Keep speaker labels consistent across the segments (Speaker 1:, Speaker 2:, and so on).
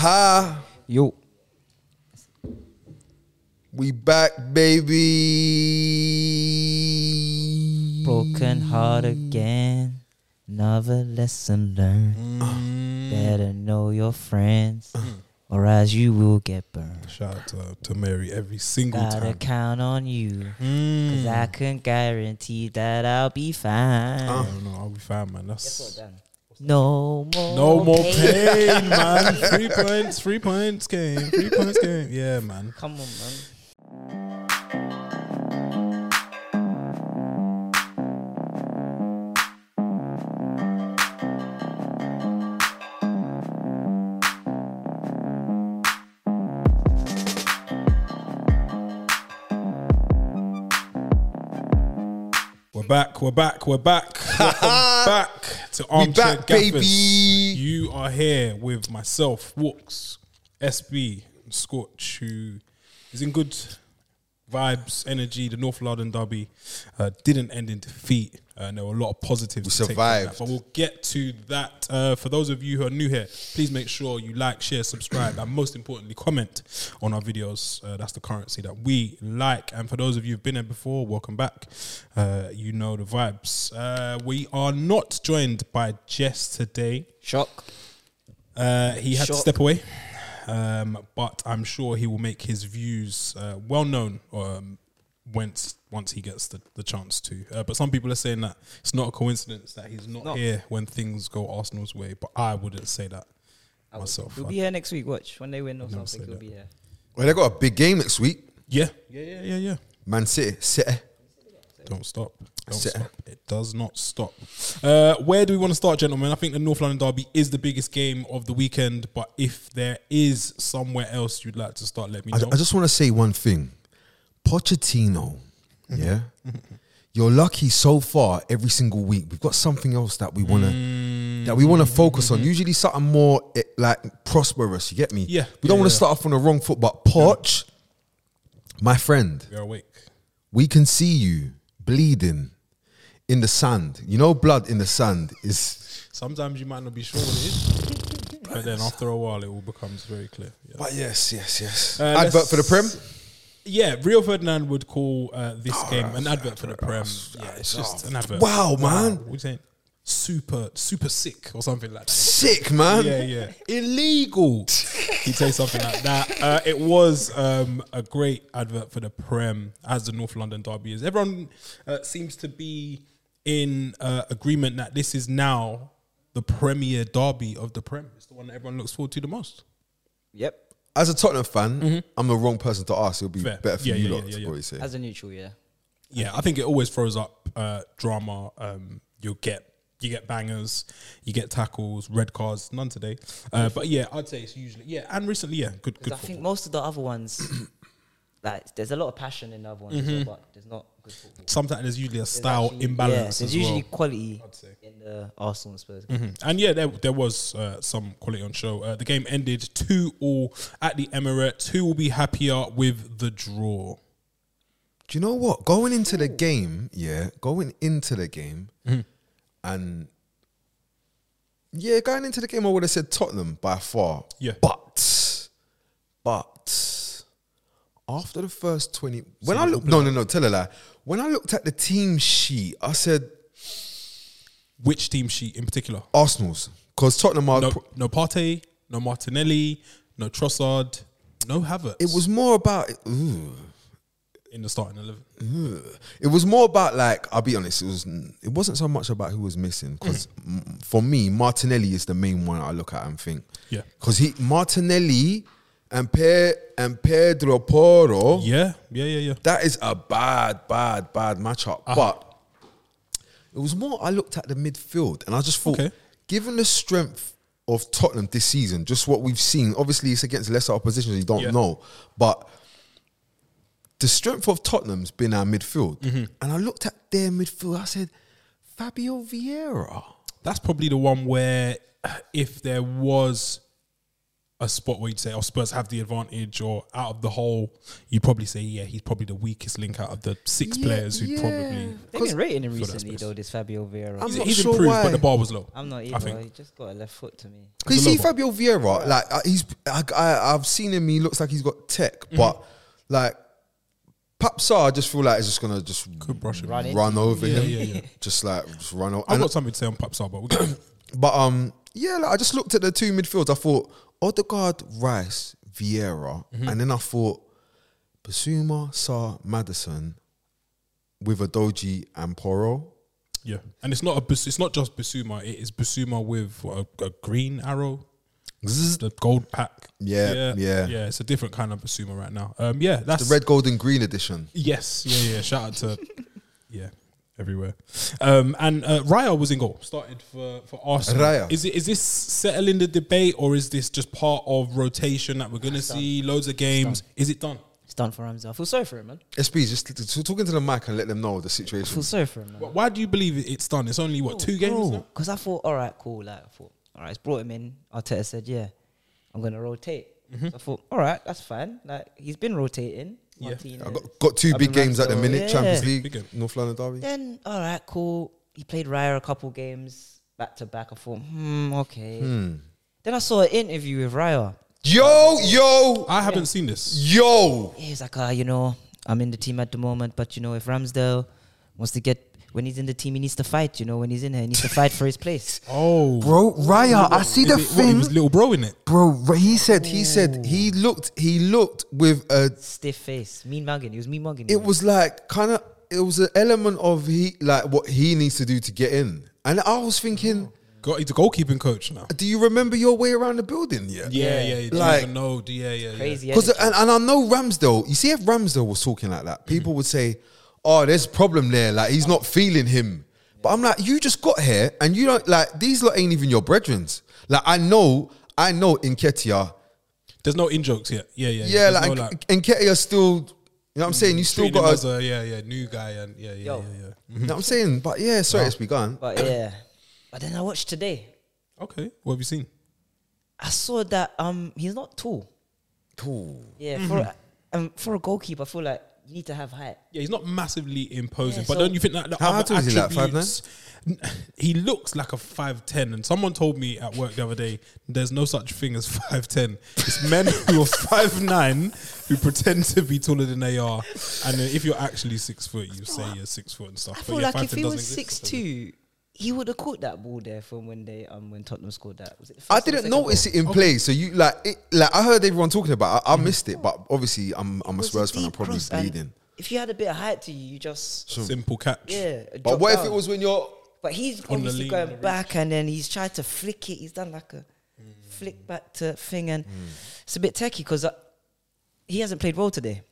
Speaker 1: Haha.
Speaker 2: Yo.
Speaker 1: We back, baby.
Speaker 2: Broken heart again. Another lesson learned.
Speaker 1: Mm.
Speaker 3: Mm.
Speaker 2: Better know your friends, or as you will get burned.
Speaker 3: Shout out to, to Mary every single
Speaker 2: Gotta
Speaker 3: time.
Speaker 2: count on you,
Speaker 1: Mm.
Speaker 2: cause I can guarantee that I'll be fine.
Speaker 3: I don't know. I'll be fine, man. That's
Speaker 2: No more.
Speaker 3: no more
Speaker 2: pain.
Speaker 3: pain, man. Three points, three points game, three points game. Yeah, man.
Speaker 2: Come on, man.
Speaker 3: We're back. We're back. We're back. Welcome back to
Speaker 1: We
Speaker 3: Armchair
Speaker 1: back,
Speaker 3: Gaffers.
Speaker 1: baby.
Speaker 3: You are here with myself, Walks, SB, and Scorch, who is in good vibes, energy. The North London Derby uh, didn't end in defeat. Uh, and there were a lot of positives.
Speaker 1: We
Speaker 3: to take from
Speaker 1: survived.
Speaker 3: that. But we'll get to that. Uh, for those of you who are new here, please make sure you like, share, subscribe, and most importantly, comment on our videos. Uh, that's the currency that we like. And for those of you who've been here before, welcome back. Uh, you know the vibes. Uh, we are not joined by Jess today.
Speaker 2: Shock.
Speaker 3: Uh, he had
Speaker 2: Shock.
Speaker 3: to step away, um, but I'm sure he will make his views uh, well known um, once once he gets the, the chance to. Uh, but some people are saying that it's not a coincidence that he's not here when things go Arsenal's way. But I wouldn't say that myself.
Speaker 2: We'll
Speaker 3: I-
Speaker 2: be here next week. Watch when they win or
Speaker 3: say
Speaker 2: something. We'll
Speaker 3: that.
Speaker 2: be here.
Speaker 1: Well, they got a big game next week.
Speaker 3: yeah, yeah, yeah, yeah, yeah.
Speaker 1: Man City, City.
Speaker 3: Don't stop. Don't
Speaker 1: Sit.
Speaker 3: stop. It does not stop. Uh, where do we want to start, gentlemen? I think the North London Derby is the biggest game of the weekend, but if there is somewhere else you'd like to start, let me
Speaker 1: I,
Speaker 3: know.
Speaker 1: I just want to say one thing. Pochettino, yeah? You're lucky so far every single week. We've got something else that we want to that we want to focus on. Usually something more eh, like prosperous, you get me?
Speaker 3: Yeah.
Speaker 1: We don't
Speaker 3: Yeah,
Speaker 1: want to
Speaker 3: yeah.
Speaker 1: start off on the wrong foot, but Poch, my friend,
Speaker 3: You're awake.
Speaker 1: we can see you bleeding in the sand. You know blood in the sand is
Speaker 3: Sometimes you might not be sure what it is, but then after a while, it all becomes very clear. Yeah,
Speaker 1: But yes, yes, yes.
Speaker 3: Uh,
Speaker 1: Advert
Speaker 3: let's-
Speaker 1: for the Prem?
Speaker 3: yeah Rio Ferdinand would call uh, this game an advert for the Prem. Yeah, it's
Speaker 1: oh,
Speaker 3: just an advert.
Speaker 1: wow, man.
Speaker 3: What are you saying? Super, super sick or something like that.
Speaker 1: Sick, man.
Speaker 3: Yeah, yeah. Illegal. He'd say something like that. Uh, it was um, a great advert for the Prem, as the North London Derby is. Everyone uh, seems to be in uh, agreement that this is now the premier derby of the Prem. It's the one that everyone looks forward to the most.
Speaker 2: Yep.
Speaker 1: As a Tottenham fan, I'm the wrong person to ask. It'll be
Speaker 3: Mm-hmm. Fair.
Speaker 1: better for
Speaker 3: Yeah,
Speaker 1: you
Speaker 3: yeah,
Speaker 1: lot
Speaker 3: yeah,
Speaker 1: to
Speaker 3: yeah,
Speaker 1: probably say.
Speaker 2: As a neutral, yeah.
Speaker 3: Yeah, I think it always throws up uh, drama. Um, you'll get you get bangers, you get tackles, red cards. None today, uh, but yeah, I'd say it's usually yeah. And recently, yeah, good good.
Speaker 2: Because I think most of the other ones, like there's a lot of passion in the other ones, as
Speaker 3: Mm-hmm.
Speaker 2: well, but there's not good football.
Speaker 3: sometimes there's usually a
Speaker 2: There's
Speaker 3: style
Speaker 2: actually- Yeah,
Speaker 3: imbalance
Speaker 2: there's
Speaker 3: as
Speaker 2: usually
Speaker 3: well.
Speaker 2: quality
Speaker 3: I'd say.
Speaker 2: in the Arsenal and Spurs.
Speaker 3: Mhm. And yeah, there, there was uh, some quality on show. Uh, the game ended 2 all at the Emirates. Who will be happier with the draw?
Speaker 1: Do you know what? Going into the game, yeah, going into the game,
Speaker 3: Mm-hmm.
Speaker 1: and yeah, going into the game, I would have said Tottenham by far.
Speaker 3: Yeah.
Speaker 1: but but after the first twenty, when I look, no, no, no, tell a lie. When I looked at the team sheet, I said
Speaker 3: Which team sheet in particular?
Speaker 1: Arsenal's because Tottenham are.
Speaker 3: No, no Partey, no Martinelli, no Trossard, no Havertz
Speaker 1: it was more about. Ooh,
Speaker 3: in the starting 11.
Speaker 1: It was more about like I'll be honest. It was it wasn't so much about who was missing because for me Martinelli is the main one I look at and think.
Speaker 3: Yeah.
Speaker 1: because he Martinelli and Pe- and Pedro Poro.
Speaker 3: Yeah, yeah, yeah, yeah.
Speaker 1: That is a bad, bad, bad matchup.
Speaker 3: Uh-huh.
Speaker 1: But it was more I looked at the midfield and I just thought,
Speaker 3: Okay.
Speaker 1: given the strength of Tottenham this season, just what we've seen, obviously it's against lesser opposition, you don't
Speaker 3: Yeah.
Speaker 1: know. But the strength of Tottenham's been our midfield.
Speaker 3: Mm-hmm.
Speaker 1: And I looked at their midfield, I said, Fabio Vieira.
Speaker 3: That's probably the one where if there was a spot where you'd say, "Oh, Spurs have the advantage," or out of the whole, you'd probably say, "Yeah, he's probably the weakest link out of the six
Speaker 1: Yeah,
Speaker 3: players who
Speaker 1: yeah.
Speaker 3: probably."
Speaker 2: They've been rating him
Speaker 3: for that
Speaker 2: recently
Speaker 3: space.
Speaker 2: though. This Fabio Vieira.
Speaker 1: I'm
Speaker 3: He's,
Speaker 1: not
Speaker 3: he's
Speaker 1: sure
Speaker 3: improved,
Speaker 1: why.
Speaker 3: but the bar was low.
Speaker 2: I'm not
Speaker 3: I
Speaker 2: either.
Speaker 3: think.
Speaker 2: He just got a left foot to me.
Speaker 1: Cause you
Speaker 3: It's a
Speaker 1: see Fabio
Speaker 3: low
Speaker 1: Vieira, like uh, he's I, I, I've seen him. He looks like he's got tech,
Speaker 3: Mm-hmm.
Speaker 1: but like Papsar, I just feel like is just gonna just
Speaker 3: Could brush him.
Speaker 2: Run it.
Speaker 1: run over
Speaker 3: Yeah,
Speaker 1: him,
Speaker 3: yeah, yeah.
Speaker 1: just like just run over.
Speaker 3: I've got something to say on Papsar, but we got
Speaker 1: But um, yeah, like, I just looked at the two midfields. I thought Odegaard, Rice, Vieira,
Speaker 3: Mm-hmm.
Speaker 1: and then I thought Basuma, Sar, Madison, with Adoji and Poro.
Speaker 3: yeah, and it's not a Bas- it's not just Basuma. It is Basuma with what, a, a green arrow,
Speaker 1: Zzz.
Speaker 3: the gold pack.
Speaker 1: Yeah, yeah.
Speaker 3: yeah. It's a different kind of Basuma right now. Um, yeah,
Speaker 1: The
Speaker 3: that's
Speaker 1: red, gold, and green edition.
Speaker 3: Yes, yeah, yeah. Shout out to yeah, everywhere. Um, and uh, Raya was in goal. Started for for Arsenal.
Speaker 1: Raya.
Speaker 3: Is it is this settling the debate or is this just part of rotation that we're gonna see loads of games? Is it done?
Speaker 2: It's done for Ramsey. I feel sorry for him, man.
Speaker 1: SB, just t- t- talking to the mic and let them know the
Speaker 2: I
Speaker 1: situation.
Speaker 2: feel sorry for him, man.
Speaker 3: Wh- Why do you believe it- it's done? It's only what two games now.
Speaker 2: Because I thought, all right, cool. Like, I thought, all right, it's brought him in. Arteta said, yeah, I'm going to rotate. So I thought, all right, that's fine. Like, he's been rotating.
Speaker 3: Mm-hmm. Yeah.
Speaker 2: Martinez.
Speaker 1: I got, got two
Speaker 2: I've
Speaker 1: big
Speaker 2: been
Speaker 1: games at the
Speaker 2: Ramsdale.
Speaker 1: minute:
Speaker 2: Yeah.
Speaker 1: Champions
Speaker 3: Big
Speaker 1: League,
Speaker 3: game.
Speaker 1: North London derby.
Speaker 2: Then, all right, cool. He played Raya a couple games back to back. I thought, hmm, okay. Then I saw an interview with Raya.
Speaker 1: Yo, yo,
Speaker 3: I haven't seen this.
Speaker 1: yo!
Speaker 2: He's like, ah, you know, I'm in the team at the moment, but you know, if Ramsdale wants to get when he's in the team, he needs to fight. You know, when he's in here, he needs to fight for his place.
Speaker 3: Oh,
Speaker 1: Bro, Raya, I see
Speaker 3: Is it- what, he was little bro in it.
Speaker 1: bro. He said, he said, he looked, he looked with a
Speaker 2: Stiff face, mean mugging. He was mean mugging.
Speaker 1: it was like kind of it was an element of he like what he needs to do to get in and i was thinking
Speaker 3: Got he's a goalkeeping coach now.
Speaker 1: do you remember your way around the building yet
Speaker 3: Yeah, yeah, yeah.
Speaker 1: Like-
Speaker 3: Like, no, yeah, yeah, yeah.
Speaker 2: crazy.
Speaker 1: because
Speaker 2: energy.
Speaker 1: and, and i know ramsdale you see if ramsdale was talking like that people would say oh there's a problem there like he's not feeling him but i'm like you just got here and you don't like these lot ain't even your brethrens like i know i know Inketia.
Speaker 3: There's no in jokes yet. Yeah, yeah,
Speaker 1: yeah
Speaker 3: There's
Speaker 1: like,
Speaker 3: no,
Speaker 1: Nketiah still you know what i'm saying you still
Speaker 3: treating him
Speaker 1: got
Speaker 3: as
Speaker 1: to
Speaker 3: a yeah, yeah, new guy and yeah, yeah,
Speaker 2: Yo.
Speaker 3: yeah,
Speaker 1: you know what i'm saying but yeah sorry it's begun
Speaker 2: But yeah. But then I watched today.
Speaker 3: yeah. Okay, what have you seen?
Speaker 2: I saw that um he's not tall.
Speaker 1: cool
Speaker 2: Yeah, for a, um for a goalkeeper, I feel like you need to have height.
Speaker 3: Yeah, he's not massively imposing,
Speaker 2: Yeah,
Speaker 3: but
Speaker 2: so-
Speaker 3: don't you think that the
Speaker 1: How
Speaker 3: other
Speaker 1: tall is he, like
Speaker 3: attributes? he looks like a five ten, and someone told me at work the other day, "There's no such thing as five ten. It's men who are five nine who pretend to be taller than they are, and then if you're actually six foot, you say you're six foot and
Speaker 2: Oh,
Speaker 3: stuff."
Speaker 2: I
Speaker 3: But
Speaker 2: feel
Speaker 3: yeah,
Speaker 2: like if
Speaker 3: 5'10"
Speaker 2: he
Speaker 3: doesn't
Speaker 2: was six
Speaker 3: exist, does it?
Speaker 2: two, he would have caught that ball there from when they um when Tottenham scored that. Was it the
Speaker 1: I
Speaker 2: first or the
Speaker 1: didn't
Speaker 2: second
Speaker 1: notice
Speaker 2: goal?
Speaker 1: it in play. So you like it, like I heard everyone talking about. it. I, I missed it, but obviously I'm I'm a
Speaker 2: was a
Speaker 1: Spurs fan. I'm
Speaker 2: deep
Speaker 1: probably
Speaker 2: cross and
Speaker 1: bleeding.
Speaker 2: If you had a bit of height to you, you just
Speaker 3: Simple catch.
Speaker 2: yeah.
Speaker 1: But
Speaker 2: drop
Speaker 1: what if
Speaker 2: down.
Speaker 1: it was when you're?
Speaker 2: But he's
Speaker 3: the
Speaker 2: obviously
Speaker 3: lean, on the
Speaker 2: going back and then he's tried to flick it. He's done like a flick back to thing, and it's a bit techie because he hasn't played well today.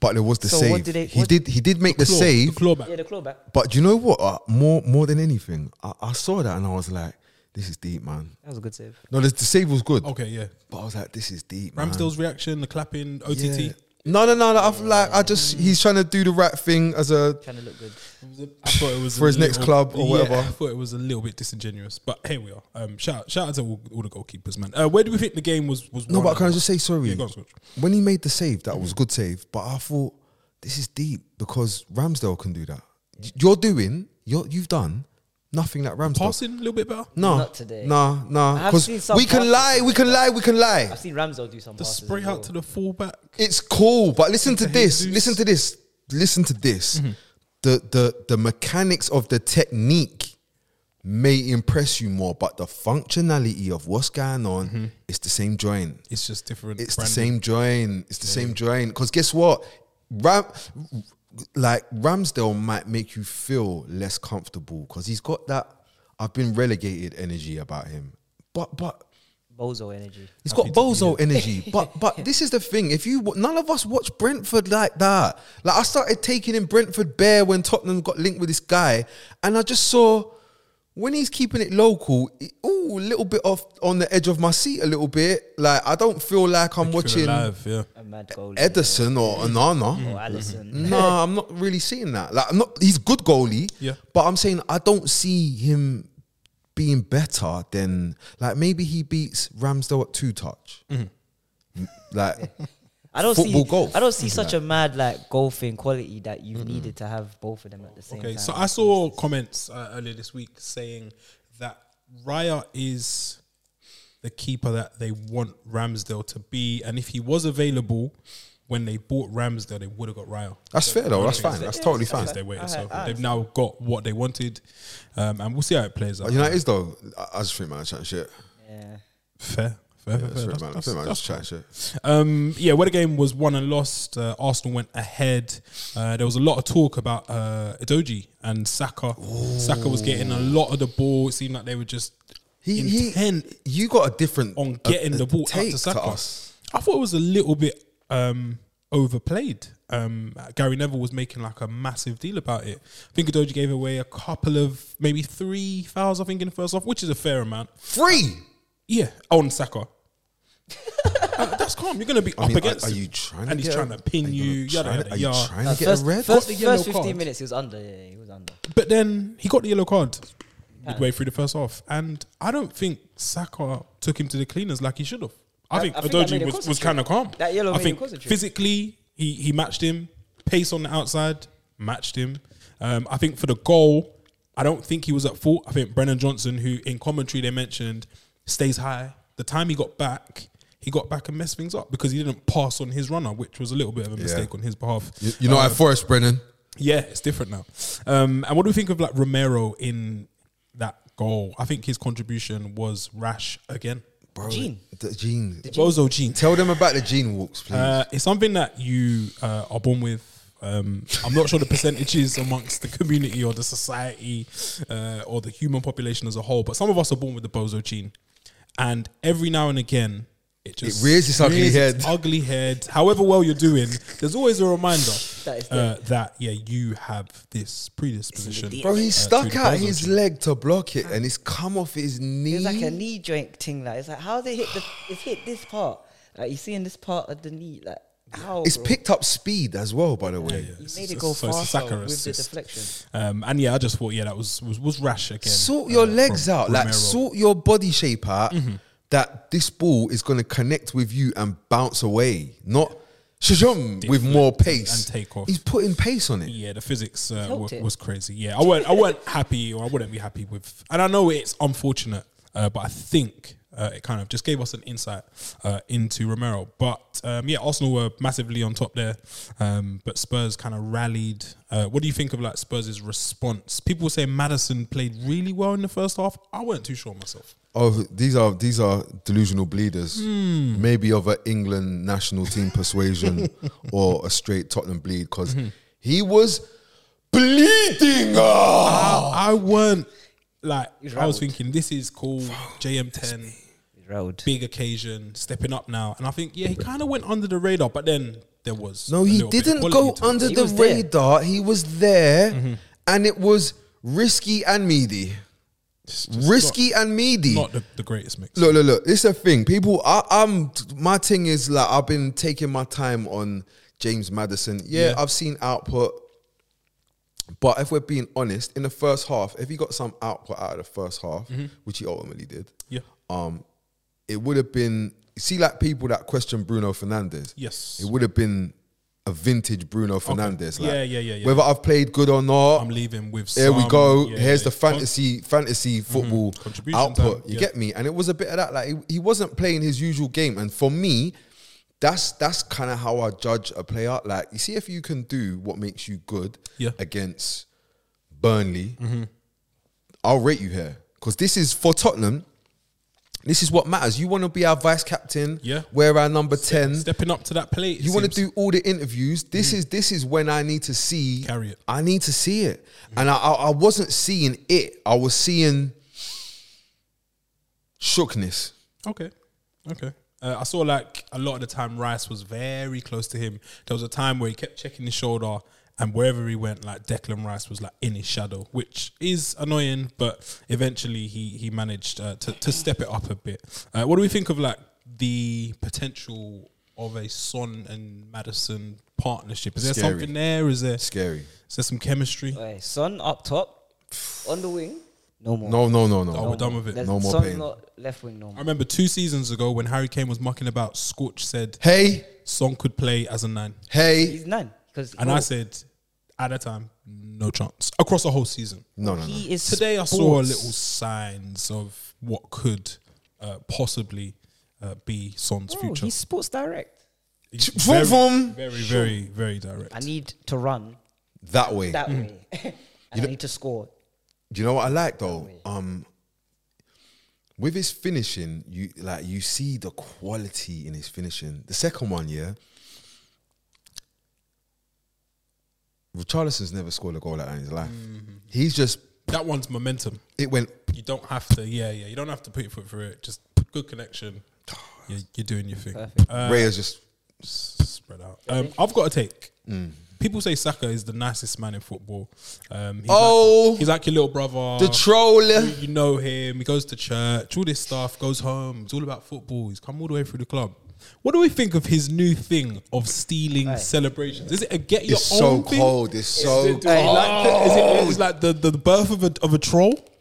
Speaker 1: But there was the
Speaker 2: So what
Speaker 1: save.
Speaker 2: did they-
Speaker 1: he
Speaker 2: what-
Speaker 1: did he did make the,
Speaker 3: Claw,
Speaker 1: save.
Speaker 3: the clawback.
Speaker 2: Yeah, the clawback.
Speaker 1: but do you know what? Uh, more more than anything, I, I saw that and I was like, this is deep, man.
Speaker 2: That was a good save.
Speaker 1: No, the, the save was good,
Speaker 3: Okay, yeah.
Speaker 1: but I was like, this is deep. man.
Speaker 3: Ramsdale's reaction, the clapping, OTT.
Speaker 1: Yeah. No, no, no, no. I've like I just he's trying to do the right thing as a
Speaker 2: Trying to look good.
Speaker 3: I thought it was
Speaker 1: For
Speaker 3: a
Speaker 1: his next club or whatever.
Speaker 3: I thought it was a little bit disingenuous, but here we are. Um, shout shout out to all, all the goalkeepers, man. Uh, where do we think the game was? Was
Speaker 1: No,
Speaker 3: won
Speaker 1: but
Speaker 3: at?
Speaker 1: can I just say sorry?
Speaker 3: Yeah, go on, Scotch.
Speaker 1: when he made the save, that
Speaker 2: Mm-hmm.
Speaker 1: was a good save. But I thought this is deep because Ramsdale can do that. You're doing, you're, you've done nothing that Ramsdale.
Speaker 3: passing a little bit better?
Speaker 1: No,
Speaker 2: Not today.
Speaker 1: Nah,
Speaker 2: I
Speaker 1: nah.
Speaker 2: have
Speaker 1: Because
Speaker 2: seen some
Speaker 1: we can
Speaker 2: passes.
Speaker 1: lie, we can lie, we can lie.
Speaker 2: I've seen Ramsdale do some
Speaker 3: The
Speaker 2: passes.
Speaker 3: spray out to the fullback.
Speaker 1: It's cool, but listen to
Speaker 3: The
Speaker 1: this.
Speaker 3: Jesus.
Speaker 1: Listen to this. Listen to this. The the the mechanics of the technique may impress you more, but the functionality of what's going on is the same joint.
Speaker 3: It's just different.
Speaker 1: It's
Speaker 3: branding.
Speaker 1: the same join. It's the same join. Because guess what? Ram, like Ramsdale might make you feel less comfortable because he's got that I've been relegated energy about him. But but
Speaker 2: Bozo energy.
Speaker 1: he's got bozo energy. But but this is the thing. If you wa- none of us watch Brentford like that. Like I started taking in Brentford Bear when Tottenham got linked with this guy, and I just saw when he's keeping it local. Oh, a little bit off on the edge of my seat, a little bit. Like I don't feel like I'm
Speaker 3: Keep it
Speaker 1: watching.
Speaker 3: alive, yeah.
Speaker 2: A mad goal.
Speaker 1: Edison or Anana.
Speaker 2: Or Allison.
Speaker 1: No, I'm not really seeing that. Like, I'm not. He's good goalie.
Speaker 3: Yeah.
Speaker 1: But I'm saying I don't see him being better than like maybe he beats Ramsdale at two touch.
Speaker 3: Mm-hmm.
Speaker 1: M- Like
Speaker 2: I don't
Speaker 1: Football
Speaker 2: see.
Speaker 1: golf.
Speaker 2: I don't see such a mad like golfing quality that you needed to have both of them at the same
Speaker 3: Okay,
Speaker 2: time.
Speaker 3: so I saw comments uh, earlier this week saying that Raya is the keeper that they want Ramsdale to be, and if he was available when they bought Ramsdale, they would have got Raya.
Speaker 1: that's fair though. That's fine. That's totally fine.
Speaker 3: As they waited,
Speaker 2: Alright,
Speaker 3: so
Speaker 2: alright.
Speaker 3: they've now got what they wanted, um, and we'll see how it plays out.
Speaker 1: You know it is though. I, I just think man, I'm chatting shit.
Speaker 2: yeah.
Speaker 3: fair,
Speaker 1: Yeah,
Speaker 3: fair, fair,
Speaker 1: that's
Speaker 3: fair.
Speaker 1: right,
Speaker 3: That's-
Speaker 1: man. I
Speaker 3: that's-
Speaker 1: think man,
Speaker 3: that's
Speaker 1: just chatting shit.
Speaker 3: Um, yeah, where the game was won and lost, uh, Arsenal went ahead. Uh, there was a lot of talk about uh, Adoji and Saka. Saka was getting a lot of the ball. It seemed like they were just
Speaker 1: He, he,
Speaker 3: intent
Speaker 1: you got a different
Speaker 3: on
Speaker 1: a-
Speaker 3: getting
Speaker 1: a
Speaker 3: the ball out
Speaker 1: take
Speaker 3: to Saka.
Speaker 1: us.
Speaker 3: I thought it was a little bit um, overplayed. Um, Gary Neville was making like a massive deal about it. I think Adoji gave away a couple of maybe three fouls. I think in the first half, which is a fair amount.
Speaker 1: Free.
Speaker 3: Yeah, on Saka. Uh, that's calm. You're going to be up
Speaker 1: I mean, are,
Speaker 3: against.
Speaker 1: are
Speaker 3: him.
Speaker 1: you trying?
Speaker 3: And
Speaker 1: to
Speaker 3: he's
Speaker 1: get
Speaker 3: trying
Speaker 1: a-
Speaker 3: to pin
Speaker 1: are gonna
Speaker 3: you. Yada
Speaker 1: try-
Speaker 3: yada
Speaker 1: Are you
Speaker 3: yada.
Speaker 1: trying
Speaker 2: No,
Speaker 1: to get
Speaker 2: Uh, first,
Speaker 1: a red?
Speaker 2: first,
Speaker 3: Got the
Speaker 2: first
Speaker 3: yellow
Speaker 2: 15
Speaker 3: card.
Speaker 2: minutes he was under. Yeah, yeah, he was under.
Speaker 3: But then he got the yellow card midway through the first half, and I don't think Saka took him to the cleaners like he should have. I,
Speaker 2: I-
Speaker 3: think
Speaker 2: I think that made
Speaker 3: Adoji
Speaker 2: him
Speaker 3: was, was
Speaker 2: concentrate.
Speaker 3: kind of calm.
Speaker 2: That yellow
Speaker 3: I
Speaker 2: made him
Speaker 3: think
Speaker 2: concentrate.
Speaker 3: physically he, he matched him, pace on the outside matched him. Um, I think for the goal, I don't think he was at fault. I think Brennan Johnson, who in commentary they mentioned stays high, the time he got back. He got back and messed things up because he didn't pass on his runner, which was a little bit of a mistake on his behalf.
Speaker 1: You, you know,
Speaker 3: Uh,
Speaker 1: at Forest Brennan.
Speaker 3: yeah, it's different now. Um, and what do we think of like Romero in that goal? I think his contribution was rash again.
Speaker 1: Bro,
Speaker 2: Gene.
Speaker 1: The Gene.
Speaker 3: Bozo Gene.
Speaker 1: Tell them about the Gene walks, please.
Speaker 3: Uh, it's something that you uh, are born with. Um, I'm not sure the percentages amongst the community or the society uh, or the human population as a whole, but some of us are born with the bozo gene, and every now and again it just
Speaker 1: raises its ugly head.
Speaker 3: ugly head. However well you're doing, there's always a reminder
Speaker 2: That is
Speaker 3: uh, that yeah you have this predisposition. uh,
Speaker 1: Bro, he
Speaker 3: to
Speaker 1: stuck
Speaker 3: the Uh.
Speaker 1: out
Speaker 3: bozo
Speaker 1: his
Speaker 3: gene.
Speaker 1: leg to block it, and it's come off his knee.
Speaker 2: It's
Speaker 3: E?
Speaker 2: like a knee joint thing. Like it's like how they hit the. It's hit this part. Like you see in this part of the knee. Like how
Speaker 1: It's
Speaker 2: bro?
Speaker 1: picked up speed as well, by the way.
Speaker 3: Yeah,
Speaker 2: You
Speaker 3: it's-
Speaker 2: made it
Speaker 3: it's-
Speaker 2: go
Speaker 3: so it's a
Speaker 2: faster
Speaker 3: Saka
Speaker 2: with
Speaker 3: assist.
Speaker 2: the deflection.
Speaker 3: Um, and yeah, I just thought yeah that was was, was rash again.
Speaker 1: Sort your
Speaker 3: uh,
Speaker 1: legs
Speaker 3: from
Speaker 1: out, like
Speaker 3: Romero. Mm-hmm.
Speaker 1: sort your body shape out. That this ball is going to connect with you and bounce away, not shazam with more pace.
Speaker 3: and take off.
Speaker 1: He's putting pace on it.
Speaker 3: Yeah, the physics uh,
Speaker 2: helped
Speaker 3: was,
Speaker 2: it.
Speaker 3: was crazy. Yeah, I weren't, I weren't happy, or I wouldn't be happy with. And I know it's unfortunate, uh, but I think uh, it kind of just gave us an insight uh, into Romero. But um, yeah, Arsenal were massively on top there, um, but Spurs kind of rallied. Uh, what do you think of like Spurs' response? People say Madison played really well in the first half. I weren't too sure myself.
Speaker 1: Oh, these are these are delusional bleeders.
Speaker 3: Hmm.
Speaker 1: Maybe of an England national team persuasion or a straight Tottenham bleed because he was bleeding. Ah!
Speaker 3: I weren't like. I was
Speaker 2: rattled.
Speaker 3: thinking this is cool. JM10.
Speaker 2: It's road.
Speaker 3: big occasion, stepping up now. And I think, yeah, he kind of went under the radar, but then there was.
Speaker 1: No,
Speaker 3: a
Speaker 1: he
Speaker 3: little bit of
Speaker 1: didn't
Speaker 3: quality
Speaker 1: go
Speaker 3: to it.
Speaker 1: under
Speaker 2: He
Speaker 1: the
Speaker 2: was there.
Speaker 1: radar. He was there,
Speaker 3: Mm-hmm.
Speaker 1: and it was risky and meaty. Risky and meaty.
Speaker 3: Not the, the greatest mix.
Speaker 1: Look, look, look. It's a thing. People, I, I'm. My thing is like I've been taking my time on James Madison. Yeah,
Speaker 3: Yeah.
Speaker 1: I've seen output, but if we're being honest, in the first half, if he got some output out of the first half,
Speaker 3: Mm-hmm.
Speaker 1: which he ultimately did,
Speaker 3: yeah.
Speaker 1: um, it would have been. See, like people that question Bruno Fernandez.
Speaker 3: Yes.
Speaker 1: it would have been a vintage Bruno Fernandez. Like,
Speaker 3: Yeah, yeah, yeah, yeah.
Speaker 1: Whether I've played good or not,
Speaker 3: I'm leaving with.
Speaker 1: there we
Speaker 3: some-
Speaker 1: go.
Speaker 3: yeah,
Speaker 1: Here's the
Speaker 3: yeah.
Speaker 1: fantasy fantasy football
Speaker 3: Contribution
Speaker 1: output.
Speaker 3: time,
Speaker 1: You
Speaker 3: yeah.
Speaker 1: get me? And it was a bit of that. Like he, he wasn't playing his usual game. And for me, that's that's kind of how I judge a player. Like you see if you can do what makes you good
Speaker 3: Yeah. Mm-hmm.
Speaker 1: against Burnley, I'll rate you here because this is for Tottenham. This is what matters. You want to be our vice captain.
Speaker 3: Yeah.
Speaker 1: we're our number ten.
Speaker 3: Stepping up to that plate. it
Speaker 1: You want to
Speaker 3: seems. Mm.
Speaker 1: do all the interviews. This is this is when I need to see.
Speaker 3: Carry it.
Speaker 1: I need to see it, and I, I I wasn't seeing it. I was seeing shookness.
Speaker 3: Okay. Okay. Uh, I saw like a lot of the time Rice was very close to him. There was a time where he kept checking his shoulder, and wherever he went, like Declan Rice was like in his shadow, which is annoying. But eventually, he he managed uh, to to step it up a bit. Uh, what do we think of like the potential of a Son and Madison partnership? Is there
Speaker 1: Scary.
Speaker 3: something there? Is there is
Speaker 1: Scary.
Speaker 3: there some chemistry?
Speaker 2: Right, Son up top, on the wing. No more.
Speaker 1: No, no, no, no.
Speaker 3: Oh, we're done with it.
Speaker 1: No more
Speaker 2: Son's
Speaker 1: pain.
Speaker 2: not left wing no
Speaker 3: I
Speaker 2: more.
Speaker 3: remember two seasons ago when Harry Kane was mucking about, Scorch said
Speaker 1: Hey,
Speaker 3: Son could play as a nine.
Speaker 1: hey.
Speaker 2: He's none. Because
Speaker 3: And I said, at that time, no chance. Across the whole season.
Speaker 1: No, no, no.
Speaker 2: he is
Speaker 3: Today I saw
Speaker 2: sports.
Speaker 3: little signs of what could uh, possibly uh, be Son's
Speaker 2: Bro,
Speaker 3: future.
Speaker 2: He's sports direct.
Speaker 3: He's
Speaker 1: Vroom, vroom.
Speaker 3: very, very, very direct.
Speaker 2: I need to run
Speaker 1: That way.
Speaker 2: that
Speaker 3: Mm.
Speaker 2: way. and I need to score.
Speaker 1: Do you know what I like though? Um, with his finishing, you like you see the quality in his finishing. The second one, yeah. Richarlison's never scored a goal like that in his life.
Speaker 3: Mm-hmm.
Speaker 1: He's just
Speaker 3: that one's momentum.
Speaker 1: it went
Speaker 3: You don't have to, yeah, yeah. You don't have to put your foot through it. Just good connection. You're, you're doing your thing.
Speaker 2: Perfect.
Speaker 3: Uh,
Speaker 1: Reyes just
Speaker 3: s- spread out. Um, I've got a take.
Speaker 2: Mm.
Speaker 3: People say Saka is the nicest man in football. Um, he's
Speaker 1: Oh.
Speaker 3: like, he's like your little brother.
Speaker 1: the troller.
Speaker 3: uh, you know him. He goes to church. All this stuff goes home. It's all about football. He's come all the way through the club. What do we think of his new thing of stealing
Speaker 2: Aye.
Speaker 3: celebrations? Is it a get your
Speaker 1: It's so
Speaker 3: own thing?
Speaker 1: cold. It's so
Speaker 3: Is it like the, is it, it's like the, the birth of a, of a troll?
Speaker 2: It's,
Speaker 3: What-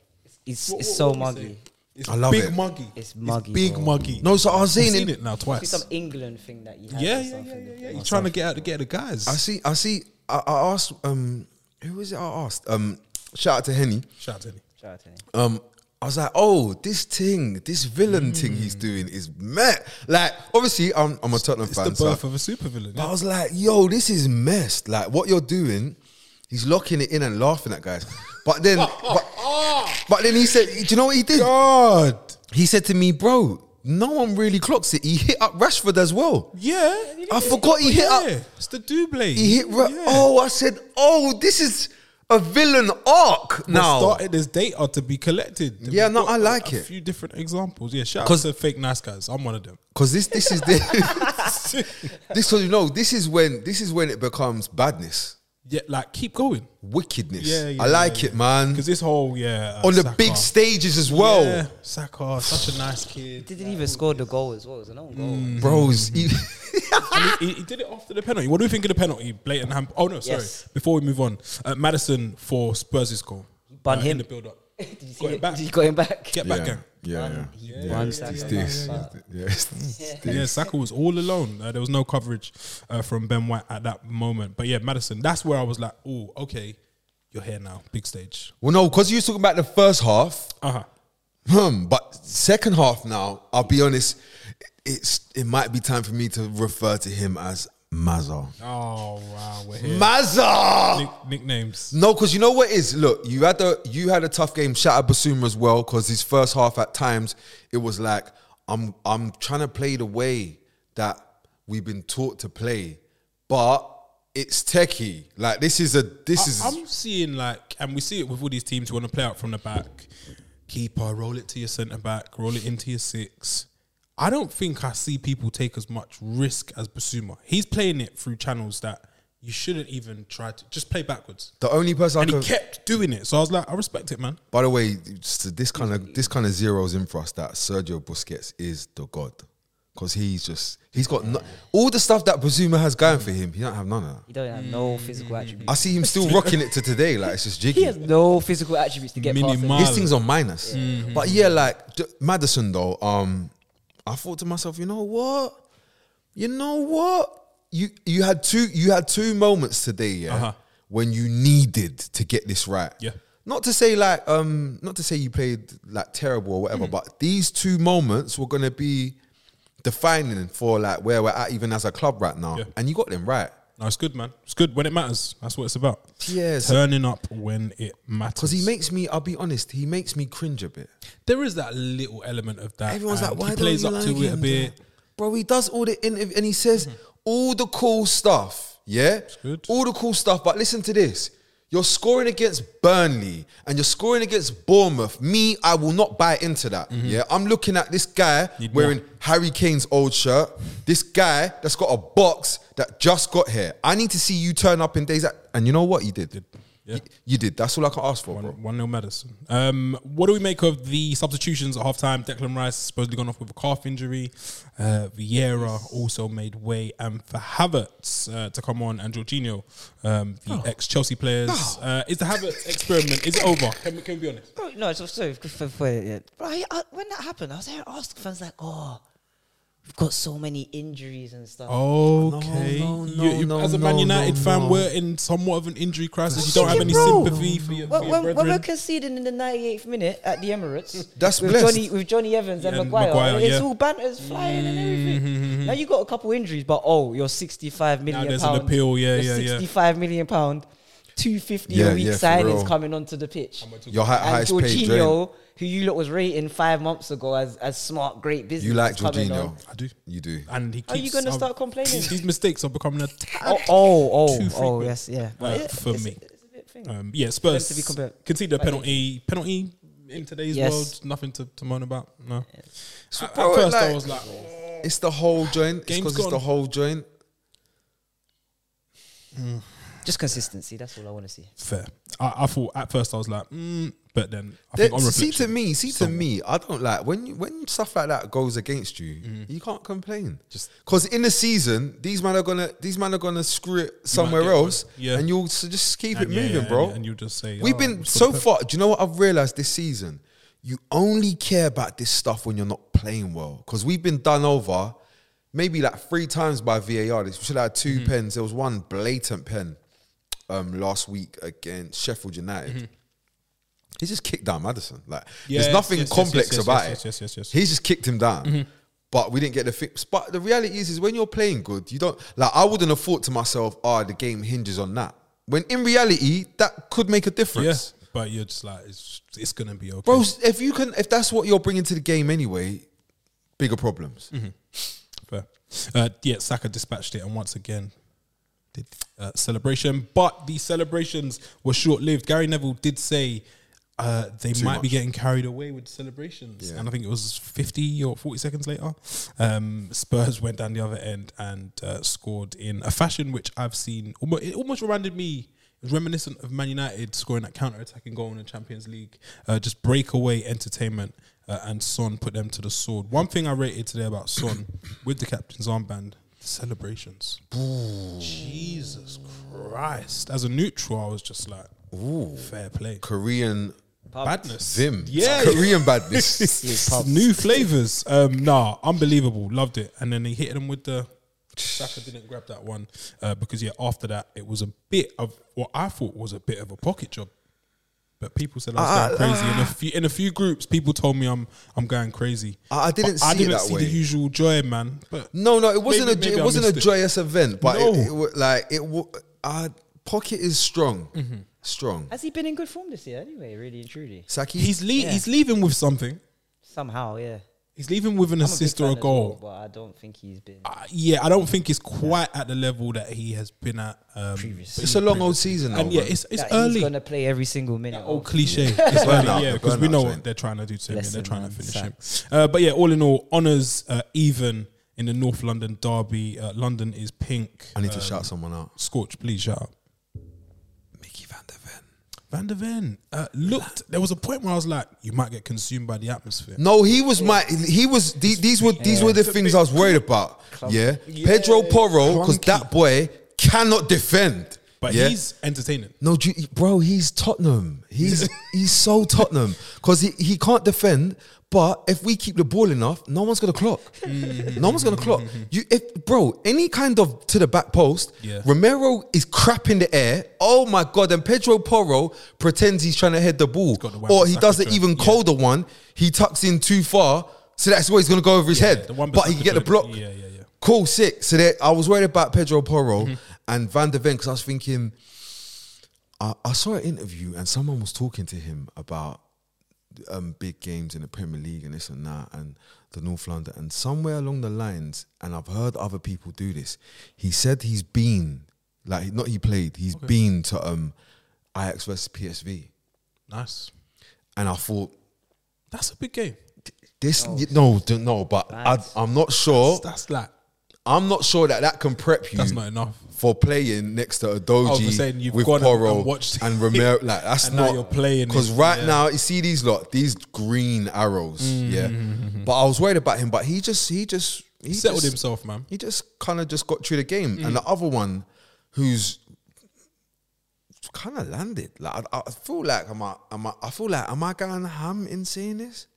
Speaker 2: it's
Speaker 3: what-
Speaker 2: so
Speaker 3: what was
Speaker 2: muggy.
Speaker 3: It's
Speaker 1: I love
Speaker 3: big
Speaker 1: it.
Speaker 3: muggy.
Speaker 2: It's muggy,
Speaker 3: big
Speaker 2: bro.
Speaker 3: muggy.
Speaker 1: No, so I was
Speaker 3: I've
Speaker 1: saying
Speaker 3: seen
Speaker 1: in-
Speaker 3: it now
Speaker 2: It's
Speaker 3: twice.
Speaker 2: some England thing that you had.
Speaker 3: Yeah,
Speaker 2: or
Speaker 3: yeah, yeah,
Speaker 2: something.
Speaker 3: yeah, yeah.
Speaker 2: Or
Speaker 3: He's trying to
Speaker 2: something.
Speaker 3: get out to get the guys.
Speaker 1: I see. I see. I, I asked. Um, who was it? I asked. Um, shout out to Henny.
Speaker 3: Shout out to him.
Speaker 2: Shout out to him.
Speaker 1: Um, I was like, oh, this thing, this villain thing he's doing is mad. Like, obviously, I'm, I'm a Tottenham
Speaker 3: Hmm. It's the
Speaker 1: fan.
Speaker 3: birth
Speaker 1: so-
Speaker 3: of a supervillain.
Speaker 1: but I was like, yo, this is messed. Like, what you're doing, he's locking it in and laughing at guys. But then, but, but then he said, do you know what he did?
Speaker 3: God.
Speaker 1: He said to me, bro, no one really clocks it. He hit up Rashford as well.
Speaker 3: Yeah.
Speaker 1: I forgot he hit up.
Speaker 3: Yeah, It's the Duble.
Speaker 1: He hit. Ra- Oh, I said, oh, this is a villain arc now.
Speaker 3: started this data to be collected.
Speaker 1: Yeah,
Speaker 3: We've
Speaker 1: no,
Speaker 3: got
Speaker 1: I
Speaker 3: a-
Speaker 1: like
Speaker 3: a
Speaker 1: it.
Speaker 3: few different examples. Yeah, shout out
Speaker 1: 'Cause-
Speaker 3: to fake nice guys. I'm one of them.
Speaker 1: Cause this this is the this cause you know this is when this is when it becomes badness,
Speaker 3: yeah, like keep going.
Speaker 1: wickedness.
Speaker 3: Yeah, yeah
Speaker 1: I like
Speaker 3: yeah,
Speaker 1: it, man.
Speaker 3: Because this whole yeah uh,
Speaker 1: Mm. On the
Speaker 3: Saka.
Speaker 1: big stages as well,
Speaker 3: Yeah, Saka, such a nice kid.
Speaker 2: Didn't even score the goal as well. It was an own goal.
Speaker 3: Mm.
Speaker 1: bros. he-
Speaker 3: And he, he- he did it after the penalty. What do we think of the penalty? Blatant hand. Oh no, sorry.
Speaker 2: Yes.
Speaker 3: Before we move on, uh, Madison for Spurs' goal.
Speaker 2: Bun
Speaker 3: uh,
Speaker 2: him.
Speaker 3: in the build up.
Speaker 2: Did you see
Speaker 3: Got him
Speaker 2: it?
Speaker 3: back.
Speaker 2: Did you got him back?
Speaker 3: Get back, gang.
Speaker 1: yeah,
Speaker 2: Yeah, yeah, it's yeah, this, yeah,
Speaker 3: Yeah, Saka was all alone. Uh, there was no coverage uh, from Ben White at that moment. But yeah, Madison. That's where I was like, oh, okay, you're here now, big stage.
Speaker 1: Well, no, because you was talking about the first half,
Speaker 3: Uh huh.
Speaker 1: hmm, but second half now. I'll be honest, it's it might be time for me to refer to him as Mazza.
Speaker 3: Oh wow, we're here.
Speaker 1: Mazza.
Speaker 3: Nick- nicknames.
Speaker 1: No, because you know what it is. Look, you had a you had a tough game. Shout out Basuma as well, because his first half at times it was like I'm I'm trying to play the way that we've been taught to play, but it's techie. Like this is a this is
Speaker 3: I, am seeing like, and we see it with all these teams who want to play out from the back, keeper, roll it to your centre back, roll it into your six. I don't think I see people take as much risk as Basuma. He's playing it through channels that you shouldn't even try to just play backwards.
Speaker 1: the only person I
Speaker 3: And he
Speaker 1: can.
Speaker 3: kept doing it, so I was like, I respect it, man.
Speaker 1: By the way, s- this kind of this kind of zeroes in for us that Sergio Busquets is the god, because he's just he's got no, all the stuff that Basuma has going for him. He don't have none of that.
Speaker 2: He don't have
Speaker 3: Mm.
Speaker 2: no physical attributes.
Speaker 1: I see him still rocking it to today. Like it's just jiggy.
Speaker 2: He has no physical attributes to get past. him.
Speaker 3: Minimal.
Speaker 1: His things on minus.
Speaker 3: Mm-hmm.
Speaker 1: But yeah, like d- Madison though, um, I thought to myself, you know what? You know what? You you had two you had two moments today, yeah,
Speaker 3: Uh-huh.
Speaker 1: when you needed to get this right.
Speaker 3: Yeah.
Speaker 1: Not to say like um not to say you played like terrible or
Speaker 3: Mm.
Speaker 1: whatever, but these two moments were gonna be defining for like where we're at even as a club right now.
Speaker 3: Yeah.
Speaker 1: And you got them right.
Speaker 3: No, it's good, man. It's good when it matters. That's what it's about.
Speaker 1: Yes.
Speaker 3: turning up when it matters.
Speaker 1: Because he makes me, I'll be honest, he makes me cringe a bit.
Speaker 3: there is that little element of that.
Speaker 1: Everyone's
Speaker 3: and
Speaker 1: like, why
Speaker 3: he plays
Speaker 1: don't
Speaker 3: up
Speaker 1: you
Speaker 3: to
Speaker 1: like
Speaker 3: it a
Speaker 1: him,
Speaker 3: bit?
Speaker 1: bro? He does all the interview and he says all the cool stuff. Yeah,
Speaker 3: good.
Speaker 1: all the cool stuff. But listen to this: you're scoring against Burnley and you're scoring against Bournemouth. Me, I will not buy into that. Yeah, I'm looking at this guy
Speaker 3: Mm-hmm. Need
Speaker 1: wearing Harry Kane's old shirt. This guy that's got a box that just got here. I need to see you turn up in days. That, and you know what he did?
Speaker 3: Yeah.
Speaker 1: You did. That's all I can ask for, bro.
Speaker 3: One, one nil Madison. Um, what do we make of the substitutions at halftime? Declan Rice supposedly gone off with a calf injury. Uh, Vieira also made way, and for Havertz uh, to come on, and Jorginho, um, the
Speaker 1: Oh.
Speaker 3: ex Chelsea players. Uh, is the Havertz experiment is it over? Can we, can we be honest?
Speaker 2: Oh, no, it's sorry. For, for, for, yeah. Right, I, when that happened, I was there asking fans like, "Oh, we've got so many injuries and stuff."
Speaker 3: Okay.
Speaker 1: no,
Speaker 3: You-
Speaker 1: no,
Speaker 3: you,
Speaker 1: no,
Speaker 3: as a Man
Speaker 1: no,
Speaker 3: United
Speaker 1: no,
Speaker 3: fan,
Speaker 1: no.
Speaker 3: we're in somewhat of an injury crisis. You
Speaker 2: That's
Speaker 3: don't have
Speaker 2: shocking,
Speaker 3: any
Speaker 2: bro.
Speaker 3: sympathy for your, for
Speaker 2: Well,
Speaker 3: your
Speaker 2: when, when
Speaker 3: brethren.
Speaker 2: we're conceding in the 98th minute at the Emirates,
Speaker 1: That's
Speaker 2: with
Speaker 1: blessed.
Speaker 2: Johnny with Johnny Evans and,
Speaker 3: And
Speaker 2: Maguire,
Speaker 3: Maguire,
Speaker 2: it's
Speaker 3: yeah. Mm-hmm.
Speaker 2: all banters flying and everything. Now you got a couple injuries, but oh, you're 65 million
Speaker 3: Now there's an
Speaker 2: pound.
Speaker 3: appeal, yeah,
Speaker 2: you're
Speaker 3: yeah, yeah.
Speaker 2: 65 million pound, 250
Speaker 1: Yeah,
Speaker 2: a week
Speaker 1: yeah, for real.
Speaker 2: signings coming onto the pitch.
Speaker 1: Your high,
Speaker 2: And
Speaker 1: highest paid drain.
Speaker 2: Jorginho, who you lot was rating five months ago as, as smart, great business.
Speaker 1: You like
Speaker 2: is coming on.
Speaker 1: Jorginho.
Speaker 3: I do.
Speaker 1: You do.
Speaker 3: And he keeps,
Speaker 2: Are you gonna
Speaker 3: um,
Speaker 2: start complaining?
Speaker 3: These mistakes are becoming a
Speaker 2: Oh, oh,
Speaker 3: Too
Speaker 2: oh, oh
Speaker 3: frequent.
Speaker 2: yes, yeah.
Speaker 3: Uh,
Speaker 2: It-
Speaker 3: for
Speaker 2: it's-
Speaker 3: me.
Speaker 2: it's a bit thing.
Speaker 3: Um, yeah,
Speaker 2: them
Speaker 3: Spurs
Speaker 2: to be compared.
Speaker 3: conceded a
Speaker 2: Like,
Speaker 3: penalty. Penalty in today's
Speaker 2: Yes.
Speaker 3: world, nothing to, to moan about. No.
Speaker 1: So,
Speaker 3: At, at
Speaker 1: bro,
Speaker 3: first, I
Speaker 1: like,
Speaker 3: was like,
Speaker 1: It's the whole joint. It's
Speaker 3: Game's
Speaker 1: because it's
Speaker 3: gone.
Speaker 1: the whole joint.
Speaker 2: Just consistency. That's all I want to see.
Speaker 3: fair. I, I thought at first I was like, mm, but then I
Speaker 1: There-
Speaker 3: think on
Speaker 1: see to
Speaker 3: reflection,
Speaker 1: me, see to
Speaker 3: someone-
Speaker 1: me, I don't like when you, when stuff like that goes against you. You can't complain,
Speaker 3: Mm-hmm. Just-
Speaker 1: because in the season, these man are gonna these man are gonna screw it somewhere
Speaker 3: get
Speaker 1: else,
Speaker 3: one. Yeah.
Speaker 1: and you'll s just keep
Speaker 3: and
Speaker 1: it
Speaker 3: yeah,
Speaker 1: moving,
Speaker 3: yeah,
Speaker 1: bro.
Speaker 3: And, and you just say,
Speaker 1: We've
Speaker 3: oh,
Speaker 1: been
Speaker 3: it's for
Speaker 1: so
Speaker 3: the purpose.
Speaker 1: far. Do you know what I've realized this season? You only care about this stuff when you're not playing well. Because we've been done over maybe like three times by VAR. This- We should have had
Speaker 3: Mm-hmm.
Speaker 1: 2 pens. There was one blatant pen um, last week against Sheffield United. He just kicked down Madison. Like
Speaker 3: Mm-hmm. Yes,
Speaker 1: there's nothing
Speaker 3: yes, yes,
Speaker 1: complex
Speaker 3: yes, yes,
Speaker 1: about
Speaker 3: yes,
Speaker 1: it.
Speaker 3: yes, yes, yes.
Speaker 1: He just kicked him down.
Speaker 3: Mm-hmm.
Speaker 1: But we didn't get the fix. But the reality is, is when you're playing good, you don't like. I wouldn't have thought to myself, "Ah, the game hinges on that." When in reality, that could make a
Speaker 3: Yeah,
Speaker 1: difference.
Speaker 3: but you're just like, it's, it's going to be okay.
Speaker 1: Bro, if you can, if that's what you're bringing to the game anyway, bigger problems.
Speaker 3: Mm-hmm. Fair. Uh, yeah, Saka dispatched it, and once again, did uh, celebration. But the celebrations were short lived. Gary Neville did say uh, they might be
Speaker 1: much.
Speaker 3: getting carried away with celebrations,
Speaker 1: Yeah.
Speaker 3: and I think it was 50 or 40 seconds later. Um, Spurs went down the other end and uh, scored in a fashion which I've seen. Almost, it almost reminded me. It was reminiscent of Man United scoring that counter attacking goal in the Champions League. Uh, just breakaway entertainment. Uh, and Son put them to the sword. One thing I rated today about Son with the captain's armband, the celebrations. Jesus Christ. As a neutral, I was just like, fair play.
Speaker 1: Korean
Speaker 3: Badness.
Speaker 1: Zim,
Speaker 3: Yeah.
Speaker 1: Korean badness.
Speaker 3: New flavors. Um, nah, unbelievable. Loved it. And then he hit him with the. Saka didn't grab that one uh, because, yeah, after that, it was a bit of what I thought was a bit of a pocket job. But people said I was going crazy. In a few in a few groups, people told me I'm I'm going crazy.
Speaker 1: I- I didn't
Speaker 3: But I
Speaker 1: see it
Speaker 3: didn't
Speaker 1: that
Speaker 3: see
Speaker 1: way.
Speaker 3: the usual joy, man. But
Speaker 1: no, no, it wasn't
Speaker 3: Maybe-
Speaker 1: a
Speaker 3: maybe
Speaker 1: it
Speaker 3: I
Speaker 1: wasn't a
Speaker 3: missed it.
Speaker 1: joyous event, but it,
Speaker 3: No.
Speaker 1: it, wa- like it, wa- uh, pocket is strong,
Speaker 3: Mm-hmm.
Speaker 1: strong.
Speaker 2: Has he been in good form this year anyway? Really and truly.
Speaker 1: Saki,
Speaker 3: he's le- he's leaving with something.
Speaker 2: Somehow, yeah.
Speaker 3: He's leaving with an
Speaker 2: I'm big
Speaker 3: assist
Speaker 2: fan
Speaker 3: or a
Speaker 2: as
Speaker 3: goal.
Speaker 2: well, but I don't think he's been.
Speaker 3: Uh, yeah, I don't think it's quite at the level that he has been at um,
Speaker 2: Previous.
Speaker 1: it's a long old season,
Speaker 3: And
Speaker 1: though,
Speaker 3: yeah,
Speaker 1: bro.
Speaker 3: it's it's
Speaker 2: that
Speaker 3: early. Oh,
Speaker 2: He's gonna play every single minute.
Speaker 3: Old
Speaker 2: of.
Speaker 3: cliche. It's early,
Speaker 1: Burnout,
Speaker 3: yeah,
Speaker 1: the
Speaker 3: because we
Speaker 1: burnout
Speaker 3: know
Speaker 1: thing.
Speaker 3: what they're trying to do to him. and They're
Speaker 2: Bless him,
Speaker 3: trying to
Speaker 2: man.
Speaker 3: finish him. Uh, but yeah, all in all, honors uh, even in the North London derby. Uh, London is pink.
Speaker 1: I need to
Speaker 3: Um,
Speaker 1: shout someone out.
Speaker 3: Scorch, please shout. out.
Speaker 1: Mickey Van Der Ven.
Speaker 3: Van der Ven uh, looked. There was a point where I was like, you might get consumed by the atmosphere.
Speaker 1: No, he was my. He was the- these were these were the things I was worried about. Yeah, Pedro Porro because
Speaker 3: Clunky.
Speaker 1: that boy cannot defend.
Speaker 3: But
Speaker 1: yeah?
Speaker 3: he's entertaining.
Speaker 1: No, do you- bro, he's Tottenham. He's he's so Tottenham because he, he can't defend. But if we keep the ball enough, no one's gonna clock. No one's gonna clock. You, if bro, any kind of to the back post,
Speaker 3: Yeah.
Speaker 1: Romero is crap in the air. Oh my god! And Pedro Porro pretends he's trying to head the ball,
Speaker 3: got the
Speaker 1: or he does
Speaker 3: Wan-Bissaka
Speaker 1: the even
Speaker 3: joint, yeah.
Speaker 1: colder one. He tucks in too far, so that's where he's gonna go over his head.
Speaker 3: the Wan-Bissaka
Speaker 1: but he can get the
Speaker 3: joint.
Speaker 1: block.
Speaker 3: Yeah, yeah, yeah.
Speaker 1: Cool, sick. So there, I was worried about Pedro Porro and Van der Ven because I was thinking. I, I saw an interview and someone was talking to him about um, big games in the Premier League and this and that and the North London and somewhere along the lines, and I've heard other people do this. He said he's been like not he played, he's been to um, Ajax versus PSV,
Speaker 3: Nice.
Speaker 1: and I thought
Speaker 3: That's a big game.
Speaker 1: this no d- no, but I,
Speaker 2: Nice.
Speaker 1: I'm not sure.
Speaker 3: That's like
Speaker 1: I'm not sure that that can prep you
Speaker 3: That's not enough.
Speaker 1: for playing next to
Speaker 3: Oh, for
Speaker 1: Adoji
Speaker 3: saying you've
Speaker 1: with
Speaker 3: gone and-
Speaker 1: Poro
Speaker 3: and watched
Speaker 1: and
Speaker 3: it.
Speaker 1: Romero. Like that's
Speaker 3: And now
Speaker 1: not
Speaker 3: you're playing
Speaker 1: because
Speaker 3: it,
Speaker 1: right
Speaker 3: yeah.
Speaker 1: now you see these lot, these green arrows. Yeah, but I was worried about him, but he just he just he
Speaker 3: Mm-hmm. Settled
Speaker 1: just,
Speaker 3: himself, man.
Speaker 1: He just kind of just got through the game, and
Speaker 3: Mm.
Speaker 1: the other one, who's kind of landed. Like I, I feel like am I am I, I feel like am I going ham in saying this?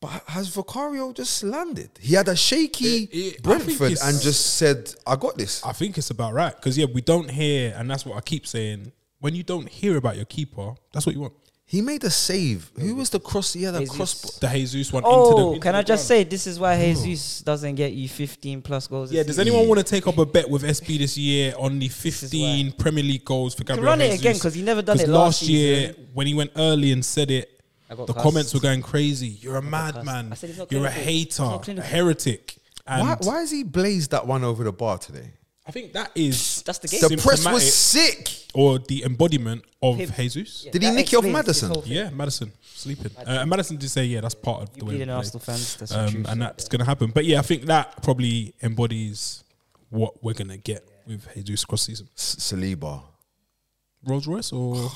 Speaker 1: But has Vicario just landed? He had a shaky
Speaker 3: It- it- I
Speaker 1: Brentford
Speaker 3: think it's-
Speaker 1: and just said, "I got this."
Speaker 3: I think it's about right because yeah, we don't hear, and that's what I keep saying. When you don't hear about your keeper, that's what you want.
Speaker 1: He made a save. Who was the cross? He had a
Speaker 2: Jesus.
Speaker 1: cross.
Speaker 3: The Jesus one. into the,
Speaker 2: Oh,
Speaker 3: into
Speaker 2: can
Speaker 3: the
Speaker 2: I just
Speaker 3: ground.
Speaker 2: say this is why Jesus doesn't get you 15 plus goals?
Speaker 3: Yeah, does anyone want to take up a bet with SB this year on the 15 Premier League goals for Gabriel
Speaker 2: run it
Speaker 3: Jesus?
Speaker 2: again, 'cause he never done
Speaker 3: 'Cause
Speaker 2: it last
Speaker 3: year
Speaker 2: season.
Speaker 3: when he went early and said it.
Speaker 2: I got
Speaker 3: The
Speaker 2: cussed.
Speaker 3: comments were going crazy. You're a madman.
Speaker 2: I said it's not
Speaker 3: You're a
Speaker 2: clinical. It's
Speaker 3: hater,
Speaker 2: not
Speaker 3: a
Speaker 2: clinical.
Speaker 3: heretic. And
Speaker 1: Why, why has he blazed that one over the bar today?
Speaker 3: I think that is
Speaker 2: That's the game.
Speaker 1: The press
Speaker 3: symptomatic
Speaker 1: was sick.
Speaker 3: or the embodiment of
Speaker 2: Him.
Speaker 3: Jesus.
Speaker 1: Did he
Speaker 2: That
Speaker 1: nick you off
Speaker 2: explains this
Speaker 1: Madison?
Speaker 2: whole thing.
Speaker 3: Yeah, Madison sleeping. Uh, and Madison did say, yeah, that's part of the
Speaker 2: You
Speaker 3: way.
Speaker 2: bleed
Speaker 3: we
Speaker 2: an
Speaker 3: play.
Speaker 2: Arsenal fans, that's the
Speaker 3: um,
Speaker 2: truth.
Speaker 3: and that's going to happen. But yeah, I think that probably embodies what we're going to get with Jesus cross season.
Speaker 1: S- Saliba.
Speaker 3: Rolls Royce or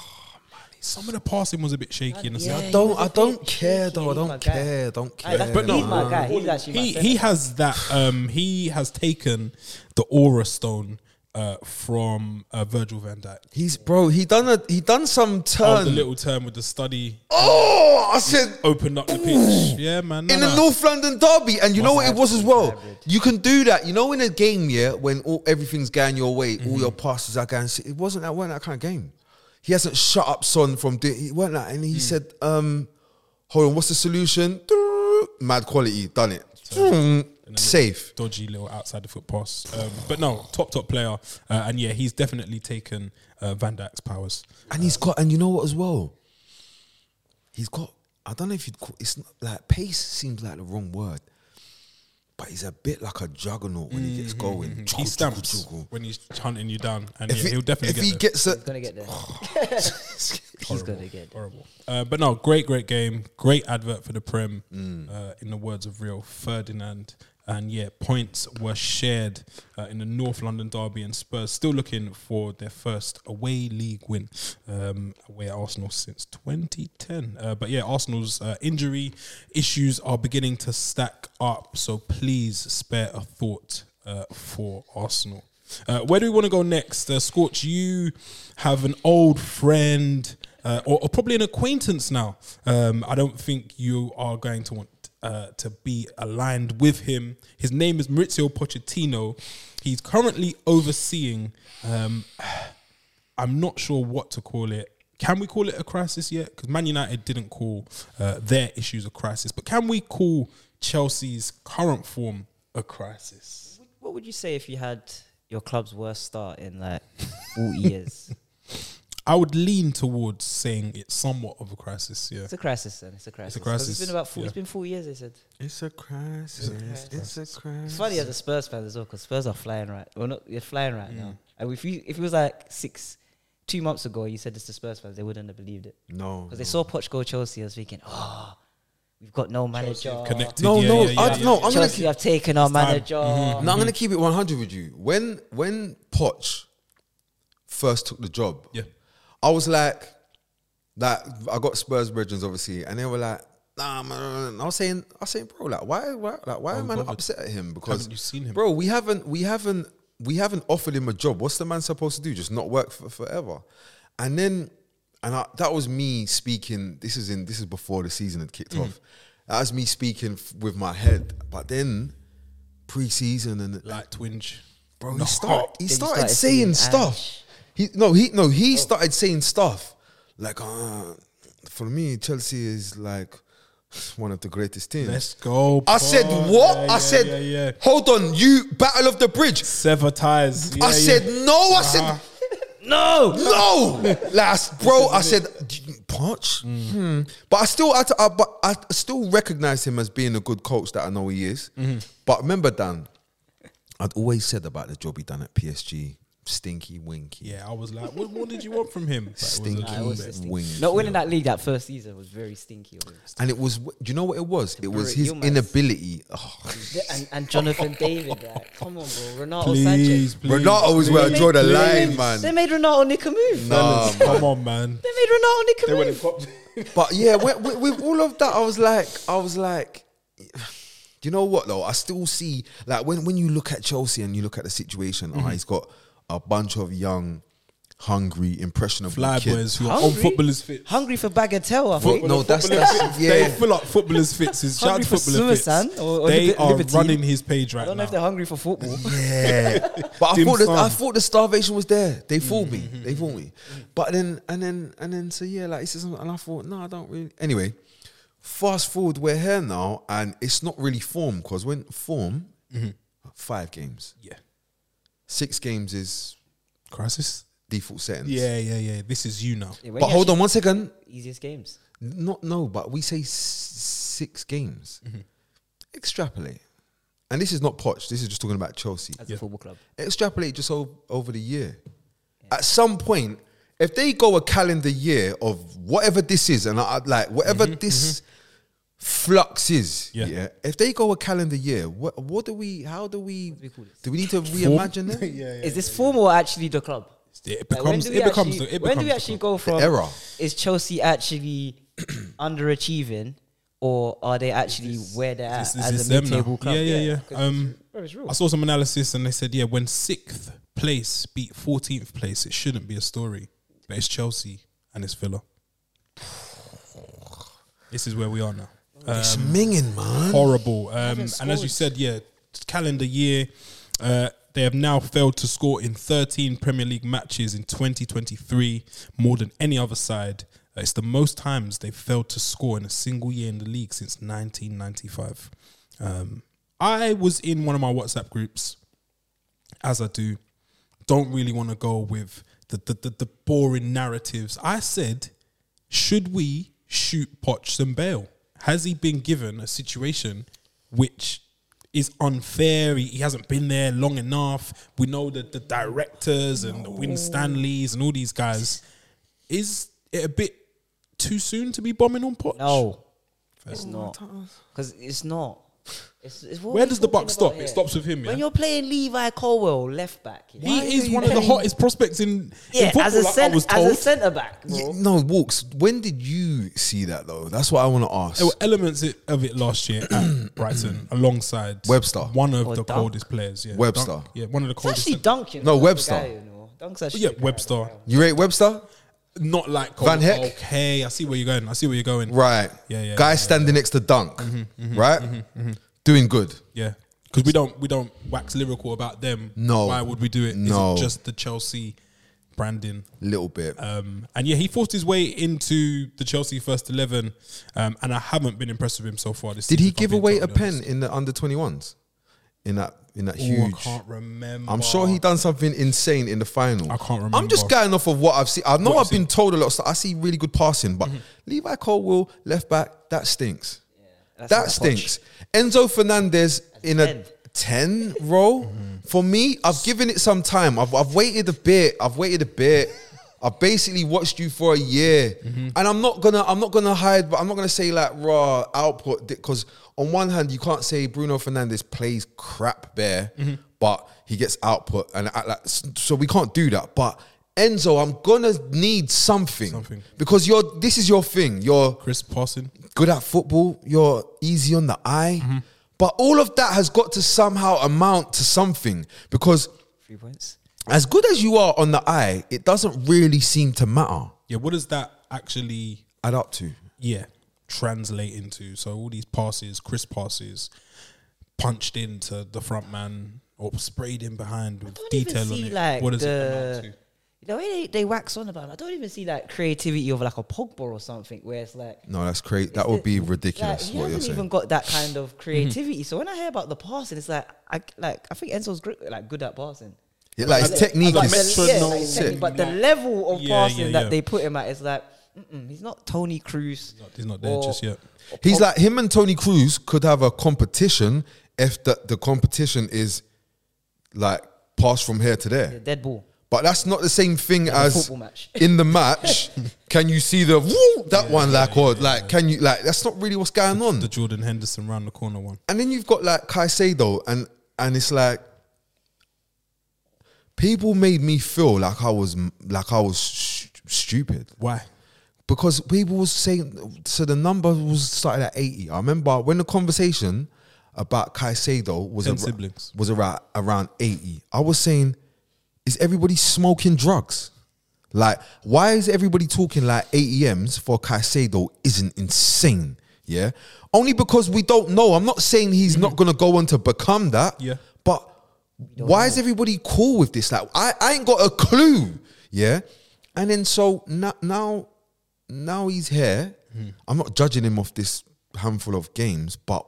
Speaker 3: some of the passing was a bit shaky. And
Speaker 2: Oh, Yeah,
Speaker 1: I
Speaker 2: he
Speaker 1: don't.
Speaker 2: was a
Speaker 1: I don't
Speaker 2: bit
Speaker 1: care
Speaker 2: cheeky.
Speaker 1: though. I
Speaker 2: He's my
Speaker 1: don't
Speaker 2: guy.
Speaker 1: care. I don't
Speaker 2: Aye,
Speaker 1: care.
Speaker 2: that's-
Speaker 3: But no,
Speaker 2: he's my guy. He's actually my
Speaker 3: he,
Speaker 2: centre
Speaker 3: he has that. Um, he has taken the aura stone uh, from uh, Virgil Van Dijk.
Speaker 1: He's bro. He done a. He done some
Speaker 3: Oh, the
Speaker 1: turn.
Speaker 3: little turn with the study
Speaker 1: Oh, I said
Speaker 3: opened up the pitch. Yeah, man. No,
Speaker 1: in the
Speaker 3: no.
Speaker 1: North London derby, and you know what it was as well.
Speaker 2: hybrid.
Speaker 1: You can do that. You know, in a game, yeah, when all, everything's going your way,
Speaker 3: Mm-hmm.
Speaker 1: all your passes are going. It wasn't that. weren't that kind of game. He hasn't shut up Son from doing. He weren't that, and
Speaker 3: Mm.
Speaker 1: he said, um, "Hold on, what's the solution?" Mad quality, done it. Safe.
Speaker 3: dodgy little outside the foot pass. Um, but no, top top player, uh, and yeah, he's definitely taken uh, Van Dijk's powers.
Speaker 1: And he's got, and you know what as well? He's got. I don't know if you'd. Call, it's not, like pace seems like the wrong word, but he's a bit like a juggernaut when he gets going.
Speaker 3: Mm-hmm. He
Speaker 1: Juggle,
Speaker 3: stamps
Speaker 1: juggle, juggle.
Speaker 3: when he's hunting you down, and
Speaker 1: If
Speaker 3: yeah,
Speaker 1: he,
Speaker 3: he'll definitely
Speaker 1: if
Speaker 3: get
Speaker 1: he
Speaker 3: there.
Speaker 1: gets a,
Speaker 2: He's gonna get there. He's
Speaker 3: Horrible.
Speaker 2: gonna get there.
Speaker 3: Horrible. Uh, but no, great, great game. Great advert for the Prem, uh, in the words of real Ferdinand. And yeah, points were shared uh, in the North London derby, and Spurs still looking for their first away league win um, away at Arsenal since 2010. Uh, but yeah, Arsenal's uh, injury issues are beginning to stack up, so please spare a thought uh, for Arsenal. Uh, where do we want to go next? Uh, Scorch, you have an old friend uh, or, or probably an acquaintance now. Um, I don't think you are going to want uh, to be aligned with him. His name is Maurizio Pochettino. He's currently overseeing, um, I'm not sure what to call it. Can we call it a crisis yet? Because Man United didn't call uh, their issues a crisis, but can we call Chelsea's current form a crisis?
Speaker 2: What would you say if you had your club's worst start in like 40 years?
Speaker 3: I would lean towards saying it's somewhat of a crisis. Yeah,
Speaker 2: It's a crisis, then. It's a crisis. 'Cause
Speaker 3: crisis,
Speaker 2: It's been about 40,
Speaker 3: yeah.
Speaker 2: it's been 40 years. They said.
Speaker 1: it's a crisis. It's a
Speaker 2: It's
Speaker 1: crisis.
Speaker 2: funny as a Spurs fan as well, because Spurs are flying right. Well, not you're flying right now. And if you if it was like six, two months ago, you said this to Spurs fans, they wouldn't have believed it
Speaker 1: No,
Speaker 2: because they saw Poch go Chelsea. I was thinking, oh, we've got no manager.
Speaker 3: connected.
Speaker 1: no,
Speaker 3: yeah,
Speaker 1: no.
Speaker 3: yeah, yeah,
Speaker 1: I,
Speaker 3: yeah.
Speaker 1: no, I'm gonna keep,
Speaker 2: Chelsea
Speaker 1: Mm-hmm.
Speaker 2: have taken our manager.
Speaker 1: no, I'm gonna keep it 100 with you. When when Poch first took the job,
Speaker 3: Yeah.
Speaker 1: I was like, like I got Spurs brethren obviously, and they were like, nah, man. And I was saying, I was saying, bro, like why, why like why am I
Speaker 3: bothered?
Speaker 1: upset at him? Because
Speaker 3: Haven't you seen him?
Speaker 1: bro? We haven't, we haven't, we haven't offered him a job. What's the man supposed to do? Just not work for forever? And then, and I, that was me speaking. This is in this is before the season had
Speaker 3: Mm.
Speaker 1: kicked off. That was me speaking f- with my head. But then, pre-season and
Speaker 3: light twinge.
Speaker 1: bro.
Speaker 3: No.
Speaker 1: He, start, he
Speaker 2: Then he
Speaker 1: started
Speaker 2: started
Speaker 1: saying
Speaker 2: seeing
Speaker 1: stuff.
Speaker 2: ash.
Speaker 1: He no, he no, he
Speaker 3: Oh.
Speaker 1: started saying stuff like, uh, for me, Chelsea is like one of the greatest teams.
Speaker 3: Let's go.
Speaker 1: I said
Speaker 3: Paul.
Speaker 1: what?
Speaker 3: Oh, Yeah,
Speaker 1: I
Speaker 3: yeah,
Speaker 1: said,
Speaker 3: yeah, yeah.
Speaker 1: hold on, you battle of the bridge.
Speaker 3: sever ties. Yeah,
Speaker 1: I said
Speaker 3: yeah. Uh-huh.
Speaker 1: no. I said
Speaker 2: No,
Speaker 1: no, last bro. I said punch, hmm. but I still, had to, I, but I still recognize him as being a good coach that I know Mm-hmm. he is. But remember, Dan, I'd always said about the job he done at PSG, stinky winky.
Speaker 3: Yeah, I was like, what more did you want from him? But it was a
Speaker 1: Stinky
Speaker 2: Nah, it was
Speaker 3: little
Speaker 2: a
Speaker 3: bit-
Speaker 2: stinky-
Speaker 1: winky.
Speaker 2: Not winning that league that first season was very stinky. of him.
Speaker 1: And it was, do you know what it was? It was
Speaker 2: Brit
Speaker 1: his
Speaker 2: Yilmaz.
Speaker 1: inability. Oh.
Speaker 2: And, and Jonathan David, like, come on, bro. Renato
Speaker 3: Please,
Speaker 2: Sanchez.
Speaker 3: please.
Speaker 1: Renato is
Speaker 3: please.
Speaker 1: where I draw the
Speaker 2: They made-
Speaker 1: line,
Speaker 2: They
Speaker 1: man.
Speaker 2: made Renato Nick a move.
Speaker 1: Nah,
Speaker 3: Come on, man.
Speaker 2: They made Renato Nick a
Speaker 3: They went
Speaker 2: move.
Speaker 3: and copped.
Speaker 1: But yeah, with, with, with all of that, I was like, I was like, you know what though? I still see like when when you look at Chelsea and you look at the situation,
Speaker 3: Mm-hmm.
Speaker 1: ah, he's got a bunch of young, hungry, impressionable
Speaker 3: Fly
Speaker 1: kids.
Speaker 3: boys who are on
Speaker 2: Hungry?
Speaker 3: footballers fit.
Speaker 2: Hungry for bagatelle, I think.
Speaker 1: Foot- no, that's
Speaker 3: Footballers
Speaker 1: that's
Speaker 3: fit. They
Speaker 1: yeah.
Speaker 3: fill up footballers fits. His shout out
Speaker 2: Hungry
Speaker 3: to
Speaker 2: for
Speaker 3: footballers
Speaker 2: suicide
Speaker 3: fits.
Speaker 2: or- or
Speaker 3: They
Speaker 2: liber-
Speaker 3: are
Speaker 2: liberty?
Speaker 3: running his page
Speaker 2: I
Speaker 3: right
Speaker 2: don't know if
Speaker 3: now.
Speaker 2: they're hungry for football.
Speaker 1: Yeah, but I
Speaker 3: Dim
Speaker 1: thought the, I
Speaker 3: sum. Mm-hmm.
Speaker 1: thought the starvation was there. They fooled me. They fooled me. But then and then and then so yeah, like he says, and I thought no, I don't really. Anyway, fast forward, we're here now, and it's not really form because when form,
Speaker 3: Mm-hmm.
Speaker 1: five games,
Speaker 3: Yeah,
Speaker 1: six games is
Speaker 3: crisis.
Speaker 1: default settings.
Speaker 3: Yeah, yeah, yeah. This is you now.
Speaker 2: Yeah, when
Speaker 1: but
Speaker 2: you
Speaker 1: hold on
Speaker 2: actually-
Speaker 1: one second.
Speaker 2: Easiest games.
Speaker 1: Not no, but we say s- six games.
Speaker 2: Mm-hmm.
Speaker 1: Extrapolate, and this is not Poch. This is just talking about Chelsea.
Speaker 2: as a football club.
Speaker 1: extrapolate just o- over the year. At some point, if they go a calendar year of whatever this is, and I, I- like whatever
Speaker 2: Mm-hmm,
Speaker 1: this flux is,
Speaker 3: Yeah.
Speaker 1: yeah. If they go a calendar year, what what do we? How do we?
Speaker 2: do we call this?
Speaker 1: Do we need to reimagine
Speaker 3: yeah,
Speaker 1: it?
Speaker 3: yeah.
Speaker 2: Is this form or actually the club?
Speaker 3: It
Speaker 2: Like, when
Speaker 3: becomes.
Speaker 2: do
Speaker 3: It
Speaker 2: we
Speaker 3: becomes.
Speaker 2: actually-
Speaker 3: the- It
Speaker 2: when do we
Speaker 3: becomes
Speaker 2: actually go from
Speaker 3: Um,
Speaker 1: era.
Speaker 2: Is Chelsea actually underachieving, or are they actually where they're at
Speaker 3: This- this is
Speaker 2: as a
Speaker 3: them now.
Speaker 2: mid-table club?
Speaker 3: Yeah, yeah, yeah.
Speaker 2: 'cause
Speaker 3: Um,
Speaker 2: it's- bro, it's real.
Speaker 3: I saw some analysis and they said, yeah, when sixth place beat 14th place, it shouldn't be a story. But it's Chelsea and it's Villa. This is where we are now.
Speaker 1: It's minging, man.
Speaker 3: Horrible. Um, and as you said, yeah, calendar year, uh, they have now failed to score in 13 Premier League matches in 2023, more than any other side. Uh, It's the most times they've failed to score in a single year in the league since 1995. Um, I was in one of my WhatsApp groups as I do, don't really want to go with the, the, the, the boring narratives. I said, should we shoot Poch and Bale? Has he been given a situation which is unfair? He, he hasn't been there long enough. We know that the directors and the Win Stanleys and all these guys. Is it a bit too soon to be bombing on Poch?
Speaker 2: No, it's not because it's not. It's, it's what
Speaker 3: Where
Speaker 2: we're
Speaker 3: does the buck
Speaker 2: talking
Speaker 3: stop?
Speaker 2: about
Speaker 3: It
Speaker 2: here.
Speaker 3: stops with him, yeah?
Speaker 2: When you're playing Levi Colwell left back, yeah,
Speaker 3: He is one of the hottest prospects in, in
Speaker 2: yeah
Speaker 3: football,
Speaker 2: as a
Speaker 3: like I
Speaker 2: centre
Speaker 3: was
Speaker 2: as
Speaker 3: told.
Speaker 2: a centre back, bro.
Speaker 1: Yeah, no walks. When did you see that though? That's what I want to ask.
Speaker 3: There were elements i- of it last year at Brighton alongside
Speaker 1: Webster.
Speaker 3: one of
Speaker 2: Or
Speaker 3: the
Speaker 2: Dunk.
Speaker 3: coldest players. Yeah,
Speaker 1: Webster.
Speaker 3: Dunk. yeah, one of the
Speaker 2: It's
Speaker 3: coldest.
Speaker 2: actually Dunk, you know,
Speaker 1: No,
Speaker 2: that's the
Speaker 1: Webster.
Speaker 2: guy, you know. Dunk's actually
Speaker 3: yeah,
Speaker 2: the guy,
Speaker 3: Webster.
Speaker 2: bro.
Speaker 1: You rate Webster?
Speaker 3: Not like Cole.
Speaker 1: Van Heck?
Speaker 3: Okay, I see where you're going. I see where you're going.
Speaker 1: Right.
Speaker 3: Yeah, yeah,
Speaker 1: Guy
Speaker 3: yeah, Mm-hmm,
Speaker 1: standing next to Dunk. right. Doing good.
Speaker 3: Yeah, because we don't we don't wax lyrical about them.
Speaker 1: No.
Speaker 3: why would we do it? Is
Speaker 1: No.
Speaker 3: it just the Chelsea branding?
Speaker 1: Little bit.
Speaker 3: Um, and yeah, he forced his way into the Chelsea first eleven, um, and I haven't been impressed with him so far this
Speaker 1: Did
Speaker 3: season,
Speaker 1: he
Speaker 3: if I'm
Speaker 1: give
Speaker 3: being
Speaker 1: away a
Speaker 3: totally honest.
Speaker 1: pen in the under 21s? In that in that
Speaker 3: Ooh,
Speaker 1: huge
Speaker 3: I can't remember.
Speaker 1: I'm sure he done something insane in the final.
Speaker 3: I can't
Speaker 1: I'm just
Speaker 3: remember.
Speaker 1: going off of what I've seen. I know
Speaker 3: What Mm-hmm.
Speaker 1: I've been told a lot. Of stuff. I see really good passing, but Levi Colwell left back that stinks.
Speaker 2: That's not
Speaker 1: that
Speaker 2: a
Speaker 1: stinks. Enzo Fernandez in a 10 role for me i've given it some time I've, I've waited a bit i've waited a bit i've basically watched you for a year
Speaker 2: Mm-hmm.
Speaker 1: and i'm not gonna i'm not gonna hide but i'm not gonna say like raw output because on one hand you can't say bruno fernandez plays crap there
Speaker 2: Mm-hmm.
Speaker 1: but he gets output and act like, so we can't do that but enzo i'm gonna need something,
Speaker 3: Something.
Speaker 1: because you're this is your thing you're
Speaker 3: Chris Parson.
Speaker 1: good at football, you're easy on the eye. But all of that has got to somehow amount to something because
Speaker 2: Three points.
Speaker 1: as good as you are on the eye, it doesn't really seem to matter.
Speaker 3: Yeah, what does that actually
Speaker 1: Add up to.
Speaker 3: yeah translate into so all these passes crisp passes punched into the front man or sprayed in behind with
Speaker 2: don't
Speaker 3: detail
Speaker 2: even see
Speaker 3: on it
Speaker 2: like
Speaker 3: what does it
Speaker 2: the
Speaker 3: amount
Speaker 2: the way they, they wax on about. It, I don't even see like creativity of like a Pogba or something where it's like
Speaker 1: No, that's crazy. That would be
Speaker 2: like,
Speaker 1: ridiculous.
Speaker 2: he
Speaker 1: what you're
Speaker 2: hasn't
Speaker 1: saying.
Speaker 2: even got that kind
Speaker 3: Mm-hmm.
Speaker 2: of creativity. So when I hear about the passing, it's like I like I think Enzo's gr- like good at passing.
Speaker 1: Yeah, like his technique
Speaker 3: like
Speaker 1: is
Speaker 2: yeah,
Speaker 3: Metro-
Speaker 2: like,
Speaker 3: metronome.
Speaker 2: his technique, but the
Speaker 3: Like-
Speaker 2: level of
Speaker 3: Yeah,
Speaker 2: passing
Speaker 3: yeah,
Speaker 2: that
Speaker 3: yeah.
Speaker 2: they put him at is like mm-mm, he's not Tony Cruz.
Speaker 3: to? he's not there
Speaker 2: or-
Speaker 3: just yet
Speaker 2: oh.
Speaker 1: He's like him and Tony Cruz could have a competition if the, the competition is like pass from here to there.
Speaker 2: Yeah, dead ball.
Speaker 1: But that's not the same thing as
Speaker 2: football match.
Speaker 1: in the match. can you see the woo, that one like or like can you like that's not really what's going on.
Speaker 3: The Jordan Henderson round the corner one.
Speaker 1: And then you've got like Caicedo, and and it's like people made me feel like I was like I was sh- stupid
Speaker 3: Why?
Speaker 1: because people was saying so the number was started at eighty. I remember when the conversation about Caicedo was
Speaker 3: Ten
Speaker 1: ar-
Speaker 3: siblings.
Speaker 1: was around around eighty. I was saying, is everybody smoking drugs? Like, why is everybody talking like AEMs for Caicedo isn't insane? Yeah, only because we don't know. I'm not saying he's not gonna go on to become that.
Speaker 3: Yeah.
Speaker 1: but why is everybody cool with this? Like, I, I ain't got a clue. Yeah, and then so now now now he's here. I'm not judging him off this handful of games, but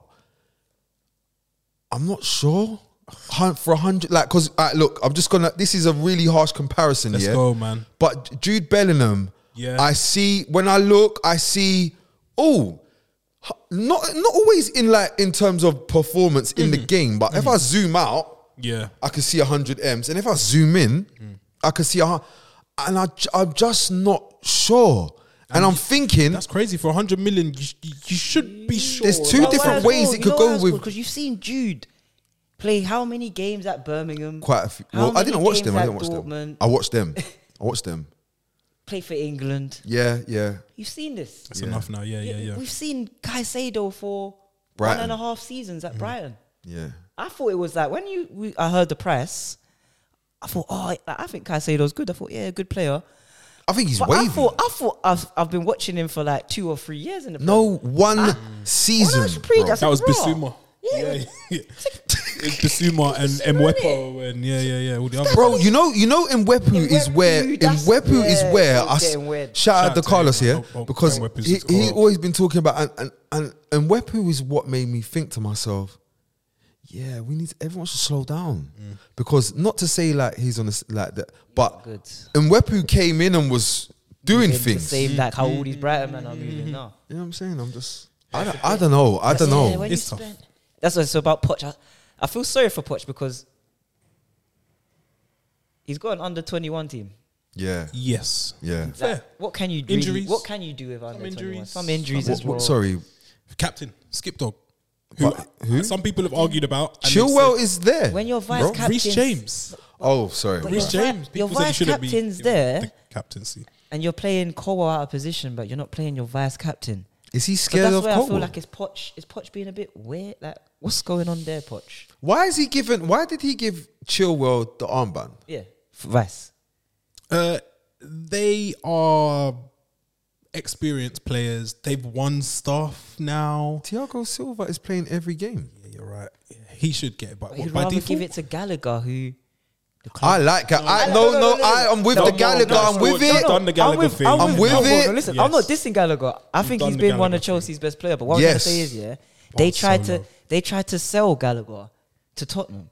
Speaker 1: I'm not sure Hun- for a hundred. Like, cause alright, look, I'm just gonna. This is a really harsh comparison.
Speaker 3: Let's
Speaker 1: yeah?
Speaker 3: go, man.
Speaker 1: But Jude Bellingham,
Speaker 3: Yeah.
Speaker 1: I see when I look, I see oh, hu- not not always in like in terms of performance in
Speaker 3: Mm.
Speaker 1: the game, but if I zoom out,
Speaker 3: Yeah.
Speaker 1: I can see 100 M's. And if I zoom in,
Speaker 3: Mm.
Speaker 1: I can see, a, hun- and I, ju- I'm just not sure. And, I'm thinking,
Speaker 3: That's crazy. For 100 million, you, sh- you should be sure.
Speaker 1: There's two
Speaker 3: about
Speaker 1: different
Speaker 3: that.
Speaker 1: ways it could go with-
Speaker 2: because you've seen Jude play how many games at Birmingham?
Speaker 1: quite a few.
Speaker 2: How
Speaker 1: Well, I
Speaker 2: many
Speaker 1: didn't watch
Speaker 2: games
Speaker 1: them. I
Speaker 2: at
Speaker 1: didn't watch
Speaker 2: Dortmund?
Speaker 1: them. I watched them. I watched them.
Speaker 2: Play for England.
Speaker 1: Yeah, yeah.
Speaker 2: You've seen this.
Speaker 3: That's enough now. Yeah, yeah, yeah.
Speaker 2: We've seen Caicedo for
Speaker 1: Brighton.
Speaker 2: one and a half seasons
Speaker 3: Mm-hmm.
Speaker 2: at Brighton.
Speaker 1: Yeah.
Speaker 2: I thought it was like when you we, I heard the press, I thought, oh, I, I think Caicedo's good. I thought, yeah, good player.
Speaker 1: I think he's
Speaker 2: But
Speaker 1: wavy.
Speaker 2: I thought, I thought I've, I've been watching him for like two or three years in the
Speaker 1: no one
Speaker 2: Prem.
Speaker 1: season.
Speaker 2: Ah. When I pre-
Speaker 1: bro.
Speaker 2: I said,
Speaker 3: That was
Speaker 2: "Bruh."
Speaker 3: Bissouma.
Speaker 2: Yeah.
Speaker 3: yeah. yeah. It's Bissouma and
Speaker 2: Bissouma,
Speaker 3: Mwepo and yeah, yeah, yeah. All the other
Speaker 1: Bro, you know, you know, Mwepu is
Speaker 2: Mwepu,
Speaker 1: where
Speaker 2: that's
Speaker 1: Mwepu is
Speaker 2: where
Speaker 1: where
Speaker 2: it's
Speaker 1: I s-
Speaker 2: getting weird.
Speaker 1: shout out
Speaker 3: Shout
Speaker 1: to
Speaker 3: out to
Speaker 1: Carlos
Speaker 3: him.
Speaker 1: here
Speaker 3: Hope- hope
Speaker 1: because
Speaker 3: Mwepu's
Speaker 1: he,
Speaker 3: just
Speaker 1: he
Speaker 3: got-
Speaker 1: always been talking about and and and, and Mwepu is what made me think to myself, yeah, we need everyone should slow down because not to say like he's on this like that, but
Speaker 2: Good.
Speaker 1: Mwepu came in and was doing
Speaker 2: Him The
Speaker 1: things. You
Speaker 2: same like how all these Brighton men are
Speaker 3: Mm-hmm.
Speaker 2: moving now.
Speaker 1: know what I'm saying? I'm just I don't, I don't know. I don't
Speaker 2: Yeah,
Speaker 1: know.
Speaker 2: when you
Speaker 3: It's tough.
Speaker 2: spend- That's what it's about Poch. I, I feel sorry for Poch because he's got an under twenty one team.
Speaker 1: Yeah,
Speaker 3: Yes.
Speaker 1: yeah.
Speaker 3: Fair.
Speaker 2: What can you do? really-
Speaker 3: Injuries.
Speaker 2: What can you do with under twenty one?
Speaker 3: injuries.
Speaker 2: Some injuries
Speaker 1: What-
Speaker 2: as
Speaker 1: what-
Speaker 2: well.
Speaker 1: sorry,
Speaker 3: Captain, Skip Dog. Who,
Speaker 1: But who?
Speaker 3: Some people have argued about. and they've
Speaker 1: Chilwell is there.
Speaker 2: When your vice
Speaker 1: bro.
Speaker 2: captain
Speaker 3: Reece James.
Speaker 1: Oh, sorry.
Speaker 2: But
Speaker 1: bro.
Speaker 2: he's
Speaker 3: Reece
Speaker 2: Your
Speaker 3: James.
Speaker 2: vi- your
Speaker 3: People said he
Speaker 2: vice
Speaker 3: shouldn't be
Speaker 2: captain's
Speaker 3: given
Speaker 2: there.
Speaker 3: the captaincy.
Speaker 2: and you're playing Cowell out of position, but you're not playing your vice captain.
Speaker 1: Is he
Speaker 2: So
Speaker 1: scared
Speaker 2: that's
Speaker 1: of
Speaker 2: where I feel
Speaker 1: Cotwell?
Speaker 2: like it's Poch. Is Poch being a bit weird? Like, what's going on there, Poch?
Speaker 1: Why is he giving? Why did he give Chilwell the armband?
Speaker 2: Yeah, vice.
Speaker 3: Uh, they are experienced players. They've won stuff now.
Speaker 1: Thiago Silva is playing every game.
Speaker 3: Yeah, you're right. Yeah, he should get it, but
Speaker 2: He'd
Speaker 3: by
Speaker 2: rather
Speaker 3: default,
Speaker 2: give it to Gallagher, who the
Speaker 1: I
Speaker 2: club.
Speaker 1: like. No, I no no. I am with
Speaker 3: No,
Speaker 1: the
Speaker 3: no,
Speaker 1: Gallagher.
Speaker 3: no,
Speaker 1: I'm
Speaker 3: no,
Speaker 1: with
Speaker 3: no,
Speaker 1: it.
Speaker 3: no, done the Gallagher thing.
Speaker 1: I'm with
Speaker 2: no,
Speaker 1: it.
Speaker 2: No, listen, I'm not dissing Gallagher. I think
Speaker 3: done
Speaker 2: he's
Speaker 3: the
Speaker 2: been one
Speaker 3: Gallagher
Speaker 2: of
Speaker 3: thing.
Speaker 2: Chelsea's best players. But what I'm
Speaker 1: Yes.
Speaker 2: gonna say is, yeah, they
Speaker 3: Well,
Speaker 2: tried
Speaker 3: so
Speaker 2: to they tried to sell Gallagher to Tottenham,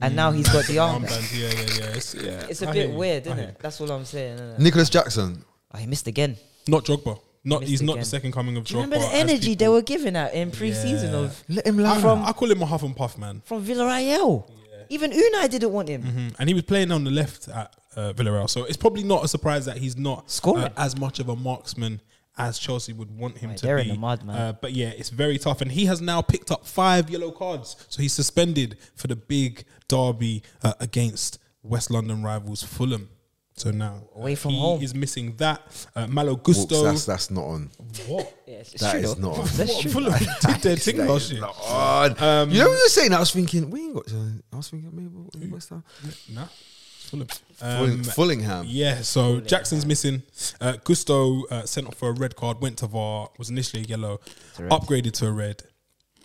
Speaker 2: and now he's got the armband.
Speaker 3: Armband, yeah, yeah, yeah. It's, yeah.
Speaker 2: It's a
Speaker 3: I hear
Speaker 2: bit
Speaker 3: you.
Speaker 2: weird, isn't
Speaker 3: I hear
Speaker 2: it? That's all I'm saying. innit?
Speaker 1: Nicholas Jackson.
Speaker 3: Mm.
Speaker 2: Oh, he missed again.
Speaker 3: you. Not Drogba. Not
Speaker 2: Missed
Speaker 3: he's not the
Speaker 2: again.
Speaker 3: second coming of Drogba.
Speaker 2: Do you remember the
Speaker 3: as
Speaker 2: energy they
Speaker 3: people-
Speaker 2: were giving out in pre-season
Speaker 3: Yeah.
Speaker 2: of
Speaker 1: Let him
Speaker 3: I,
Speaker 1: lie.
Speaker 3: from, I call him a huff and puff man,
Speaker 2: from Villarreal? Even Unai didn't want him.
Speaker 3: Mhm. and he was playing on the left at uh, Villarreal, so it's probably not a surprise that he's not
Speaker 2: Scoring.
Speaker 3: uh, as much of a marksman as Chelsea would want him
Speaker 2: Mate,
Speaker 3: to
Speaker 2: they're
Speaker 3: be.
Speaker 2: in the mud, man.
Speaker 3: Uh, but yeah, it's very tough, and he has now picked up five yellow cards, so he's suspended for the big derby uh, against West London rivals Fulham. So now uh,
Speaker 2: Away from
Speaker 3: he
Speaker 2: home.
Speaker 3: is missing that. Uh, Malo
Speaker 1: Whoops,
Speaker 3: Gusto,
Speaker 1: that's that's not on.
Speaker 3: what?
Speaker 2: Yeah, it's
Speaker 1: That
Speaker 2: true
Speaker 1: is
Speaker 2: though.
Speaker 1: not on.
Speaker 2: That's
Speaker 3: What,
Speaker 2: true.
Speaker 3: Fulham did their thing
Speaker 1: That
Speaker 3: last
Speaker 1: is
Speaker 3: year.
Speaker 1: not on.
Speaker 3: Um,
Speaker 1: you know what you were saying? I was thinking we ain't got. to- I was thinking maybe we- West Ham.
Speaker 3: Nah, Fulham.
Speaker 1: Fulling-
Speaker 3: Um,
Speaker 1: Fullingham.
Speaker 3: Yeah, so Jackson's missing. Uh, Gusto uh, sent off for a red card, went to VAR, was initially a yellow, upgraded to a red.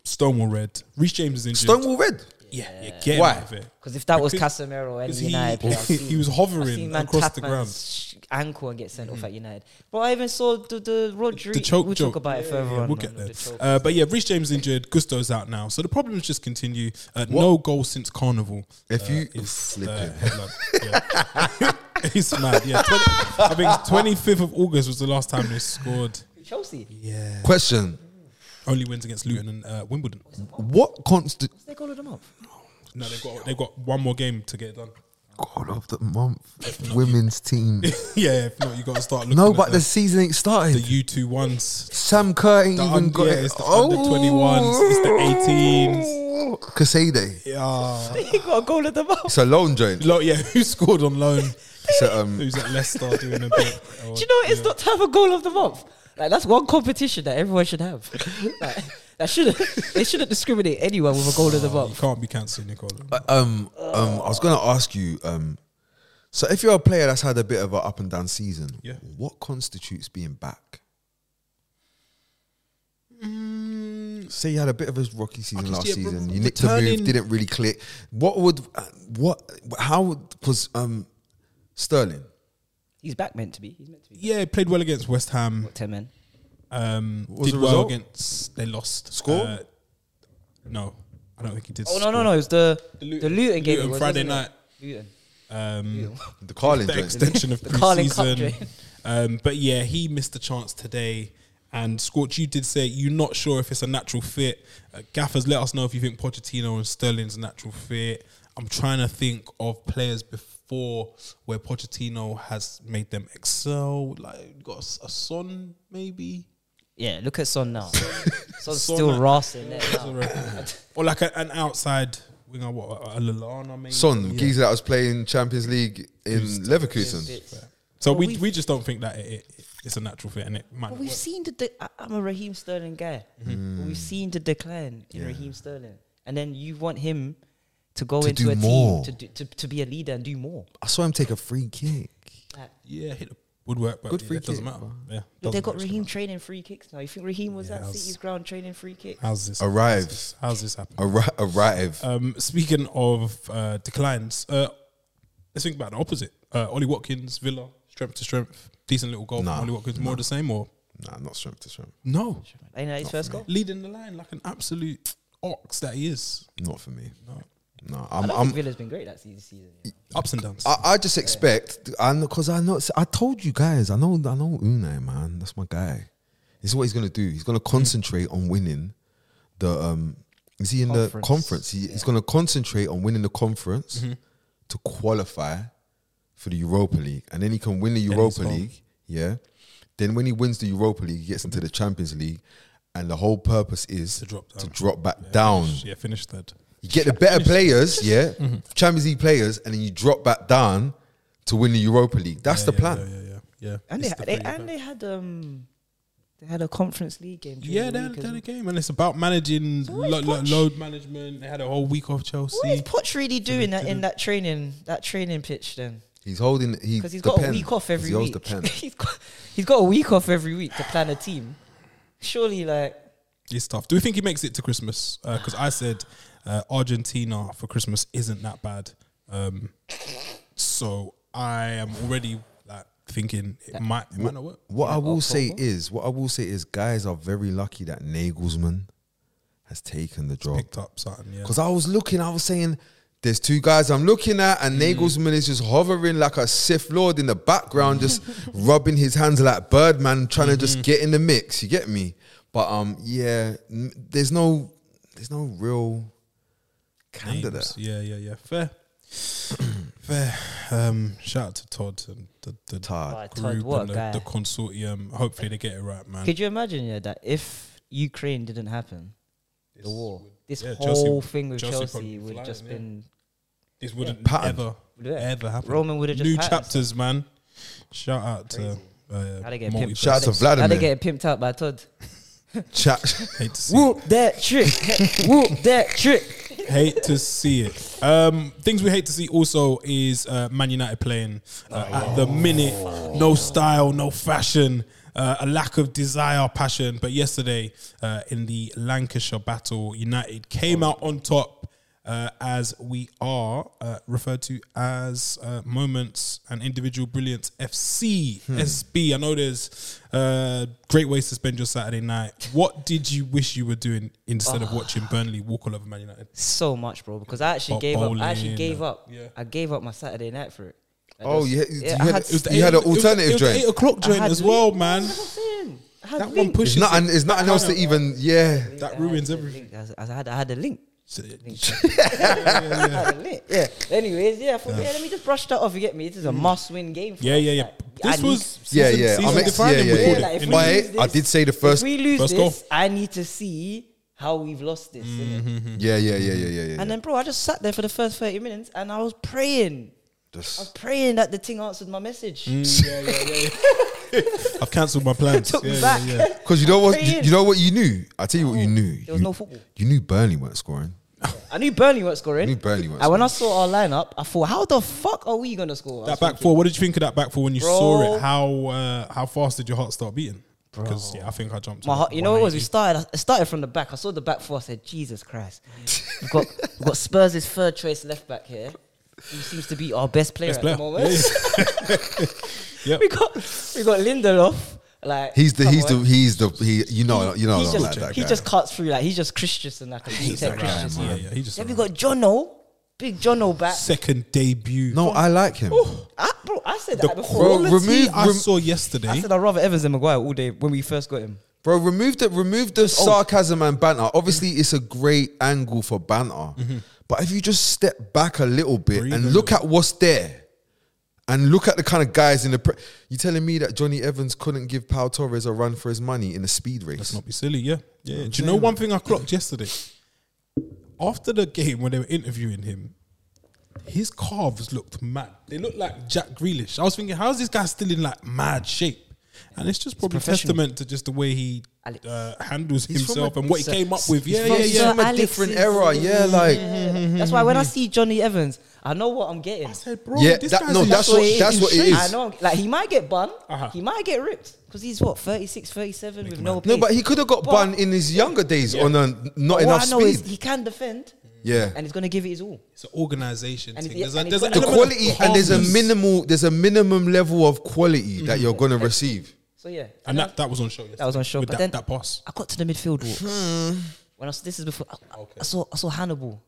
Speaker 3: Stonewall red. Reece James is injured.
Speaker 1: Stonewall Red.
Speaker 3: Yeah, yeah, get him
Speaker 1: Why?
Speaker 3: out of it.
Speaker 2: Because if that was
Speaker 3: Because-
Speaker 2: Casemiro and
Speaker 3: because he-
Speaker 2: United, player, I've
Speaker 3: he
Speaker 2: seen-
Speaker 3: was
Speaker 2: I've
Speaker 3: hovering
Speaker 2: seen man
Speaker 3: across
Speaker 2: tap
Speaker 3: the
Speaker 2: man's
Speaker 3: ground. Mm.
Speaker 2: sh- ankle and get sent off at United. But I even saw the, the Rodri.
Speaker 3: The choke
Speaker 2: we'll
Speaker 3: joke.
Speaker 2: talk about it further on. man,
Speaker 3: We'll get
Speaker 2: the
Speaker 3: there.
Speaker 2: choke.
Speaker 3: Uh, but yeah, Reece James injured. Gusto's out now. So the problems just continue. Uh, no goal since Carnival. Uh,
Speaker 1: If you
Speaker 3: is
Speaker 1: flipping.
Speaker 3: the headline. Yeah. it's mad. Yeah, 20, I think twenty fifth of August was the last time they scored.
Speaker 2: Chelsea.
Speaker 3: Yeah,
Speaker 1: Question:
Speaker 3: only wins against Luton and uh, Wimbledon.
Speaker 1: What constant?
Speaker 2: What's their goal of the month?
Speaker 3: No, they've got they've got one more game to get it done.
Speaker 1: God of the month, women's team.
Speaker 3: yeah, if not, you got to start looking.
Speaker 1: No,
Speaker 3: at
Speaker 1: but the
Speaker 3: the,
Speaker 1: season ain't
Speaker 3: the
Speaker 1: started.
Speaker 3: U two ones.
Speaker 1: Sam Kerr ain't
Speaker 3: The
Speaker 1: even
Speaker 3: un-
Speaker 1: got
Speaker 3: yeah,
Speaker 1: it. Oh.
Speaker 3: it's the under 21s, it's the 18s.
Speaker 1: Casade.
Speaker 3: Yeah.
Speaker 2: he got a goal at the moment.
Speaker 1: It's a lone joint.
Speaker 3: Lo- yeah, who scored on loan?
Speaker 1: It's a, um,
Speaker 3: Who's at Leicester doing a bit? Oh,
Speaker 2: Do you know it's not to have a goal of the month? Like that's one competition that everyone should have. like, that shouldn't they shouldn't discriminate anyone with a goal of the
Speaker 3: You
Speaker 2: month.
Speaker 3: can't be cancelled, Nicola.
Speaker 1: um, um, I was gonna ask you. Um, so if you're a player that's had a bit of an up and down season,
Speaker 3: Yeah.
Speaker 1: what constitutes being back?
Speaker 3: Mm,
Speaker 1: Say you had a bit of a rocky season
Speaker 3: can
Speaker 1: last
Speaker 3: see it
Speaker 1: season.
Speaker 3: re-
Speaker 1: You nicked a move,
Speaker 3: returning-
Speaker 1: didn't really click. What would uh, what? How would because um, Sterling?
Speaker 2: He's back meant to be. He's meant to be.
Speaker 3: Yeah, he played well against West Ham.
Speaker 2: What, ten men.
Speaker 3: Um,
Speaker 1: What was
Speaker 3: did
Speaker 1: the
Speaker 3: well
Speaker 1: result?
Speaker 3: against. They lost.
Speaker 1: Score?
Speaker 3: Uh, no, I don't think he did.
Speaker 2: Oh no no no! It was the the
Speaker 3: The Luton-
Speaker 2: Luton, game.
Speaker 3: Luton
Speaker 2: it was,
Speaker 3: Friday
Speaker 2: wasn't it?
Speaker 3: night.
Speaker 2: Luton.
Speaker 3: score. Um,
Speaker 1: The Carlin
Speaker 3: the
Speaker 1: joint.
Speaker 3: extension of
Speaker 2: The Carling Cup
Speaker 3: preseason.
Speaker 2: drain.
Speaker 3: Um, but yeah, he missed the chance today. And Scorch, you did say you're not sure if it's a natural fit. Uh, Gaffers, let us know if you think Pochettino and Sterling's a natural fit. I'm trying to think of players before where Pochettino has made them excel. Like you got a, S- a Son, maybe.
Speaker 2: Yeah, look at Son now. Son's
Speaker 3: Son
Speaker 2: still
Speaker 3: at-
Speaker 2: rossing there. now.
Speaker 3: or like a, an outside winger, what a, a Lallana maybe.
Speaker 1: Son,
Speaker 3: Yeah.
Speaker 1: geezer that was playing Champions League in Leverkusen.
Speaker 3: So we, we just don't think that it, it, it's a natural fit, and it might.
Speaker 2: But
Speaker 3: not
Speaker 2: we've
Speaker 3: work.
Speaker 2: seen the. De- I- I'm a Raheem Sterling guy.
Speaker 1: Mm.
Speaker 2: But We've seen the decline in Raheem Sterling, and then you want him to go
Speaker 1: To
Speaker 2: into
Speaker 1: do
Speaker 2: a
Speaker 1: more.
Speaker 2: team to, do, to to be a leader and do more.
Speaker 1: I saw him take a free kick.
Speaker 2: Like,
Speaker 3: Yeah, hit the woodwork, but
Speaker 1: Good
Speaker 3: yeah,
Speaker 1: free
Speaker 3: it doesn't
Speaker 1: kick,
Speaker 3: matter.
Speaker 1: bro.
Speaker 3: Yeah,
Speaker 2: Yo, they
Speaker 3: doesn't
Speaker 2: got
Speaker 3: actually
Speaker 2: Raheem
Speaker 3: matter.
Speaker 2: training free kicks now. You think Raheem was
Speaker 3: Yeah,
Speaker 2: at
Speaker 3: I was-
Speaker 2: City's ground training free kicks?
Speaker 3: How's this?
Speaker 1: Arrive.
Speaker 3: How's this happen?
Speaker 1: Arri- arrive.
Speaker 3: Um, speaking of uh, declines, uh, let's think about the opposite. Uh, Ollie Watkins, Villa, strength to strength, decent little goal. from
Speaker 1: Nah,
Speaker 3: Ollie Watkins, more of the same or
Speaker 1: nah, not strength to strength.
Speaker 3: no?
Speaker 2: Ain't that his first goal?
Speaker 3: Leading the line like an absolute ox that he is.
Speaker 1: Not for me.
Speaker 3: No.
Speaker 1: No,
Speaker 2: I
Speaker 1: I'm.
Speaker 2: don't
Speaker 1: I'm
Speaker 2: think Villa's been great that se- season. you know.
Speaker 3: Ups and downs.
Speaker 1: I, I just expect, and because I know, I told you guys, I know, I know Unai, man, that's my guy. This is what he's gonna do. He's gonna concentrate on winning the. um Is he in the
Speaker 2: Conference.
Speaker 1: conference? He, He's gonna concentrate on winning the conference
Speaker 3: Mm-hmm.
Speaker 1: to qualify for the Europa League, and then he can win the
Speaker 3: he's
Speaker 1: Europa
Speaker 3: gone.
Speaker 1: League. Yeah. Then when he wins the Europa League, he gets into the Champions League, and the whole purpose is
Speaker 3: To drop
Speaker 1: to
Speaker 3: down.
Speaker 1: drop back down.
Speaker 3: yeah, finished third.
Speaker 1: You get the better players, yeah,
Speaker 3: Mm-hmm.
Speaker 1: Champions League players, and then you drop back down to win the Europa League. That's
Speaker 3: Yeah,
Speaker 1: the
Speaker 3: yeah,
Speaker 1: plan.
Speaker 3: Yeah, yeah, yeah. yeah.
Speaker 2: And
Speaker 3: It's
Speaker 2: they,
Speaker 3: the
Speaker 2: they
Speaker 3: three back.
Speaker 2: and they had um they had a conference league game. during
Speaker 3: Yeah,
Speaker 2: the
Speaker 3: they're,
Speaker 2: week as
Speaker 3: they're
Speaker 2: well.
Speaker 3: the game, and it's about managing
Speaker 2: what is
Speaker 3: lo- lo-
Speaker 2: Poch?
Speaker 3: load management. They had a whole week off Chelsea.
Speaker 2: What is Poch really doing that
Speaker 3: didn't-
Speaker 2: in that training that training pitch then?
Speaker 1: He's holding. He
Speaker 2: Because he's
Speaker 1: the
Speaker 2: got
Speaker 1: pen.
Speaker 2: a week off
Speaker 1: 'Cause
Speaker 2: every
Speaker 1: he holds
Speaker 2: week.
Speaker 1: the pen.
Speaker 2: he's got he's got a week off every week to plan a team. Surely, like
Speaker 3: It's tough. Do we think he makes it to Christmas? Because I said uh, Argentina for Christmas isn't that bad. Um, so I am already like thinking it might it might not work.
Speaker 1: What I will say
Speaker 2: October.
Speaker 1: is, what I will say is, guys are very lucky that Nagelsmann has taken the job.
Speaker 3: Picked up something, yeah.
Speaker 1: Because I was looking, I was saying, there's two guys I'm looking at, and Nagelsmann is just hovering like a Sith Lord in the background, just rubbing his hands like Birdman, trying to just get in the mix. You get me? But um, yeah, n- there's no, there's no real
Speaker 3: Names.
Speaker 1: candidate.
Speaker 3: Yeah, yeah, yeah. Fair, fair. Um, shout out to Todd and the, the
Speaker 1: Todd.
Speaker 2: Oh, Todd,
Speaker 3: group
Speaker 2: what a
Speaker 3: and
Speaker 2: guy.
Speaker 3: the, the consortium. Hopefully they get it right, man.
Speaker 2: Could you imagine yeah, that if Ukraine didn't happen, the war, this
Speaker 3: yeah, Chelsea
Speaker 2: whole
Speaker 3: would-
Speaker 2: thing with
Speaker 3: Chelsea
Speaker 2: Chelsea,
Speaker 3: probably
Speaker 2: would
Speaker 3: flying,
Speaker 2: just
Speaker 3: yeah.
Speaker 2: been
Speaker 3: This wouldn't
Speaker 1: Pattern.
Speaker 3: ever
Speaker 2: Yeah.
Speaker 3: ever happen.
Speaker 2: Roman would have just
Speaker 3: new
Speaker 2: patterned
Speaker 3: chapters, man. Shout out to. Uh,
Speaker 2: How'd they get
Speaker 3: multiverse.
Speaker 2: pimped?
Speaker 1: Shout out to
Speaker 2: How'd they
Speaker 1: Vladimir.
Speaker 2: get pimped out by Todd?
Speaker 1: Chat.
Speaker 3: Hate to see
Speaker 2: Whoop that trick! Whoop that trick!
Speaker 3: hate to see it. Um, things we hate to see also is uh, Man United playing uh, at the minute. No style, no fashion, uh, a lack of desire, passion. But yesterday uh, in the Lancashire battle, United came out on top. Uh, as we are uh, referred to as uh, Moments and Individual Brilliance FC SB. I know there's uh, great ways to spend your Saturday night. What did you wish you were doing instead of watching Burnley walk all over Man United?
Speaker 2: So much, bro. Because I actually
Speaker 3: Bo-
Speaker 2: gave up. I
Speaker 3: bowling,
Speaker 2: actually gave up.
Speaker 3: yeah.
Speaker 2: I gave up my Saturday night for it. Like,
Speaker 1: Oh,
Speaker 2: that's-
Speaker 1: you had, you
Speaker 2: I
Speaker 1: had,
Speaker 2: had- It was
Speaker 1: you had an
Speaker 3: it was- it
Speaker 1: alternative
Speaker 3: was the
Speaker 1: drink.
Speaker 3: Eight o'clock
Speaker 2: I
Speaker 3: joint
Speaker 2: had
Speaker 3: as well,
Speaker 2: Leeds.
Speaker 3: man.
Speaker 2: That's what I'm saying. I had
Speaker 3: That one
Speaker 2: Leeds.
Speaker 1: It's
Speaker 3: pushes.
Speaker 1: nothing,
Speaker 3: it.
Speaker 1: it's nothing else to
Speaker 3: kinda-
Speaker 1: even. Yeah,
Speaker 3: That
Speaker 2: I
Speaker 3: ruins
Speaker 2: had a
Speaker 3: everything.
Speaker 2: link. I, was- I had, I had a link.
Speaker 3: So-
Speaker 2: yeah. Anyways, yeah, I thought, yeah. let me just brush that off. You get me? This is a must-win game. For
Speaker 3: Mm. yeah,
Speaker 2: us.
Speaker 3: yeah, yeah.
Speaker 2: Like, I
Speaker 3: This
Speaker 2: need-
Speaker 3: was
Speaker 1: Yeah,
Speaker 3: season-
Speaker 1: yeah. I'm
Speaker 3: season
Speaker 1: ex- yeah,
Speaker 3: defining.
Speaker 1: yeah,
Speaker 3: We
Speaker 1: yeah.
Speaker 3: called
Speaker 2: Yeah, like,
Speaker 3: it.
Speaker 2: if
Speaker 3: in
Speaker 2: we
Speaker 3: the-
Speaker 2: lose
Speaker 1: But I
Speaker 2: this-
Speaker 1: did say the first.
Speaker 2: if we lose
Speaker 3: First
Speaker 2: this,
Speaker 3: goal. Mm-hmm.
Speaker 2: I need to see how we've lost this. innit?
Speaker 1: Yeah, yeah, yeah, yeah, yeah, yeah.
Speaker 2: And
Speaker 1: yeah.
Speaker 2: then, bro, I just sat there for the first thirty minutes, and I was praying. I was
Speaker 1: Just
Speaker 2: praying that the thing answered my message.
Speaker 3: Mm, I've cancelled my plans.
Speaker 2: Took
Speaker 3: yeah,
Speaker 2: me
Speaker 3: yeah,
Speaker 2: back.
Speaker 3: yeah.
Speaker 1: because you know what
Speaker 2: Praying.
Speaker 1: you, you know what you knew. I tell you what you knew.
Speaker 2: There was
Speaker 1: you,
Speaker 2: no football.
Speaker 1: You knew Burnley weren't scoring.
Speaker 2: I knew Burnley weren't
Speaker 1: You
Speaker 2: scoring.
Speaker 1: knew Burnley weren't.
Speaker 2: And when
Speaker 1: scoring.
Speaker 2: I saw our lineup, I thought, how the fuck are we gonna score? I was
Speaker 3: That back four. What did you think of that back four when you saw
Speaker 2: Bro.
Speaker 3: it? How uh, how fast did your heart start beating? Because yeah, I think I jumped.
Speaker 2: My
Speaker 3: to
Speaker 2: heart, you know what it was? We
Speaker 3: 180.
Speaker 2: started. I started from the back. I saw the back four. I said, "Jesus Christ, we've got we've got Spurs' third choice left back here, who seems to be our best player
Speaker 3: Best
Speaker 2: at
Speaker 3: player.
Speaker 2: the moment.
Speaker 3: Yep.
Speaker 2: we got we got Lindelof. Like
Speaker 1: He's the
Speaker 2: come
Speaker 1: he's the
Speaker 2: on.
Speaker 1: he's the he. You know you know I
Speaker 2: He's
Speaker 1: don't
Speaker 2: just,
Speaker 1: like that
Speaker 2: he
Speaker 1: guy.
Speaker 2: just cuts through like he's just Christensen like a big
Speaker 3: that
Speaker 2: tech Christensen.
Speaker 3: guy, man. Yeah, yeah, he just
Speaker 2: Then we got Jono, big Jono back.
Speaker 3: second debut.
Speaker 1: no, I like him.
Speaker 2: I, bro, I said
Speaker 3: the
Speaker 2: that before.
Speaker 1: Bro,
Speaker 3: quality
Speaker 1: remove-
Speaker 3: I
Speaker 1: rem-
Speaker 3: saw yesterday.
Speaker 2: I said I'd rather Evans than Maguire all day when we first got him.
Speaker 1: Bro, remove the remove the
Speaker 2: old.
Speaker 1: sarcasm and banter. Obviously, it's a great angle for banter,
Speaker 2: Mm-hmm.
Speaker 1: but if you just step back a little bit
Speaker 3: Breathe a
Speaker 1: and look at what's there, and look at the kind of guys in the, pre- you telling me that Johnny Evans couldn't give Pau Torres a run for his money in a speed
Speaker 3: Let's
Speaker 1: race?
Speaker 3: not be silly, yeah. Yeah. Do you know one thing I clocked yesterday? After the game when they were interviewing him, his calves looked mad. They looked like Jack Grealish. I was thinking, how's this guy still in like mad shape? And it's just probably
Speaker 2: professional.
Speaker 3: testament to just the way he
Speaker 2: Alex.
Speaker 3: uh, handles
Speaker 1: He's from
Speaker 3: himself
Speaker 1: a-
Speaker 3: and what he
Speaker 1: he's a-
Speaker 3: came up with. Yeah,
Speaker 1: from-
Speaker 3: yeah,
Speaker 1: he's
Speaker 3: yeah.
Speaker 1: from a different era, yeah, like- mm-hmm,
Speaker 2: that's why when I see Johnny Evans, I know what I'm getting.
Speaker 3: I said, bro,
Speaker 1: Yeah,
Speaker 3: this
Speaker 1: that-
Speaker 3: guy's
Speaker 1: no,
Speaker 3: in
Speaker 1: that's
Speaker 3: shape.
Speaker 1: what- that's
Speaker 3: He's
Speaker 1: what it
Speaker 3: in
Speaker 1: is.
Speaker 3: shape.
Speaker 2: I know, like he might get bun,
Speaker 3: Uh-huh.
Speaker 2: he might get ripped because he's what 36, 37 with no.
Speaker 1: No,
Speaker 2: pace.
Speaker 1: but he could have got
Speaker 2: But-
Speaker 1: bun in his younger days
Speaker 3: Yeah.
Speaker 1: on a not
Speaker 2: But
Speaker 1: enough
Speaker 2: What I know
Speaker 1: speed.
Speaker 2: is he can defend,
Speaker 1: yeah,
Speaker 2: and he's gonna give it his all.
Speaker 3: It's an organization
Speaker 2: And
Speaker 3: thing.
Speaker 2: he-
Speaker 3: There's a,
Speaker 2: and he
Speaker 3: there's an
Speaker 2: put-
Speaker 1: the
Speaker 2: element of
Speaker 1: quality and there's a
Speaker 3: calmness.
Speaker 1: minimal there's a minimum level of quality
Speaker 2: Mm-hmm.
Speaker 1: that you're gonna receive.
Speaker 2: So yeah,
Speaker 3: And that, that was on show yesterday.
Speaker 2: was on show,
Speaker 3: With
Speaker 2: but then-
Speaker 3: that, that pass.
Speaker 2: I got to the midfield walk.
Speaker 1: Hmm.
Speaker 2: when I was, this is before I, I- I saw I saw Hannibal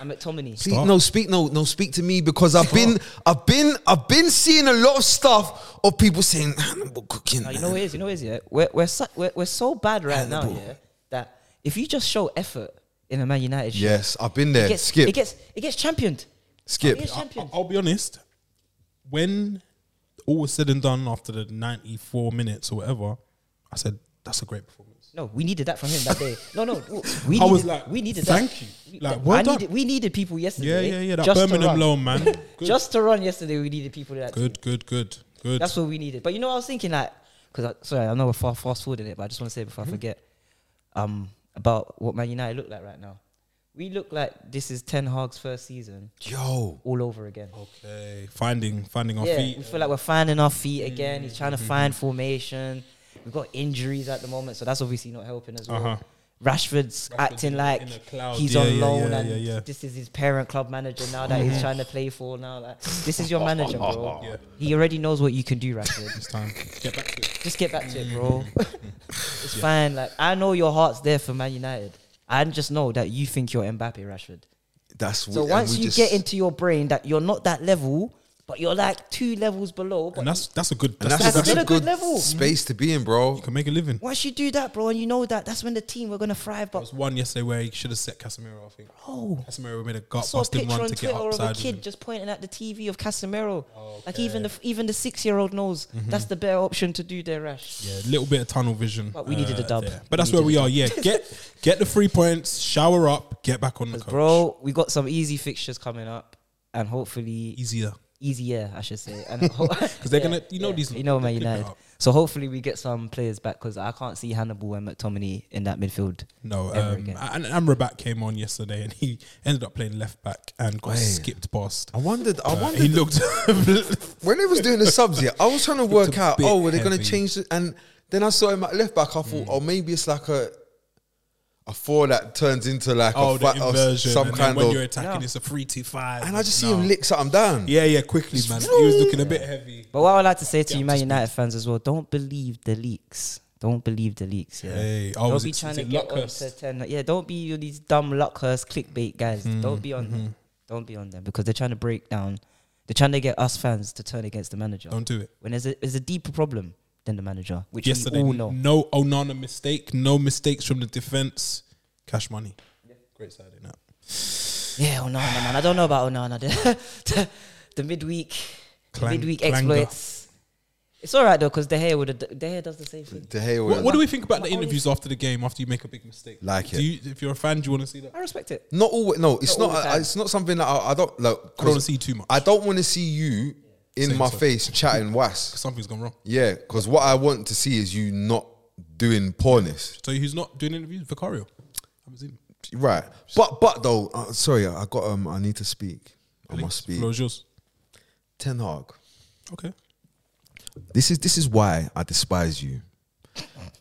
Speaker 2: and McTominay.
Speaker 1: Speak, no, speak, no, no, speak to me because I've been, I've been, I've been seeing a lot of stuff of people saying Hannibal cooking.
Speaker 2: Now,
Speaker 1: man."
Speaker 2: you know what it is. You know what it is. Yeah, we're we're su- we're, we're so bad right now.
Speaker 1: Hannibal.
Speaker 2: Yeah, that if you just show effort in a Man United, shirt,
Speaker 1: yes, I've been there.
Speaker 2: it gets
Speaker 1: skip,
Speaker 2: it gets it gets championed.
Speaker 1: skip.
Speaker 2: It gets championed.
Speaker 3: I'll be honest. When all was said and done after the 94 minutes or whatever, I said, that's a great performance.
Speaker 2: No, we needed that from him that day. No, no, we needed,
Speaker 3: I was like,
Speaker 2: we needed
Speaker 3: thank
Speaker 2: that.
Speaker 3: you.
Speaker 2: We-
Speaker 3: Like,
Speaker 2: th-
Speaker 3: well
Speaker 2: I
Speaker 3: done.
Speaker 2: needed, we needed people
Speaker 3: Yeah,
Speaker 2: yesterday.
Speaker 3: yeah, yeah. That
Speaker 2: just to
Speaker 3: Birmingham
Speaker 2: run.
Speaker 3: loan, man. Good,
Speaker 2: Just to run yesterday, we needed people that.
Speaker 3: good, good, good. good.
Speaker 2: That's what we needed. But you know, what I was thinking like, because sorry, I know we're far, fast forwarding it, but I just want to say before I
Speaker 3: Mm-hmm.
Speaker 2: forget, um, about what Man United look like right now. We look like this is Ten Hag's first season
Speaker 1: Yo,
Speaker 2: all over again.
Speaker 3: okay. Finding, finding our
Speaker 2: yeah,
Speaker 3: feet. Mm-hmm.
Speaker 2: we feel like we're finding our feet again. He's trying to find formation. We've got injuries at the moment, so that's obviously not helping as well.
Speaker 3: Uh-huh.
Speaker 2: Rashford's acting
Speaker 3: in-
Speaker 2: like
Speaker 3: in a cloud.
Speaker 2: he's
Speaker 3: Yeah,
Speaker 2: on
Speaker 3: yeah,
Speaker 2: loan
Speaker 3: yeah,
Speaker 2: and
Speaker 3: yeah, Mm-hmm. yeah.
Speaker 2: this is his parent club manager now that he's trying to play for now. Like, this is your manager, bro. He already knows what you can do, Rashford.
Speaker 3: It's time. Get back to it.
Speaker 2: just get back to it, bro. it's fine. Like I know your heart's there for Man United. I just know that you think you're Mbappe, Rashford.
Speaker 1: that's
Speaker 2: So
Speaker 1: we- and
Speaker 2: once
Speaker 1: we
Speaker 2: you
Speaker 1: just-
Speaker 2: get into your brain that you're not that level, but you're like two levels below. But
Speaker 3: And that's, that's a good,
Speaker 1: and
Speaker 3: that's,
Speaker 1: that's,
Speaker 2: that's
Speaker 1: a, that's
Speaker 2: still
Speaker 1: a
Speaker 2: a good
Speaker 1: good
Speaker 2: level.
Speaker 1: space to be in, bro.
Speaker 3: you can make a living. There
Speaker 2: once you do that, bro, and you know that, that's when the team we're gonna thrive. But
Speaker 3: was one yesterday where he should have set Casemiro, I think.
Speaker 2: oh,
Speaker 3: Casemiro made a
Speaker 2: I
Speaker 3: gut
Speaker 2: saw a
Speaker 3: busting
Speaker 2: picture
Speaker 3: run
Speaker 2: on
Speaker 3: to get
Speaker 2: Twitter of a
Speaker 3: upside.
Speaker 2: kid just pointing at the TV of Casemiro. Like
Speaker 3: Okay. Mm-hmm.
Speaker 2: even the even the six year old knows that's the better option to do their rash.
Speaker 3: Yeah, a little bit of tunnel vision.
Speaker 2: But we needed a dub.
Speaker 3: there.
Speaker 2: We
Speaker 3: But that's where
Speaker 2: needed a
Speaker 3: we are. Yeah, get get the three points, shower up, get back on the
Speaker 2: 'Cause,
Speaker 3: coach.
Speaker 2: bro, we got some easy fixtures coming up, and hopefully
Speaker 3: Easier
Speaker 2: easier, I should say. Because
Speaker 3: because they're gonna, you know, these.
Speaker 2: you know Man
Speaker 3: they're gonna pick
Speaker 2: United.
Speaker 3: it up.
Speaker 2: So hopefully we get some players back because I can't see Hannibal and McTominay in that midfield.
Speaker 3: No,
Speaker 2: ever
Speaker 3: um,
Speaker 2: again.
Speaker 3: and and Amrabat came on yesterday, and he ended up playing left back and got
Speaker 1: Wait.
Speaker 3: skipped past.
Speaker 1: I wondered, I
Speaker 3: Uh,
Speaker 1: wondered
Speaker 3: he looked.
Speaker 1: when they was doing the subs here. I was trying to work
Speaker 3: a
Speaker 1: out,
Speaker 3: bit
Speaker 1: oh, were they gonna
Speaker 3: heavy. Mm.
Speaker 1: change? It? And then I saw him at left back. I thought, oh, maybe it's like a. A four that turns into like
Speaker 3: oh,
Speaker 1: a
Speaker 3: the
Speaker 1: fight or
Speaker 3: inversion.
Speaker 1: some
Speaker 3: and then
Speaker 1: kind
Speaker 3: when you're
Speaker 1: of,
Speaker 3: attacking,
Speaker 2: Yeah.
Speaker 3: it's a three-two-five.
Speaker 1: and I just see
Speaker 3: No.
Speaker 1: him lick something down.
Speaker 3: Yeah, yeah, quickly, man. He was looking a bit heavy.
Speaker 2: But what I would like to say to
Speaker 3: Yeah,
Speaker 2: you,
Speaker 3: I'm
Speaker 2: Man
Speaker 3: just
Speaker 2: United fans, as well, don't believe the leaks. Don't believe the leaks. Yeah.
Speaker 3: Hey, oh,
Speaker 2: don't
Speaker 3: was
Speaker 2: be
Speaker 3: it-
Speaker 2: trying
Speaker 3: is
Speaker 2: to
Speaker 3: it
Speaker 2: get
Speaker 3: Luckhurst?
Speaker 2: on to ten. Yeah, don't be all these dumb luckhurst clickbait guys.
Speaker 3: Mm-hmm.
Speaker 2: Don't be on them. Don't be on them because they're trying to break down. They're trying to get us fans to turn against the manager.
Speaker 3: Don't do it.
Speaker 2: When there's a, there's a deeper problem than the manager, which
Speaker 3: Yesterday,
Speaker 2: we all know.
Speaker 3: no Onana mistake, no mistakes from the defense. Cash money. Great side in that.
Speaker 2: Yeah, Onana, man. I don't know about Onana. The, the, the midweek, the
Speaker 3: Clang-
Speaker 2: midweek
Speaker 3: clanger.
Speaker 2: exploits. It's all right though, because De Gea would have, De Gea does the same thing.
Speaker 4: De Gea
Speaker 3: What,
Speaker 4: would-
Speaker 3: what do we think about the interviews after the game? After you make a big mistake,
Speaker 4: Like
Speaker 3: do
Speaker 4: it.
Speaker 3: You, if you're a fan, do you want to see that?
Speaker 2: I respect it.
Speaker 1: Not always. No, it's
Speaker 2: Not
Speaker 1: not.
Speaker 2: all the
Speaker 1: I-
Speaker 2: time.
Speaker 1: it's not something that I, I don't like.
Speaker 3: I don't want to see too much.
Speaker 1: I don't want to see you in
Speaker 3: Saying
Speaker 1: my
Speaker 3: so.
Speaker 1: face chatting was.
Speaker 3: Something's gone wrong.
Speaker 1: Yeah, because what I want to see is you not doing pornness.
Speaker 3: So who's not doing interviews? Vicario. haven't seen him.
Speaker 1: Right. But but though, uh, sorry, I got um, I need to speak. I must speak.
Speaker 3: Floor's yours.
Speaker 1: Ten Hag.
Speaker 3: Okay.
Speaker 1: This is this is why I despise you.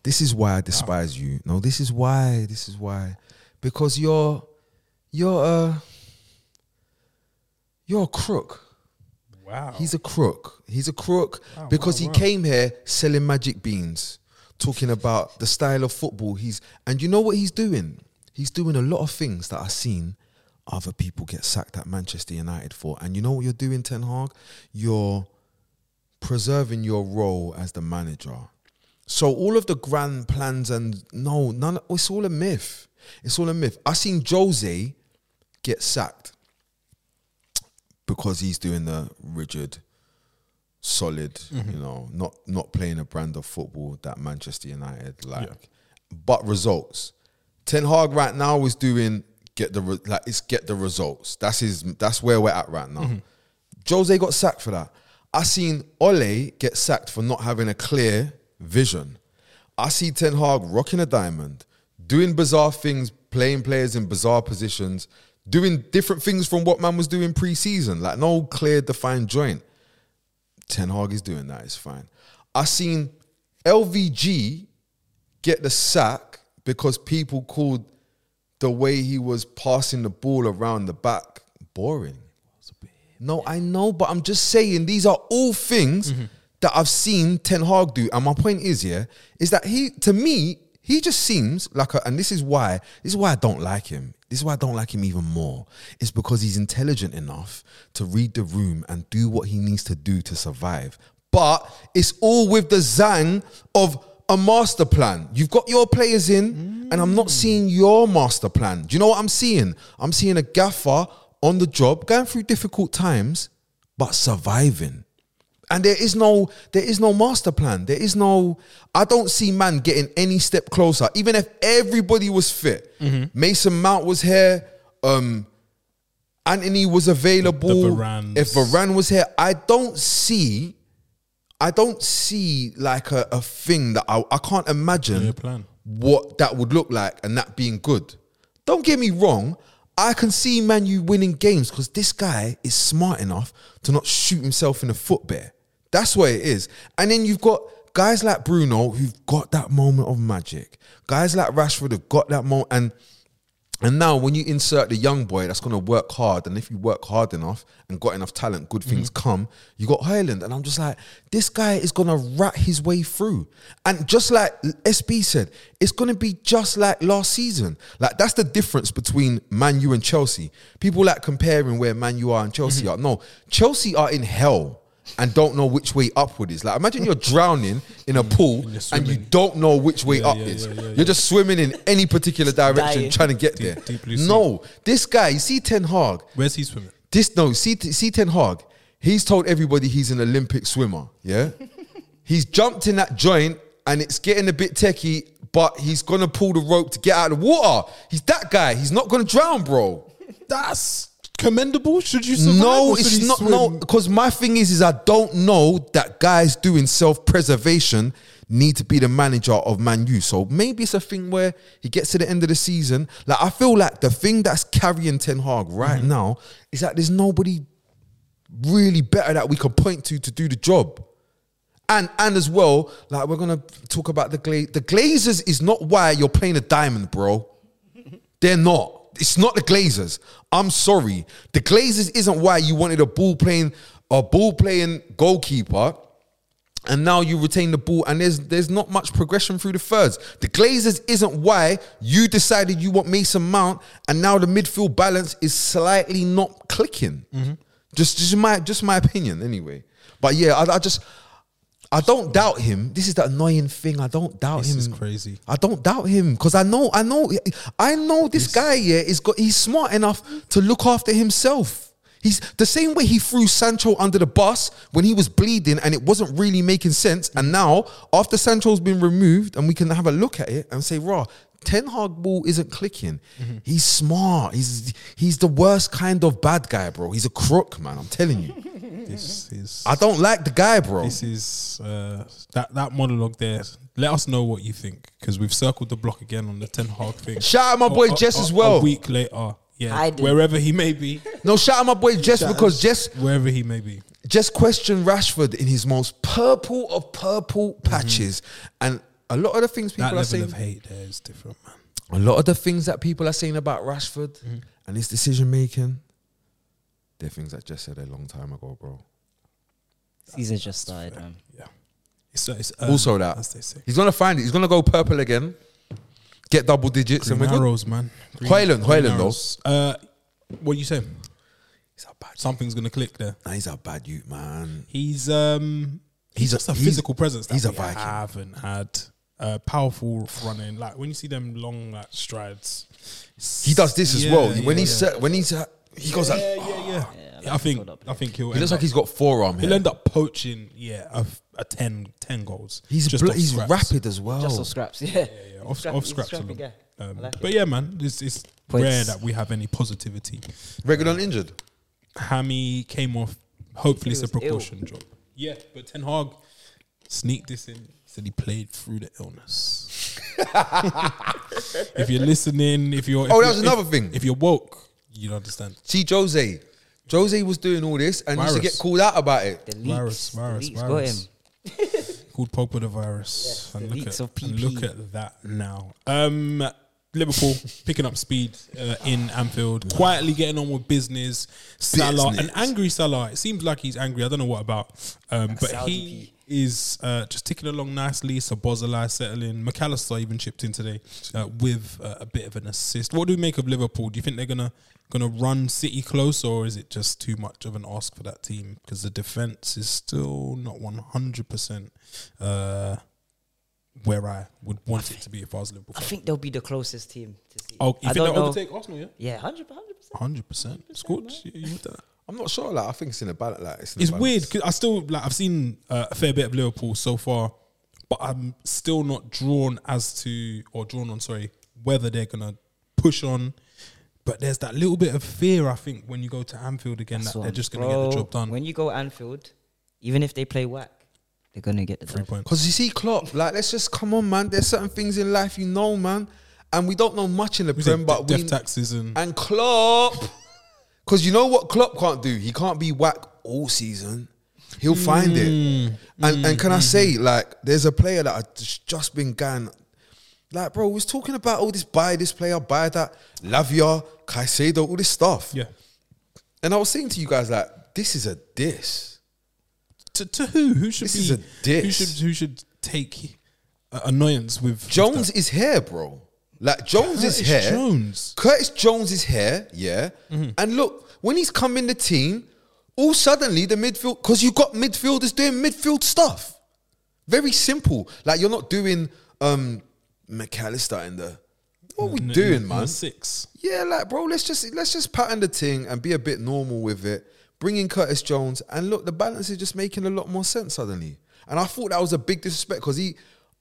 Speaker 1: This is why I despise you. No, this is why. This is why, because you're you're a you're a crook.
Speaker 3: Wow.
Speaker 1: He's a crook. He's a crook
Speaker 3: Oh, Wow,
Speaker 1: because he
Speaker 3: wow, wow.
Speaker 1: came here selling magic beans, talking about the style of football. He's and you know what he's doing? He's doing a lot of things that I've seen other people get sacked at Manchester United for. And you know what you're doing, Ten Hag? You're preserving your role as the manager. So all of the grand plans and no, none. It's all a myth. It's all a myth. I seen Jose get sacked because he's doing the rigid, solid, you know, not not playing a brand of football that Manchester United like, but results. Ten Hag right now is doing get the re- like it's get the results. That's his. That's where we're at right now. Jose got sacked for that. I seen Ole get sacked for not having a clear vision. I see Ten Hag rocking a diamond, doing bizarre things, playing players in bizarre positions, doing different things from what man was doing pre-season, like no clear defined joint. Ten Hag is doing that. It's fine. I seen LVG get the sack because people called the way he was passing the ball around the back boring. No, I know, but I'm just saying these are all things that I've seen Ten Hag do. And my point is, yeah, is that he to me, he just seems like a and this is why, this is why I don't like him. This is why I don't like him even more. It's because he's intelligent enough to read the room and do what he needs to do to survive. But it's all with the zang of a master plan. You've got your players in, and I'm not seeing your master plan. Do you know what I'm seeing? I'm seeing a gaffer on the job, going through difficult times, but surviving. And there is no, there is no master plan. There is no. I don't see man getting any step closer. Even if everybody was fit, Mason Mount was here. Um, Anthony was available.
Speaker 3: Varans.
Speaker 1: if Varane was here, I don't see. I don't see like a, a thing that I, I can't imagine
Speaker 3: Clear plan.
Speaker 1: what that would look like and that being good. Don't get me wrong. I can see Man U winning games because this guy is smart enough to not shoot himself in the foot bare. That's what it is. And then you've got guys like Bruno who've got that moment of magic. Guys like Rashford have got that moment. And and now, when you insert the young boy that's going to work hard, and if you work hard enough and got enough talent,
Speaker 3: Mm-hmm.
Speaker 1: good things come. You got Highland, and I'm just like, this guy is going to rat his way through. And just like SB said, it's going to be just like last season. Like, that's the difference between Man U and Chelsea. People like comparing where Man U are and Chelsea
Speaker 3: Mm-hmm.
Speaker 1: are. No, Chelsea are in hell and don't know which way upward is. Like, imagine you're drowning in a pool
Speaker 3: Mm-hmm. you're
Speaker 1: and you
Speaker 3: swimming.
Speaker 1: don't know which way
Speaker 3: Yeah,
Speaker 1: up
Speaker 3: yeah,
Speaker 1: is.
Speaker 3: yeah, yeah,
Speaker 1: you're
Speaker 3: yeah.
Speaker 1: just swimming in any particular direction,
Speaker 2: Dying.
Speaker 1: trying to get there.
Speaker 3: Deep- deep blue sea.
Speaker 1: no, this guy, you see Ten Hag.
Speaker 3: Where's he swimming?
Speaker 1: This no, see, see Ten Hag. He's told everybody he's an Olympic swimmer. Yeah, he's jumped in that joint and it's getting a bit techie, but he's gonna pull the rope to get out of the water. He's that guy. He's not gonna drown, bro.
Speaker 3: That's commendable. Should you? Survive
Speaker 1: No,
Speaker 3: or should
Speaker 1: it's
Speaker 3: he
Speaker 1: not.
Speaker 3: swim?
Speaker 1: No, because my thing is, is I don't know that guys doing self preservation need to be the manager of Man U. So maybe it's a thing where he gets to the end of the season. Like I feel like the thing that's carrying Ten Hag right
Speaker 3: Mm-hmm.
Speaker 1: now is that there's nobody really better that we can point to to do the job. And and as well, like we're gonna talk about the gla- the Glazers is not why you're playing a diamond, bro. They're not. It's not the Glazers. I'm sorry. The Glazers isn't why you wanted a ball playing a ball playing goalkeeper. And now you retain the ball, and there's there's not much progression through the thirds. The Glazers isn't why you decided you want Mason Mount, and now the midfield balance is slightly not
Speaker 3: Mm-hmm.
Speaker 1: clicking. Just just my just my opinion, anyway. But yeah, I, I just I don't doubt him. This is the annoying thing. I don't doubt
Speaker 3: This
Speaker 1: him.
Speaker 3: is crazy.
Speaker 1: I don't doubt him because I know, I know, I know this guy. Yeah, is got he's smart enough to look after himself. He's the same way he threw Sancho under the bus when he was bleeding and it wasn't really making sense. And now, after Sancho's been removed, and we can have a look at it and say, "Raw, Ten Hag ball isn't clicking. He's smart. He's he's the worst kind of bad guy, bro. He's a crook, man. I'm telling you.
Speaker 3: This is
Speaker 1: I don't like the guy, bro.
Speaker 3: this is uh, that that monologue there. Let us know what you think because we've circled the block again on the Ten Hag thing.
Speaker 1: Shout out my boy Jess as well.
Speaker 3: A week later, yeah,
Speaker 2: I do.
Speaker 3: wherever he may be,
Speaker 1: No, shout out my boy Jess because Jess
Speaker 3: wherever he may be,
Speaker 1: just question Rashford in his most purple of purple patches, and a lot of the things
Speaker 3: Mm-hmm. that
Speaker 1: people are
Speaker 3: level of
Speaker 1: saying,
Speaker 3: hate there is different, man.
Speaker 1: a lot of the things that people are saying about Rashford
Speaker 3: Mm-hmm.
Speaker 1: and his decision making, they're things that just said a long time ago, bro.
Speaker 2: Season just started, man.
Speaker 3: Yeah, it's, it's
Speaker 1: also,
Speaker 3: early,
Speaker 1: that
Speaker 3: Um, as they say,
Speaker 1: he's gonna find it. He's gonna go purple again, get double digits,
Speaker 3: Green
Speaker 1: and we're good.
Speaker 3: arrows, man. Green,
Speaker 1: Hoyland,
Speaker 3: green
Speaker 1: Hoyland, though.
Speaker 3: arrows. Uh, what you saying?
Speaker 1: He's a bad,
Speaker 3: Something's gonna click there.
Speaker 1: nah, he's a bad youth, man.
Speaker 3: He's um
Speaker 1: He's
Speaker 3: he's
Speaker 1: a-
Speaker 3: just a,
Speaker 1: he's-
Speaker 3: physical presence. That
Speaker 1: he's a
Speaker 3: we
Speaker 1: Viking.
Speaker 3: Haven't had uh, powerful running like when you see them long like strides.
Speaker 1: He does this as
Speaker 3: Yeah,
Speaker 1: well. when
Speaker 3: yeah,
Speaker 1: he's
Speaker 3: yeah.
Speaker 1: when he's uh, he goes
Speaker 3: yeah,
Speaker 1: like,
Speaker 3: yeah, yeah.
Speaker 2: Yeah,
Speaker 3: I think
Speaker 2: hold up,
Speaker 3: I think he'll.
Speaker 1: he looks
Speaker 3: end
Speaker 1: like
Speaker 3: up,
Speaker 1: he's got forearm
Speaker 3: he'll
Speaker 1: here.
Speaker 3: end up poaching. Yeah, a, a 10, 10 goals.
Speaker 1: He's
Speaker 3: just
Speaker 1: bl-
Speaker 3: off
Speaker 1: he's
Speaker 3: scraps.
Speaker 1: rapid as well.
Speaker 2: Just off scraps, yeah.
Speaker 3: Oh. Yeah, yeah, off,
Speaker 2: Scrap-
Speaker 3: off
Speaker 2: he's a
Speaker 3: scraps.
Speaker 2: scrappy
Speaker 3: alone.
Speaker 2: guy.
Speaker 3: Um,
Speaker 2: I like
Speaker 3: but
Speaker 2: it.
Speaker 3: yeah, man, it's, it's
Speaker 2: Points.
Speaker 3: rare that we have any positivity.
Speaker 1: Regular and injured.
Speaker 3: Hammy came off. Hopefully, it's a
Speaker 2: He was ill.
Speaker 3: precaution job. Yeah, but Ten Hag sneaked this in. Said he played through the illness. if you're listening, if you're if
Speaker 1: Oh, that was
Speaker 3: you're-
Speaker 1: another
Speaker 3: if-
Speaker 1: thing.
Speaker 3: If you're woke, you don't understand.
Speaker 1: See Jose. Jose was doing all this and used to
Speaker 3: Virus.
Speaker 1: get called out about it.
Speaker 2: The leaks,
Speaker 3: Virus, virus,
Speaker 2: the leaks
Speaker 3: virus.
Speaker 2: got him.
Speaker 3: Called Pogba the virus.
Speaker 2: Yes, the
Speaker 3: look
Speaker 2: leaks
Speaker 3: at,
Speaker 2: of PP.
Speaker 3: and look at that now. Um, Liverpool picking up speed uh, in Anfield, quietly getting on with business. Salah,
Speaker 1: Business.
Speaker 3: an angry Salah. It seems like he's angry. I don't know what about, um, but
Speaker 2: Saudi
Speaker 3: he is uh, just ticking along nicely. Sabozalai settling. McAllister even chipped in today uh, with uh, a bit of an assist. What do we make of Liverpool? Do you think they're gonna gonna run City close, or is it just too much of an ask for that team? Because the defense is still not one hundred percent uh, where I would want it to be if I was Liverpool.
Speaker 2: I
Speaker 3: fan.
Speaker 2: think they'll be the closest team to see.
Speaker 3: Oh, you
Speaker 2: I
Speaker 3: think
Speaker 2: don't
Speaker 3: they'll
Speaker 2: know.
Speaker 3: overtake Arsenal? Yeah,
Speaker 2: Yeah, 100 percent.
Speaker 3: hundred percent. Scorch.
Speaker 1: I'm not sure. Like I think it's in the balance. Like it's, in
Speaker 3: It's
Speaker 1: the balance.
Speaker 3: weird. 'cause I still like I've seen uh, a fair bit of Liverpool so far, but I'm still not drawn as to or drawn on sorry whether they're gonna push on. But there's that little bit of fear I think when you go to Anfield again
Speaker 2: That's
Speaker 3: that
Speaker 2: what
Speaker 3: they're
Speaker 2: I'm-
Speaker 3: just gonna
Speaker 2: Bro,
Speaker 3: get the job done.
Speaker 2: When you go Anfield, even if they play whack, they're gonna get the
Speaker 3: Three
Speaker 2: dub.
Speaker 3: points.
Speaker 1: Cause you see Klopp. Like let's just come on, man. There's certain things in life you know, man, and we don't know much in the
Speaker 3: We
Speaker 1: Prem,
Speaker 3: said
Speaker 1: but
Speaker 3: de-
Speaker 1: we
Speaker 3: death taxes and
Speaker 1: and Klopp. Cause you know what Klopp can't do. He can't be whack all season. He'll find it.
Speaker 3: Hmm.
Speaker 1: And and can I say like there's a player that I just, just been going. Like, bro, we was talking about all this buy this player, buy that, Lavia, Caicedo, all this stuff.
Speaker 3: yeah.
Speaker 1: And I was saying to you guys like, this is a diss.
Speaker 3: To, to who? Who should
Speaker 1: This
Speaker 3: be?
Speaker 1: is a
Speaker 3: Who
Speaker 1: diss.
Speaker 3: should who should take uh, annoyance with
Speaker 1: Jones
Speaker 3: With
Speaker 1: is here, bro. Like Jones
Speaker 3: Curtis
Speaker 1: is here.
Speaker 3: Jones. Mm-hmm.
Speaker 1: Curtis Jones is here. Yeah. And look, when he's come in the team, all suddenly the midfield because you got midfielders doing midfield stuff. Very simple. Like you're not doing um McAllister in the. What are we
Speaker 3: that? N-
Speaker 1: doing,
Speaker 3: n-
Speaker 1: man?
Speaker 3: Six.
Speaker 1: Yeah, like bro, let's just let's just pattern the thing and be a bit normal with it. Bring in Curtis Jones and look, the balance is just making a lot more sense suddenly. And I thought that was a big disrespect because he,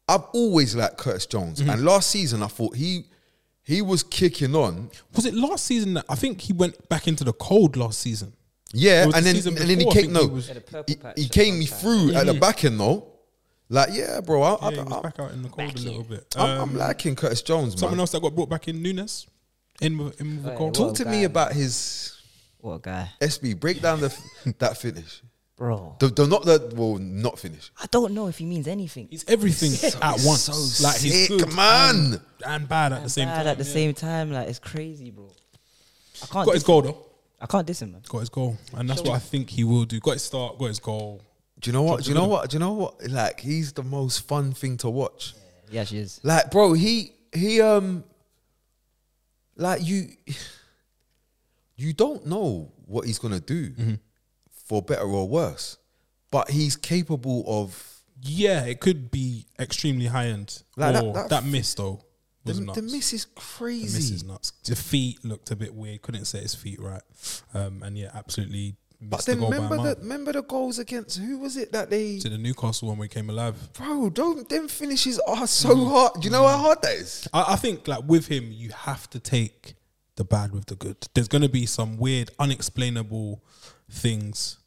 Speaker 1: I've always liked Curtis Jones,
Speaker 3: Mm-hmm.
Speaker 1: and last season I thought he he was kicking on,
Speaker 3: Was it last season that I think he went back into the cold last season?
Speaker 1: yeah,
Speaker 3: It was
Speaker 1: and
Speaker 3: the
Speaker 1: then
Speaker 3: season
Speaker 1: and then he
Speaker 3: before, I
Speaker 1: came
Speaker 3: think
Speaker 1: no,
Speaker 3: he was- Mm-hmm.
Speaker 2: Had a purple
Speaker 1: he,
Speaker 2: patch
Speaker 1: he
Speaker 2: at
Speaker 1: came
Speaker 2: one
Speaker 1: me
Speaker 2: time.
Speaker 1: through at the back end though, like yeah, bro, I, I,
Speaker 3: Yeah, he was
Speaker 1: I,
Speaker 3: back out in the cold a little bit.
Speaker 1: am
Speaker 3: Um,
Speaker 1: I'm liking Curtis Jones,
Speaker 3: someone
Speaker 1: man.
Speaker 3: else that got brought back in Nunes, in with, in with the
Speaker 2: Right,
Speaker 3: cold.
Speaker 2: well-
Speaker 1: Talk to
Speaker 2: Well,
Speaker 1: me
Speaker 2: guy.
Speaker 1: about his
Speaker 2: What a guy,
Speaker 1: SB. Break down the f- that finish.
Speaker 2: bro!
Speaker 1: The, the not the well not finish.
Speaker 2: I don't know if he means anything.
Speaker 3: He's everything at
Speaker 1: He's
Speaker 3: once.
Speaker 1: so
Speaker 3: like he's
Speaker 1: Oh, sick,
Speaker 3: good Um,
Speaker 1: man.
Speaker 3: and, and bad at the same
Speaker 2: Bad
Speaker 3: time.
Speaker 2: at the
Speaker 3: yeah.
Speaker 2: same time, like it's crazy, bro. I can't.
Speaker 3: Got
Speaker 2: Diss,
Speaker 3: his goal though.
Speaker 2: I can't diss him, man.
Speaker 3: Got his goal, and that's what I think he will do. Got his start. Got his goal.
Speaker 1: Do you know what?
Speaker 3: Jobs
Speaker 1: Do you
Speaker 3: are
Speaker 1: know
Speaker 3: good.
Speaker 1: what? Do you know what? Like he's the most fun thing to watch.
Speaker 2: Yeah, she is.
Speaker 1: Like, bro, he he um, like you, you don't know
Speaker 3: Mm-hmm.
Speaker 1: what he's gonna do, for better or worse, but he's capable of
Speaker 3: yeah, it could be extremely high end.
Speaker 1: Like that-
Speaker 3: or
Speaker 1: that-
Speaker 3: that, miss though
Speaker 1: The,
Speaker 3: was
Speaker 1: the
Speaker 3: nuts.
Speaker 1: miss is
Speaker 3: The miss
Speaker 1: crazy.
Speaker 3: is nuts. The feet looked a bit weird. Couldn't set his feet right. Um, and yeah, absolutely missed
Speaker 1: But
Speaker 3: the
Speaker 1: then
Speaker 3: goal
Speaker 1: remember
Speaker 3: by a
Speaker 1: the
Speaker 3: mile.
Speaker 1: remember the goals against who was it that they
Speaker 3: to the Newcastle one, we came alive.
Speaker 1: bro? Don't them finishes are
Speaker 3: Mm-hmm.
Speaker 1: so hard. Do you know how hard that is?
Speaker 3: I, I think like with him, you have to take the bad with the good. There's going to be some weird, unexplainable things,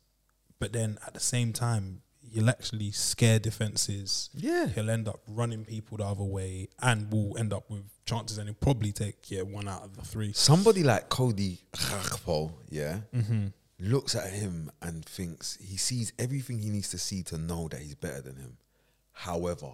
Speaker 3: but then at the same time, you'll actually scare defenses.
Speaker 1: Yeah.
Speaker 3: he'll end up running people the other way, and will end up with chances, and he'll probably take yeah one out of the three.
Speaker 1: Somebody like Cody Gakpo, yeah, looks at him and thinks he sees everything he needs to see to know that he's better than him. However,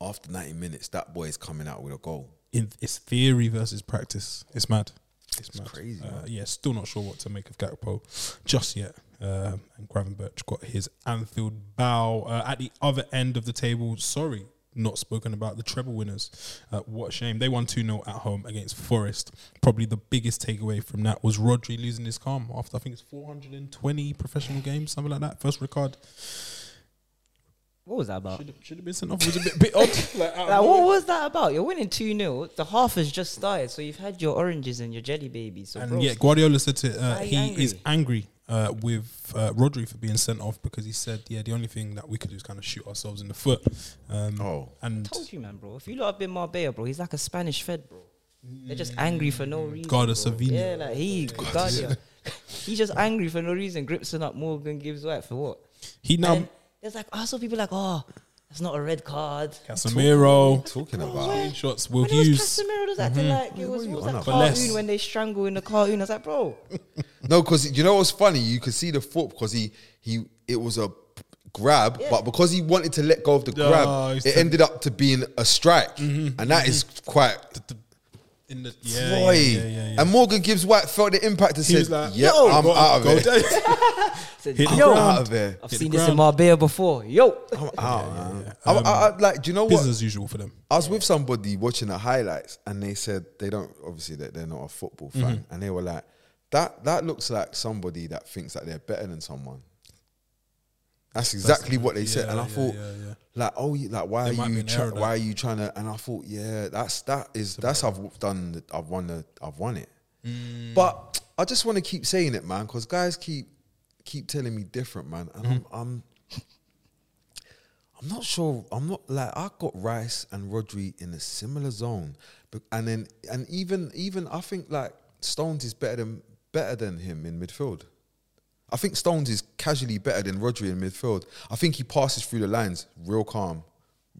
Speaker 1: after 90 minutes, that boy is coming out with a goal.
Speaker 3: In, it's theory versus practice. It's mad. It's, mad.
Speaker 1: crazy,
Speaker 3: Uh,
Speaker 1: man.
Speaker 3: yeah, still not sure what to make of Gakpo just yet. Uh, and Graven Birch got his Anfield bow uh, at the other end of the table. Sorry, not spoken about the treble winners. Uh, what a shame. They won 2 0 at home against Forest. Probably the biggest takeaway from that was Rodri losing his calm after I think it's 420 professional games, something like that. First record.
Speaker 2: What was that about?
Speaker 3: Should have, should have been sent off. It was a bit, bit odd. Like, out of
Speaker 2: Uh. Like, what
Speaker 3: nowhere.
Speaker 2: was that about? You're winning 2 0. The half has just started, so you've had your oranges and your jelly babies. So,
Speaker 3: And
Speaker 2: bro,
Speaker 3: yeah, Guardiola said to, uh,
Speaker 2: Why are you
Speaker 3: he
Speaker 2: angry?
Speaker 3: is angry uh, with uh, Rodri for being sent off because he said, yeah, the only thing that we could do is kind of shoot ourselves in the foot. Um,
Speaker 1: Oh.
Speaker 3: And
Speaker 2: told you, man, bro. If you lot have been Marbella, bro, he's like a Spanish fed, bro. They're just angry for no reason.
Speaker 3: God of
Speaker 2: bro.
Speaker 3: Savinho.
Speaker 2: Yeah, like he, Guardia. he's just angry for no reason. Gripsing up Morgan Gibbs White for what?
Speaker 3: he
Speaker 2: And
Speaker 3: now
Speaker 2: then there's like, I saw people like, oh, that's not a red card.
Speaker 3: Casemiro
Speaker 1: Talking
Speaker 2: Bro,
Speaker 1: about.
Speaker 2: where-
Speaker 3: shots will
Speaker 2: When it was
Speaker 3: use.
Speaker 2: Casemiro, was acting like it was,
Speaker 1: you
Speaker 2: what was
Speaker 1: on
Speaker 2: that
Speaker 1: about?
Speaker 3: Mm-hmm. But
Speaker 2: cartoon
Speaker 3: less.
Speaker 2: when they strangle in the cartoon. I was like, bro,
Speaker 1: No, because you know what's funny? You could see the foot because he he it was a grab,
Speaker 2: Yeah.
Speaker 1: but because he wanted to let go of the
Speaker 3: Oh,
Speaker 1: grab,
Speaker 3: he's
Speaker 1: it
Speaker 3: t-
Speaker 1: ended up to being a strike, and that is quite.
Speaker 3: In the yeah, yeah,
Speaker 1: Floyd.
Speaker 3: yeah, yeah, yeah.
Speaker 1: And Morgan Gibbs White felt the impact and
Speaker 3: He
Speaker 1: said,
Speaker 3: was like,
Speaker 1: "Yeah,
Speaker 3: "Yo,
Speaker 1: I'm
Speaker 3: go-
Speaker 1: out of
Speaker 3: go
Speaker 1: it.
Speaker 3: down."
Speaker 2: Said,
Speaker 3: Hit the
Speaker 1: I'm
Speaker 2: yo,
Speaker 3: ground.
Speaker 1: out of it.
Speaker 2: I've
Speaker 3: Hit
Speaker 2: seen
Speaker 3: the
Speaker 2: this in
Speaker 3: ground. Oh.
Speaker 2: Marbella before. Yo,
Speaker 1: I'm out. Oh, man. I- I- I- like, do you know what?
Speaker 3: Um, Business as usual for them.
Speaker 1: I was with somebody watching the highlights, and they said they don't. Obviously, that they're not a football
Speaker 3: Mm-hmm.
Speaker 1: fan, and they were like, "That that looks like somebody that thinks that they're better than someone." That's exactly what they said,
Speaker 3: yeah,
Speaker 1: and I
Speaker 3: yeah,
Speaker 1: thought,
Speaker 3: yeah, yeah.
Speaker 1: like, oh, you, like why
Speaker 3: There might
Speaker 1: are
Speaker 3: be
Speaker 1: you
Speaker 3: an
Speaker 1: try,
Speaker 3: error there.
Speaker 1: why are you trying to? And I thought, yeah, that's that is that's how I've done. the- I've won the I've won it,
Speaker 3: Mm.
Speaker 1: but I just want to keep saying it, man, because guys keep keep telling me different, man, and
Speaker 3: Mm-hmm.
Speaker 1: I'm. I'm I'm not sure. I'm not like I got Rice and Rodri in a similar zone, but, and then and even even I think like Stones is better than better than him in midfield. I think Stones is casually better than Rodri in midfield. I think he passes through the lines real calm,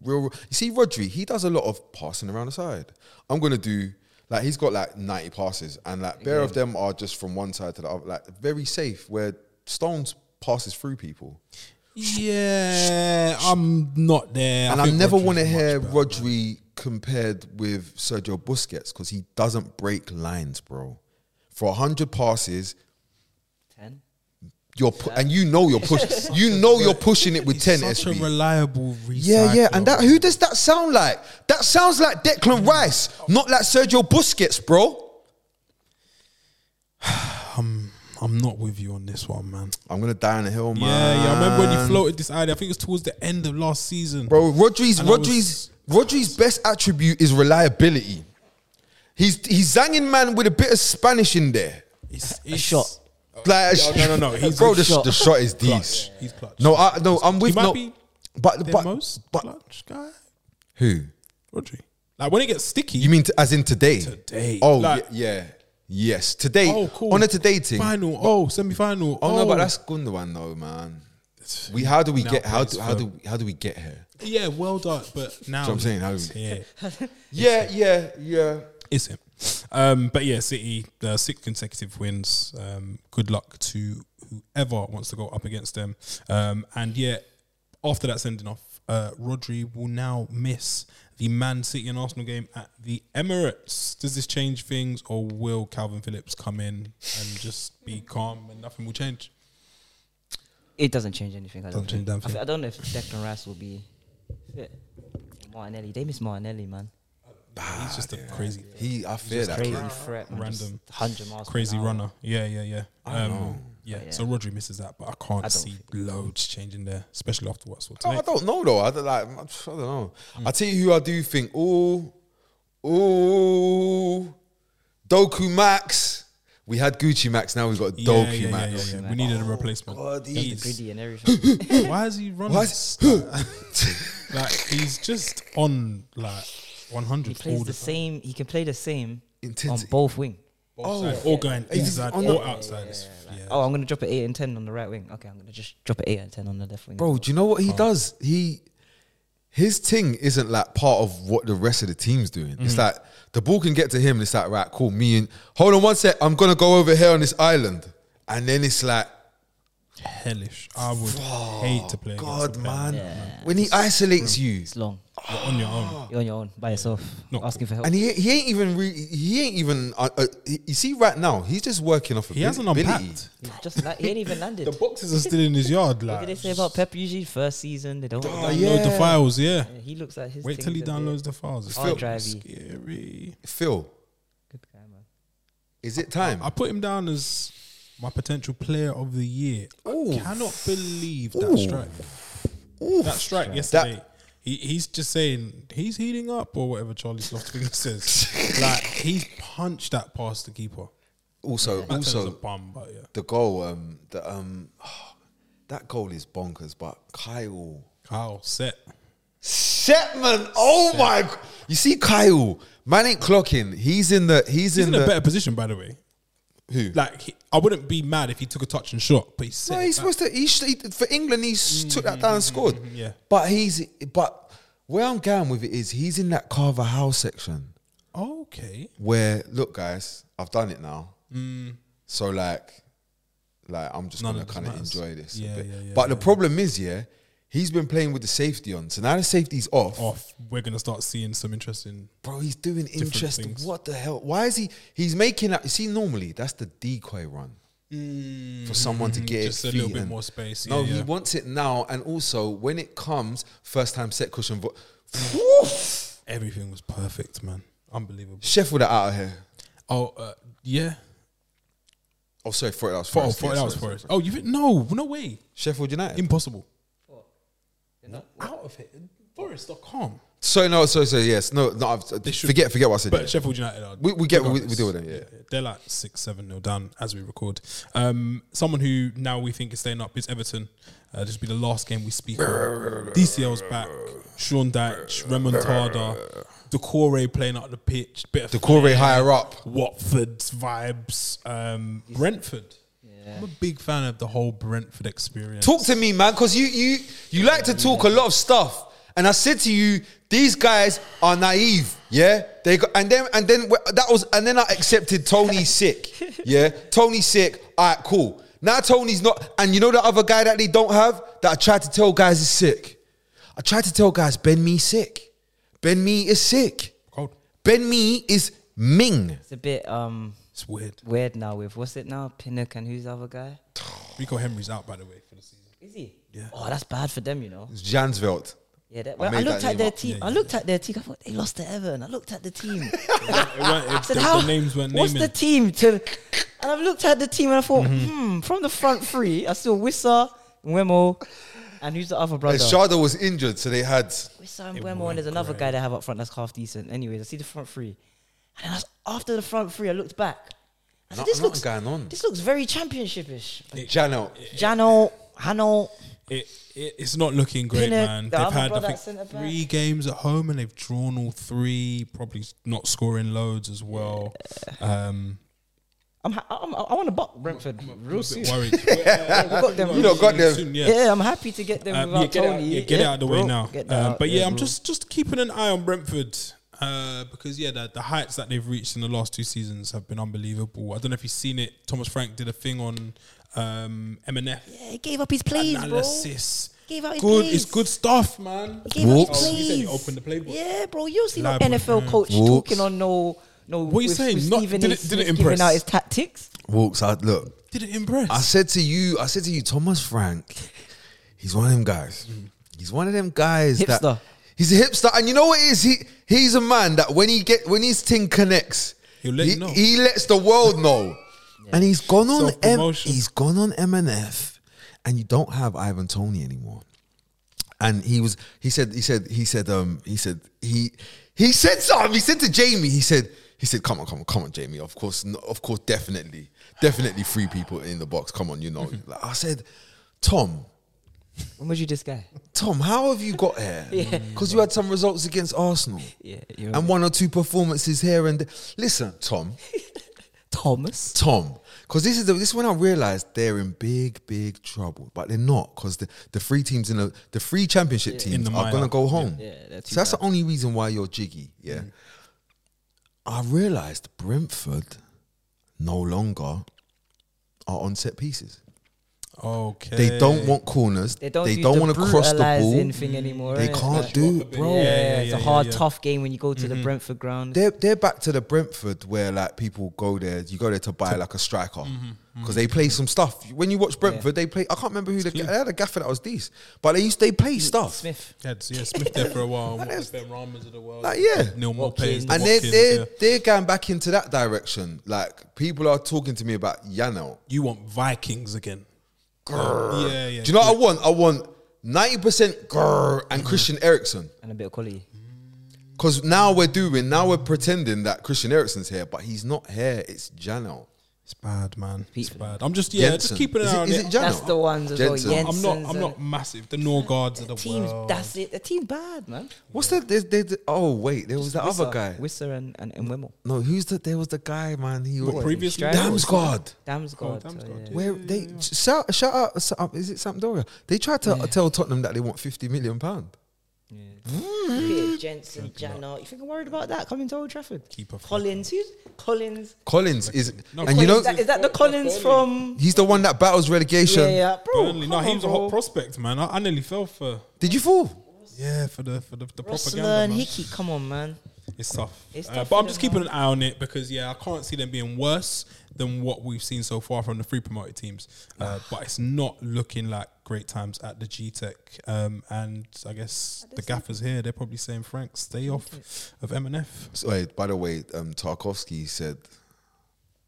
Speaker 1: real. You see Rodri, he does a lot of passing around the side. I'm gonna do like he's got like 90 passes, and like bare of them are just from one side to the other, like very safe. Where Stones passes through people.
Speaker 3: Yeah, I'm not there.
Speaker 1: and I
Speaker 3: think
Speaker 1: never
Speaker 3: Rodri's
Speaker 1: want to
Speaker 3: much
Speaker 1: hear
Speaker 3: better.
Speaker 1: Rodri compared with Sergio Busquets because he doesn't break lines, bro. For hundred passes,
Speaker 2: 10.
Speaker 1: you're pu- and you know you're pushing. you know you're pushing it with
Speaker 3: He's
Speaker 1: ten
Speaker 3: Such a
Speaker 1: SB.
Speaker 3: reliable recycler.
Speaker 1: Yeah, yeah, and that who does that sound like? That sounds like Declan Rice, not like Sergio Busquets, bro.
Speaker 3: I'm not with you on this one, man.
Speaker 1: I'm gonna die on the hill, man.
Speaker 3: Yeah, yeah. I remember when you floated this idea. I think it was towards the end of last season.
Speaker 1: bro. Rodri's
Speaker 3: And I
Speaker 1: Rodri's Rodri's best attribute is reliability. He's he's zanging man with a bit of Spanish in there.
Speaker 3: it's, it's
Speaker 2: shot.
Speaker 1: Like,
Speaker 3: no, no, no, he's
Speaker 1: bro,
Speaker 3: a
Speaker 1: the
Speaker 2: shot.
Speaker 1: shot. the shot is
Speaker 3: Clutch.
Speaker 1: these.
Speaker 3: He's clutch.
Speaker 1: No, I no, I'm with
Speaker 3: might
Speaker 1: no,
Speaker 3: be
Speaker 1: but
Speaker 3: the
Speaker 1: but
Speaker 3: most
Speaker 1: but
Speaker 3: clutch guy,
Speaker 1: who?
Speaker 3: Rodri. Like when it gets sticky,
Speaker 1: You mean t- as in today?
Speaker 3: Today.
Speaker 1: Oh
Speaker 3: Like-
Speaker 1: yeah, yeah, yes. Today.
Speaker 3: oh cool.
Speaker 1: On a today thing.
Speaker 3: Final. Oh, semi final.
Speaker 1: Oh, no, but that's Gundogan though, man. We how do we
Speaker 3: Now
Speaker 1: get how
Speaker 3: plays
Speaker 1: do how
Speaker 3: for-
Speaker 1: do how do we get here?
Speaker 3: yeah. Well done. But now
Speaker 1: what I'm saying, how-
Speaker 3: it's here.
Speaker 1: Yeah, yeah, yeah.
Speaker 3: It's him. Um, but yeah, City, uh, six consecutive wins. Um, good luck to whoever wants to go up against them. Um, and yeah, after that sending off, uh, Rodri will now miss the Man City and Arsenal game at the Emirates. Does this change things, or will Calvin Phillips come in and just be calm and nothing will change?
Speaker 2: It doesn't change anything. I don't,
Speaker 3: Doesn't
Speaker 2: think.
Speaker 3: change damn
Speaker 2: I, thi-
Speaker 3: thing.
Speaker 2: I don't know if Declan Rice will be fit. Martinelli. They miss Martinelli, man.
Speaker 3: He's just a crazy,
Speaker 1: He I fear
Speaker 2: Just
Speaker 1: that.
Speaker 2: crazy
Speaker 1: kid.
Speaker 2: threat, man.
Speaker 3: Random.
Speaker 2: Just 100 miles. per
Speaker 3: crazy
Speaker 2: hour.
Speaker 3: runner. Yeah, yeah, yeah. Um, Yeah,
Speaker 2: yeah.
Speaker 3: so Rodri misses that, but I can't
Speaker 2: I don't
Speaker 3: see loads changing there, especially after what I saw
Speaker 1: Oh, I
Speaker 3: tonight.
Speaker 1: don't know though. I don't, like, I don't know.
Speaker 3: Hmm.
Speaker 1: I tell you who I do think. Ooh, ooh, Doku Max. We had Gucci Max. Now we've got
Speaker 3: Yeah, yeah,
Speaker 1: Doku
Speaker 3: yeah,
Speaker 1: Max.
Speaker 3: yeah, Oh, yeah. We needed a replacement.
Speaker 1: God,
Speaker 3: Jeez.
Speaker 1: he's-
Speaker 2: Gritty and everything.
Speaker 3: Why is he running?
Speaker 1: Why
Speaker 3: s- like he's just on like 100
Speaker 2: he
Speaker 3: all
Speaker 2: plays the
Speaker 3: the time.
Speaker 2: same. He can play the same on
Speaker 1: Intensity.
Speaker 2: both wing.
Speaker 3: Both sides, all going
Speaker 1: He's just
Speaker 3: inside
Speaker 1: on
Speaker 3: or
Speaker 1: the-
Speaker 3: outside. It's- Yeah,
Speaker 2: Oh, I'm gonna drop an eight and ten on the right wing. Okay, I'm gonna just drop an eight and ten on the left wing.
Speaker 1: Bro, do you know what he does? He his thing isn't like part of what the rest of the team's doing. It's
Speaker 3: Mm.
Speaker 1: like the ball can get to him. And it's like right, cool. Me and hold on one sec. I'm gonna go over here on this island, and then it's like,
Speaker 3: hellish. I would hate to play. against
Speaker 1: God,
Speaker 3: the
Speaker 1: man, when he isolates you,
Speaker 2: it's long.
Speaker 3: Pen. You're on your own.
Speaker 2: You're on your own by yourself,
Speaker 3: Not
Speaker 2: asking for help.
Speaker 1: and he he ain't even re, he ain't even. Uh, uh, he- you see, right now he's just working off.
Speaker 3: He hasn't unpacked.
Speaker 2: He's just like, he ain't even landed.
Speaker 3: The boxes are still in his yard.
Speaker 2: what
Speaker 3: Like,
Speaker 2: did they say about Pep? Usually, first season they don't.
Speaker 1: Oh,
Speaker 3: download the
Speaker 1: yeah.
Speaker 3: files. Yeah,
Speaker 2: Yeah, He looks like his.
Speaker 3: wait till he
Speaker 2: things and
Speaker 3: downloads the files. It's
Speaker 2: Hard
Speaker 3: still
Speaker 2: drivey.
Speaker 3: scary.
Speaker 1: Phil,
Speaker 2: the- Good guy, man.
Speaker 1: is it time?
Speaker 3: I put him down as my potential player of the year.
Speaker 1: Ooh.
Speaker 3: I cannot believe that
Speaker 1: Ooh.
Speaker 3: strike.
Speaker 1: Oof.
Speaker 3: That strike yesterday. he, he's just saying he's heating up or whatever Charlie Slothfinger says. like he's punched that past the keeper.
Speaker 1: Also,
Speaker 3: That was a
Speaker 1: also,
Speaker 3: bum, but yeah.
Speaker 1: the goal. Um, the um, that goal is bonkers. But Kyle.
Speaker 3: Kyle set.
Speaker 1: Shetman, oh my! g- You see, Kyle, man ain't clocking. He's in the. He's,
Speaker 3: He's
Speaker 1: in,
Speaker 3: in
Speaker 1: the.
Speaker 3: a better position, by the way.
Speaker 1: who?
Speaker 3: Like he, I wouldn't be mad if he took a touch and shot, but he set.
Speaker 1: no,
Speaker 3: it
Speaker 1: he's
Speaker 3: back.
Speaker 1: supposed to. He, sh- he for England, he s
Speaker 3: Mm,
Speaker 1: took that down and scored.
Speaker 3: yeah.
Speaker 1: but he's. But where I'm going with it is, he's in that Carver House section
Speaker 3: okay.
Speaker 1: where, look, guys, I've done it now. So like, like I'm just
Speaker 3: Mm. None
Speaker 1: gonna
Speaker 3: of this
Speaker 1: kind of
Speaker 3: matters.
Speaker 1: enjoy this. a
Speaker 3: Yeah,
Speaker 1: bit.
Speaker 3: yeah, yeah,
Speaker 1: but the problem is, yeah, he's been playing with the safety on, so now the safety's
Speaker 3: Off. We're gonna start seeing some interesting.
Speaker 1: Bro, he's doing interesting.
Speaker 3: things.
Speaker 1: What the hell? Why is he? He's making that. You see, normally that's the decoy run for someone to get
Speaker 3: Mm, just
Speaker 1: his
Speaker 3: a little
Speaker 1: feet
Speaker 3: bit
Speaker 1: in.
Speaker 3: more space,
Speaker 1: Mm. No,
Speaker 3: yeah,
Speaker 1: he
Speaker 3: yeah.
Speaker 1: wants it now, and also when it comes, first time set cushion. Vo- Woof!
Speaker 3: Everything was perfect, man. Unbelievable.
Speaker 1: Sheffield are out of here.
Speaker 3: Oh uh, yeah.
Speaker 1: Oh, sorry, thought that was
Speaker 3: For, oh,
Speaker 1: Forest.
Speaker 3: for,
Speaker 1: Yeah,
Speaker 3: that was
Speaker 1: sorry,
Speaker 3: Forest.
Speaker 1: sorry.
Speaker 3: Oh, you think? No, no way.
Speaker 1: Sheffield United.
Speaker 3: Impossible.
Speaker 2: They're not-
Speaker 3: Out of it. Forest are calm.
Speaker 1: so no, so so yes, no, no. I've,
Speaker 3: They should-
Speaker 1: forget, forget what I said.
Speaker 3: But
Speaker 1: yeah.
Speaker 3: Sheffield United are.
Speaker 1: We- we get- we- we
Speaker 3: regardless.
Speaker 1: deal with them, yeah.
Speaker 3: They're like 6 7 nil down as we record. Um, someone who now we think is staying up is Everton. Uh, this will be the last game we speak of. DCL's back. Sean Dyche, Remontada, Decore playing up the pitch. Bit of
Speaker 1: Decore
Speaker 3: flair,
Speaker 1: higher up.
Speaker 3: Watford's vibes. Um, Brentford. I'm a big fan of the whole Brentford experience.
Speaker 1: Talk to me, man, because you you you like to talk a lot of stuff, and I said to you, these guys are naive, yeah. They go, and then and then wh- that was and then I accepted Tony's sick, yeah. Tony's sick. All right, cool. Now Tony's not, and you know the other guy that they don't have that I tried to tell guys is sick. I tried to tell guys Ben Me sick. Ben Me is sick.
Speaker 3: Cold.
Speaker 1: Ben Me is Ming.
Speaker 2: It's a bit um
Speaker 3: It's weird.
Speaker 2: weird now with what's it now? Pinnock and who's the other guy?
Speaker 3: Rico Henry's out, by the way, for the season.
Speaker 2: Is he?
Speaker 3: Yeah.
Speaker 2: Oh, that's bad for them, you know.
Speaker 1: It's Jansveld.
Speaker 2: Yeah, that, well,
Speaker 1: made
Speaker 2: I looked
Speaker 1: that
Speaker 2: at
Speaker 1: name
Speaker 2: their
Speaker 1: up.
Speaker 2: team.
Speaker 3: Yeah,
Speaker 2: I looked at their team. I thought they lost to Everton. I looked at the team.
Speaker 3: It weren't- it-
Speaker 2: said,
Speaker 3: the,
Speaker 2: how,
Speaker 3: the names weren't
Speaker 2: what's
Speaker 3: naming.
Speaker 2: the
Speaker 3: Mm-hmm.
Speaker 2: team to? And I've looked at the team and I thought, hmm, from the front three, I saw Wissa, Wemo, and who's the other brother?
Speaker 1: And Sharda was injured, so they had.
Speaker 2: Wissa and
Speaker 3: It
Speaker 2: Wemo, and there's
Speaker 3: weren't
Speaker 2: another
Speaker 3: great.
Speaker 2: guy they have up front that's half decent. Anyways, I see the front three, and then I was, after the front three, I looked back. I said,
Speaker 1: Not-
Speaker 2: this
Speaker 1: not
Speaker 2: looks
Speaker 1: going on.
Speaker 2: This looks very championshipish.
Speaker 1: Jano.
Speaker 2: Jano, Hano,
Speaker 3: It, it it's not looking great,
Speaker 2: Pinnock,
Speaker 3: man.
Speaker 2: the
Speaker 3: They've
Speaker 2: other
Speaker 3: had
Speaker 2: brother
Speaker 3: I
Speaker 2: at centre
Speaker 3: think
Speaker 2: back.
Speaker 3: three games at home and they've drawn all three. Probably not scoring loads as well. Um,
Speaker 2: I'm, ha- I'm, I want to buck Brentford real
Speaker 3: a
Speaker 2: soon.
Speaker 3: bit worried. Yeah,
Speaker 2: we got them.
Speaker 1: You know, got them.
Speaker 3: soon,
Speaker 2: Yeah.
Speaker 3: yeah.
Speaker 2: I'm happy to get them
Speaker 3: Um,
Speaker 2: without
Speaker 3: yeah, get, it out,
Speaker 2: Tony.
Speaker 3: yeah, get it out of the way
Speaker 2: bro,
Speaker 3: now.
Speaker 2: get that
Speaker 3: Um,
Speaker 2: out,
Speaker 3: but yeah, I'm
Speaker 2: bro.
Speaker 3: just just keeping an eye on Brentford uh, because yeah, the, the heights that they've reached in the last two seasons have been unbelievable. I don't know if you've seen it. Thomas Frank did a thing on um, MNF
Speaker 4: Yeah, he gave up his plays, bro.
Speaker 3: analysis.
Speaker 4: Gave out his
Speaker 3: Good,
Speaker 4: plays.
Speaker 3: it's good stuff, man.
Speaker 4: He gave up
Speaker 1: Walks.
Speaker 4: his
Speaker 3: Oh, you said you
Speaker 4: plays.
Speaker 3: opened the playbook.
Speaker 4: Yeah, bro. You don't see no
Speaker 3: Liable,
Speaker 4: NFL
Speaker 3: yeah.
Speaker 4: coach
Speaker 1: Walks.
Speaker 4: talking on no. No,
Speaker 3: What are you
Speaker 4: with-
Speaker 3: saying?
Speaker 4: with
Speaker 3: Not-
Speaker 4: Stephen
Speaker 3: did
Speaker 4: A.
Speaker 3: it- did
Speaker 4: Smith
Speaker 3: it impress?
Speaker 4: Giving out his tactics.
Speaker 1: Walks out. Look,
Speaker 3: Did it impress?
Speaker 1: I said to you, I said to you, Thomas Frank, he's one of them guys. He's one of them guys
Speaker 2: Hipster.
Speaker 1: that he's a hipster, and you know what it is? He he's a man that when he get when his thing connects,
Speaker 3: He'll let
Speaker 1: he,
Speaker 3: you know.
Speaker 1: he lets the world know. And he's gone on M-
Speaker 3: Self-promotion.
Speaker 1: he's gone on MNF and you don't have Ivan Tony anymore. And he was he said he said he said um he said he he said something he said to Jamie he said he said come on come on come on Jamie of course no, of course definitely definitely three people in the box come on you know Like, I said Tom
Speaker 2: When was you this guy?
Speaker 1: Tom how have you got here because you had some results against Arsenal
Speaker 2: Yeah, you're
Speaker 1: and one or two performances here and there. listen Tom
Speaker 2: Thomas.
Speaker 1: Tom. Because this is the, this is when I realized they're in big, big trouble. But they're not because the, the three teams in the the three championship
Speaker 3: In
Speaker 1: teams
Speaker 3: the
Speaker 1: are
Speaker 3: mire.
Speaker 1: gonna go home.
Speaker 2: Yeah, they're too Mm.
Speaker 1: so that's the only reason why you're jiggy. Yeah. I realized Brentford no longer are on set pieces.
Speaker 3: Okay.
Speaker 1: They don't want corners.
Speaker 2: They don't.
Speaker 1: they
Speaker 2: do
Speaker 1: don't
Speaker 2: the
Speaker 1: want to cross the ball.
Speaker 2: brutalising
Speaker 3: Mm.
Speaker 2: thing anymore.
Speaker 1: They
Speaker 2: innit?
Speaker 1: can't
Speaker 2: Like,
Speaker 1: do
Speaker 3: bit.
Speaker 1: bro.
Speaker 2: Yeah,
Speaker 3: Yeah, yeah,
Speaker 2: it's a
Speaker 3: yeah,
Speaker 2: hard,
Speaker 3: yeah. Mm-hmm.
Speaker 2: tough game when you go to the Brentford ground.
Speaker 1: They're they're back to the Brentford where like people go there. You go there to buy like a striker because
Speaker 3: Mm-hmm,
Speaker 1: they play some stuff. When you watch Brentford, they play. I can't remember who they, they had a gaffer that was these, but they used they play stuff.
Speaker 2: Smith.
Speaker 3: Yeah, so yeah, Smith there for a while. What was them Ramas of the world?
Speaker 1: Like, yeah.
Speaker 3: Neil
Speaker 2: Watkins.
Speaker 3: Mope's
Speaker 1: And they're they're they're going back into that direction. Like people are talking to me about Yano.
Speaker 3: You want Vikings again? Yeah, yeah.
Speaker 1: Do you know what I want? I want ninety percent grrr
Speaker 3: Mm-hmm.
Speaker 1: and Christian Eriksen.
Speaker 2: And a bit of quality.
Speaker 1: Because now we're doing, now we're pretending that Christian Eriksen's here, but he's not here. It's Jano.
Speaker 3: It's bad, man. It's
Speaker 2: Peter.
Speaker 3: bad. I'm just yeah,
Speaker 1: Jensen.
Speaker 3: just keeping an
Speaker 1: Is it-
Speaker 3: eye on
Speaker 1: is
Speaker 3: it.
Speaker 1: it Jano?
Speaker 2: That's the ones as well,
Speaker 1: Jensen.
Speaker 2: Jen-
Speaker 3: I'm not. I'm
Speaker 2: Jensen's
Speaker 3: not massive. The Norguards of the
Speaker 2: Teams.
Speaker 3: world.
Speaker 2: That's it. The team's bad, man.
Speaker 1: What's the? There's, there's, oh wait, there was the other
Speaker 2: Wisser-
Speaker 1: guy.
Speaker 2: Wisser and and, and Wimble.
Speaker 1: No, who's the? There was the guy, man. He
Speaker 3: What,
Speaker 1: was
Speaker 3: previously?
Speaker 2: Strike?
Speaker 1: Damsgaard.
Speaker 2: Damn's God.
Speaker 3: Oh, Dam's
Speaker 2: so,
Speaker 3: God,
Speaker 2: yeah.
Speaker 3: yeah.
Speaker 1: Where they shout shout out, shout out is it Sampdoria? They tried to tell Tottenham that they want fifty million pound.
Speaker 2: Look at Jensen, Jana. You think I'm worried about that coming to Old Trafford?
Speaker 3: Keep up.
Speaker 2: Collins. Who's Collins?
Speaker 1: Collins is,
Speaker 3: No,
Speaker 1: and you
Speaker 2: Collins,
Speaker 1: know
Speaker 2: is that, is that the Collins from?
Speaker 1: he's the one that battles relegation.
Speaker 2: Yeah, yeah, bro.
Speaker 3: Burnley. No,
Speaker 2: come
Speaker 3: he
Speaker 2: on,
Speaker 3: was a hot
Speaker 2: bro.
Speaker 3: prospect, man. I, I nearly fell for.
Speaker 1: Did you fall?
Speaker 3: Yeah, for the for the, the
Speaker 2: Russell
Speaker 3: propaganda.
Speaker 2: and
Speaker 3: Man.
Speaker 2: Hickey, come on, man.
Speaker 3: It's tough.
Speaker 2: It's
Speaker 3: Uh,
Speaker 2: tough
Speaker 3: but
Speaker 2: for
Speaker 3: I'm just
Speaker 2: them,
Speaker 3: keeping an eye on it because yeah, I can't see them being worse than what we've seen so far from the three promoted teams.
Speaker 2: Ah.
Speaker 3: Uh, but it's not looking like great times at the G Tech. Um, and I guess the gaffers here, they're probably saying, Frank, stay off of M and F.
Speaker 1: So, wait, by the way, um, Tarkovsky said,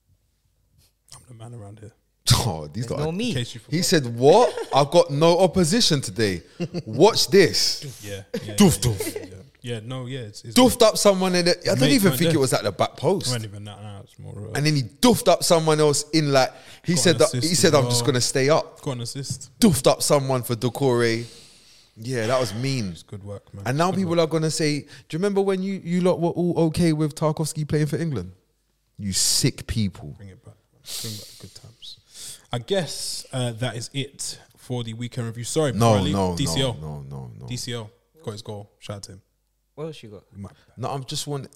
Speaker 3: I'm the man around here.
Speaker 1: "Oh, these
Speaker 2: There's
Speaker 1: guys."
Speaker 2: no
Speaker 3: In
Speaker 2: me.
Speaker 3: case you forgot.
Speaker 1: He said, "What? I've got no opposition today. Watch this."
Speaker 3: Yeah. yeah,
Speaker 1: Doof,
Speaker 3: yeah,
Speaker 1: doof.
Speaker 3: yeah, yeah. Yeah, no, yeah, it's, it's
Speaker 1: Doofed up someone in it. I don't
Speaker 3: Mate,
Speaker 1: even
Speaker 3: man,
Speaker 1: think
Speaker 3: yeah.
Speaker 1: it was at the back
Speaker 3: It
Speaker 1: post.
Speaker 3: wasn't even that. Now it's more. Uh,
Speaker 1: And then he doofed up someone else in like he
Speaker 3: Got an
Speaker 1: said that
Speaker 3: assist
Speaker 1: he
Speaker 3: as
Speaker 1: said I'm
Speaker 3: well.
Speaker 1: just gonna stay up.
Speaker 3: got an assist.
Speaker 1: Doofed up someone for Decore. Yeah, that was mean.
Speaker 3: It's good work, man.
Speaker 1: And now people are gonna say, Do you remember when you, you lot were all okay with Tarkovsky playing for England? You sick people.
Speaker 3: Bring it back. Bring back the good times. I guess uh, that is it for the weekend review. Sorry,
Speaker 1: No,
Speaker 3: Pirelli.
Speaker 1: no,
Speaker 3: DCL.
Speaker 1: no, no, no, no.
Speaker 3: DCL got his goal. Shout out to him.
Speaker 2: What else you got?
Speaker 3: We might-
Speaker 1: No, I'm just one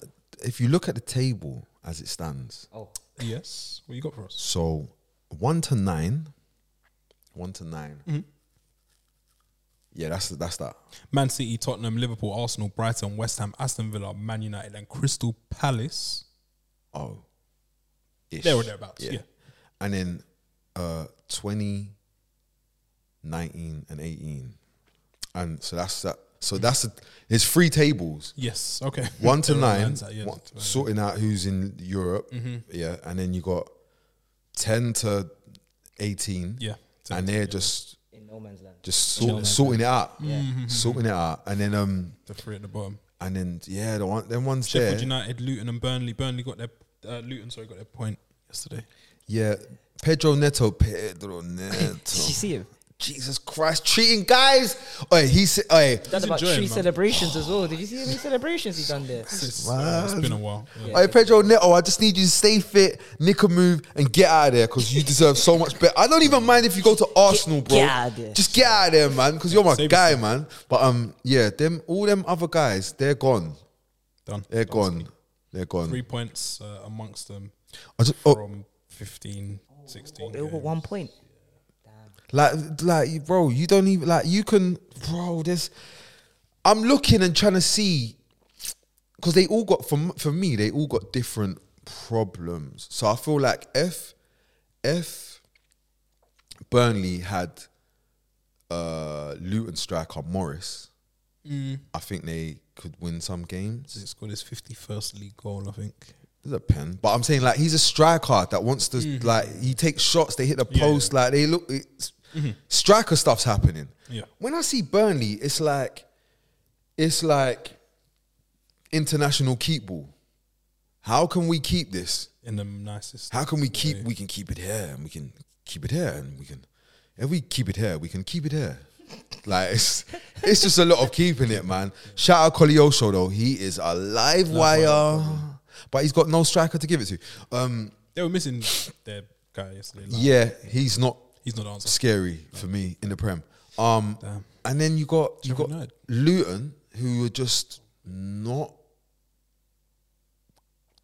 Speaker 1: if you look at the table as it stands,
Speaker 2: Oh,
Speaker 3: Yes. What you got for us?
Speaker 1: so one to nine. One to 9
Speaker 3: Mm-hmm.
Speaker 1: Yeah, that's that's that.
Speaker 3: Man City, Tottenham, Liverpool, Arsenal, Brighton, West Ham, Aston Villa, Man United, and Crystal Palace.
Speaker 1: Oh. Ish.
Speaker 3: There or thereabouts. Yeah.
Speaker 1: And then uh 20, 19, and 18. And so that's that.
Speaker 3: Hmm.
Speaker 1: So that's a, it's three tables.
Speaker 3: Yes. Okay.
Speaker 1: One to
Speaker 3: There are
Speaker 1: nine,
Speaker 3: lines out, Hmm. yeah. Mm-hmm.
Speaker 1: one- sorting out who's in Europe. Yeah. And then you got 10 to 18.
Speaker 3: Yeah.
Speaker 1: And they're just
Speaker 2: in no man's land.
Speaker 1: just sort, sorting it out.
Speaker 3: Mm-hmm.
Speaker 1: Sorting it out. And then um
Speaker 3: The three at the bottom.
Speaker 1: and then yeah, the one then one's
Speaker 3: Sheffield
Speaker 1: there.
Speaker 3: United, Luton, and Burnley. Burnley got their uh, Luton. Sorry, got their point yesterday.
Speaker 1: Yeah. Pedro Neto, Pedro
Speaker 2: Did you
Speaker 1: Neto.
Speaker 2: see him?
Speaker 1: Jesus Christ, treating guys. Oi, he said, oi,
Speaker 2: Done about
Speaker 3: enjoying,
Speaker 2: three
Speaker 3: man.
Speaker 2: celebrations as well. Did you see how many celebrations he done there?
Speaker 3: It's, uh, it's been a while. Yeah.
Speaker 1: oi, Pedro Neto, I just need you to stay fit, nick a move, and get out of there because you deserve so much better. I don't even mind if you go to Arsenal, bro.
Speaker 2: get out of there.
Speaker 1: Just get out of there, man, because you're my
Speaker 3: Save
Speaker 1: guy, man. But um, yeah, them all them other guys, they're gone.
Speaker 3: Done.
Speaker 1: They're gone. They're gone.
Speaker 3: Three points uh, amongst them
Speaker 1: I just, oh,
Speaker 3: from 15, 16.
Speaker 2: They all got
Speaker 3: games.
Speaker 2: one point.
Speaker 1: like, like, bro, you don't even like. You can, bro. This, I'm looking and trying to see because they all got for m- for me they all got different problems. So I feel like if if Burnley had uh, Luton striker Morris,
Speaker 3: Mm.
Speaker 1: I think they could win some games.
Speaker 3: He scored his 51st league goal, I think.
Speaker 1: There's a pen, but I'm saying like he's a striker that wants to like he takes shots. They hit the
Speaker 3: Mm-hmm. Yeah, Mm-hmm.
Speaker 1: post. Like they look it's, striker stuff's happening.
Speaker 3: Yeah.
Speaker 1: When I see Burnley, it's like it's like international keep ball. How can we keep this?
Speaker 3: in the nicest.
Speaker 1: How can we keep? We can keep it here, and we can keep it here, and we can. If we keep it here, we can keep it here. Like it's, it's just a lot of keeping it, man. Shout out Colioso though, he is a live wire, but he's got no striker to give it to. Um,
Speaker 3: They were missing their guy yesterday. Like,
Speaker 1: yeah, he's not
Speaker 3: he's not the answer.
Speaker 1: scary for me in the prem. Um,
Speaker 3: Damn.
Speaker 1: and then you got you
Speaker 3: Trevor
Speaker 1: got
Speaker 3: Knight.
Speaker 1: Luton, who were just not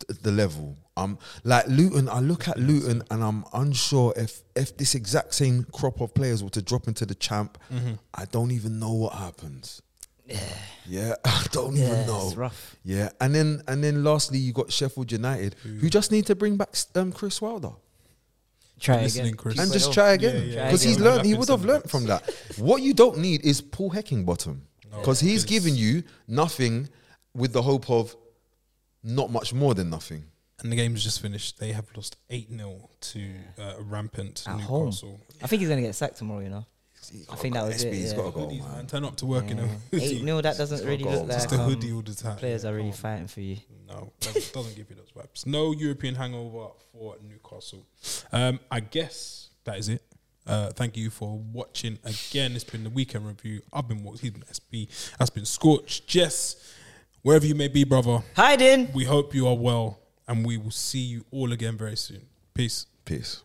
Speaker 1: th- the level. Um, like Luton, I look at Luton and I'm unsure if if this exact same crop of players were to drop into the champ,
Speaker 3: Mm-hmm.
Speaker 1: I don't even know what happens. Yeah, I don't even know.
Speaker 2: it's rough.
Speaker 1: Yeah, and then and then lastly, you got Sheffield United, who just need to bring back um, Chris Wilder
Speaker 2: Try
Speaker 3: Listening,
Speaker 2: again.
Speaker 3: Chris.
Speaker 2: Keep
Speaker 1: and
Speaker 2: it
Speaker 1: just
Speaker 2: up.
Speaker 1: try again
Speaker 3: oh, Yeah, yeah.
Speaker 1: because
Speaker 2: Try
Speaker 1: he's
Speaker 2: again.
Speaker 1: learned. He would have
Speaker 3: Overlapping
Speaker 1: learned from that. What you don't need is Paul Heckingbottom
Speaker 3: Oh,
Speaker 1: because he's giving you nothing with the hope of not much more than nothing.
Speaker 3: And the game's just finished. They have lost 8 0 to uh, rampant
Speaker 2: At home.
Speaker 3: Newcastle.
Speaker 2: I think he's gonna get sacked tomorrow. You know. I think that was it.
Speaker 1: SB's
Speaker 2: Yeah.
Speaker 1: got to go,
Speaker 3: Hoodies, man.
Speaker 1: man.
Speaker 3: Turn up to work in a hoodie.
Speaker 2: Eight 0 That doesn't really
Speaker 1: goals.
Speaker 2: look
Speaker 1: Just
Speaker 2: like
Speaker 3: Just a
Speaker 2: um,
Speaker 3: hoodie all the time.
Speaker 2: players are really
Speaker 3: Oh,
Speaker 2: fighting for you.
Speaker 3: No, doesn't, doesn't give you those vibes. No European hangover for Newcastle. Um, I guess that is it. Uh, thank you for watching again. It's been the weekend review. I've been walked. He's been SB. That's been Scorch. Jess, wherever you may be, brother,
Speaker 2: Hiding.
Speaker 3: we hope you are well, and we will see you all again very soon. Peace.
Speaker 1: Peace.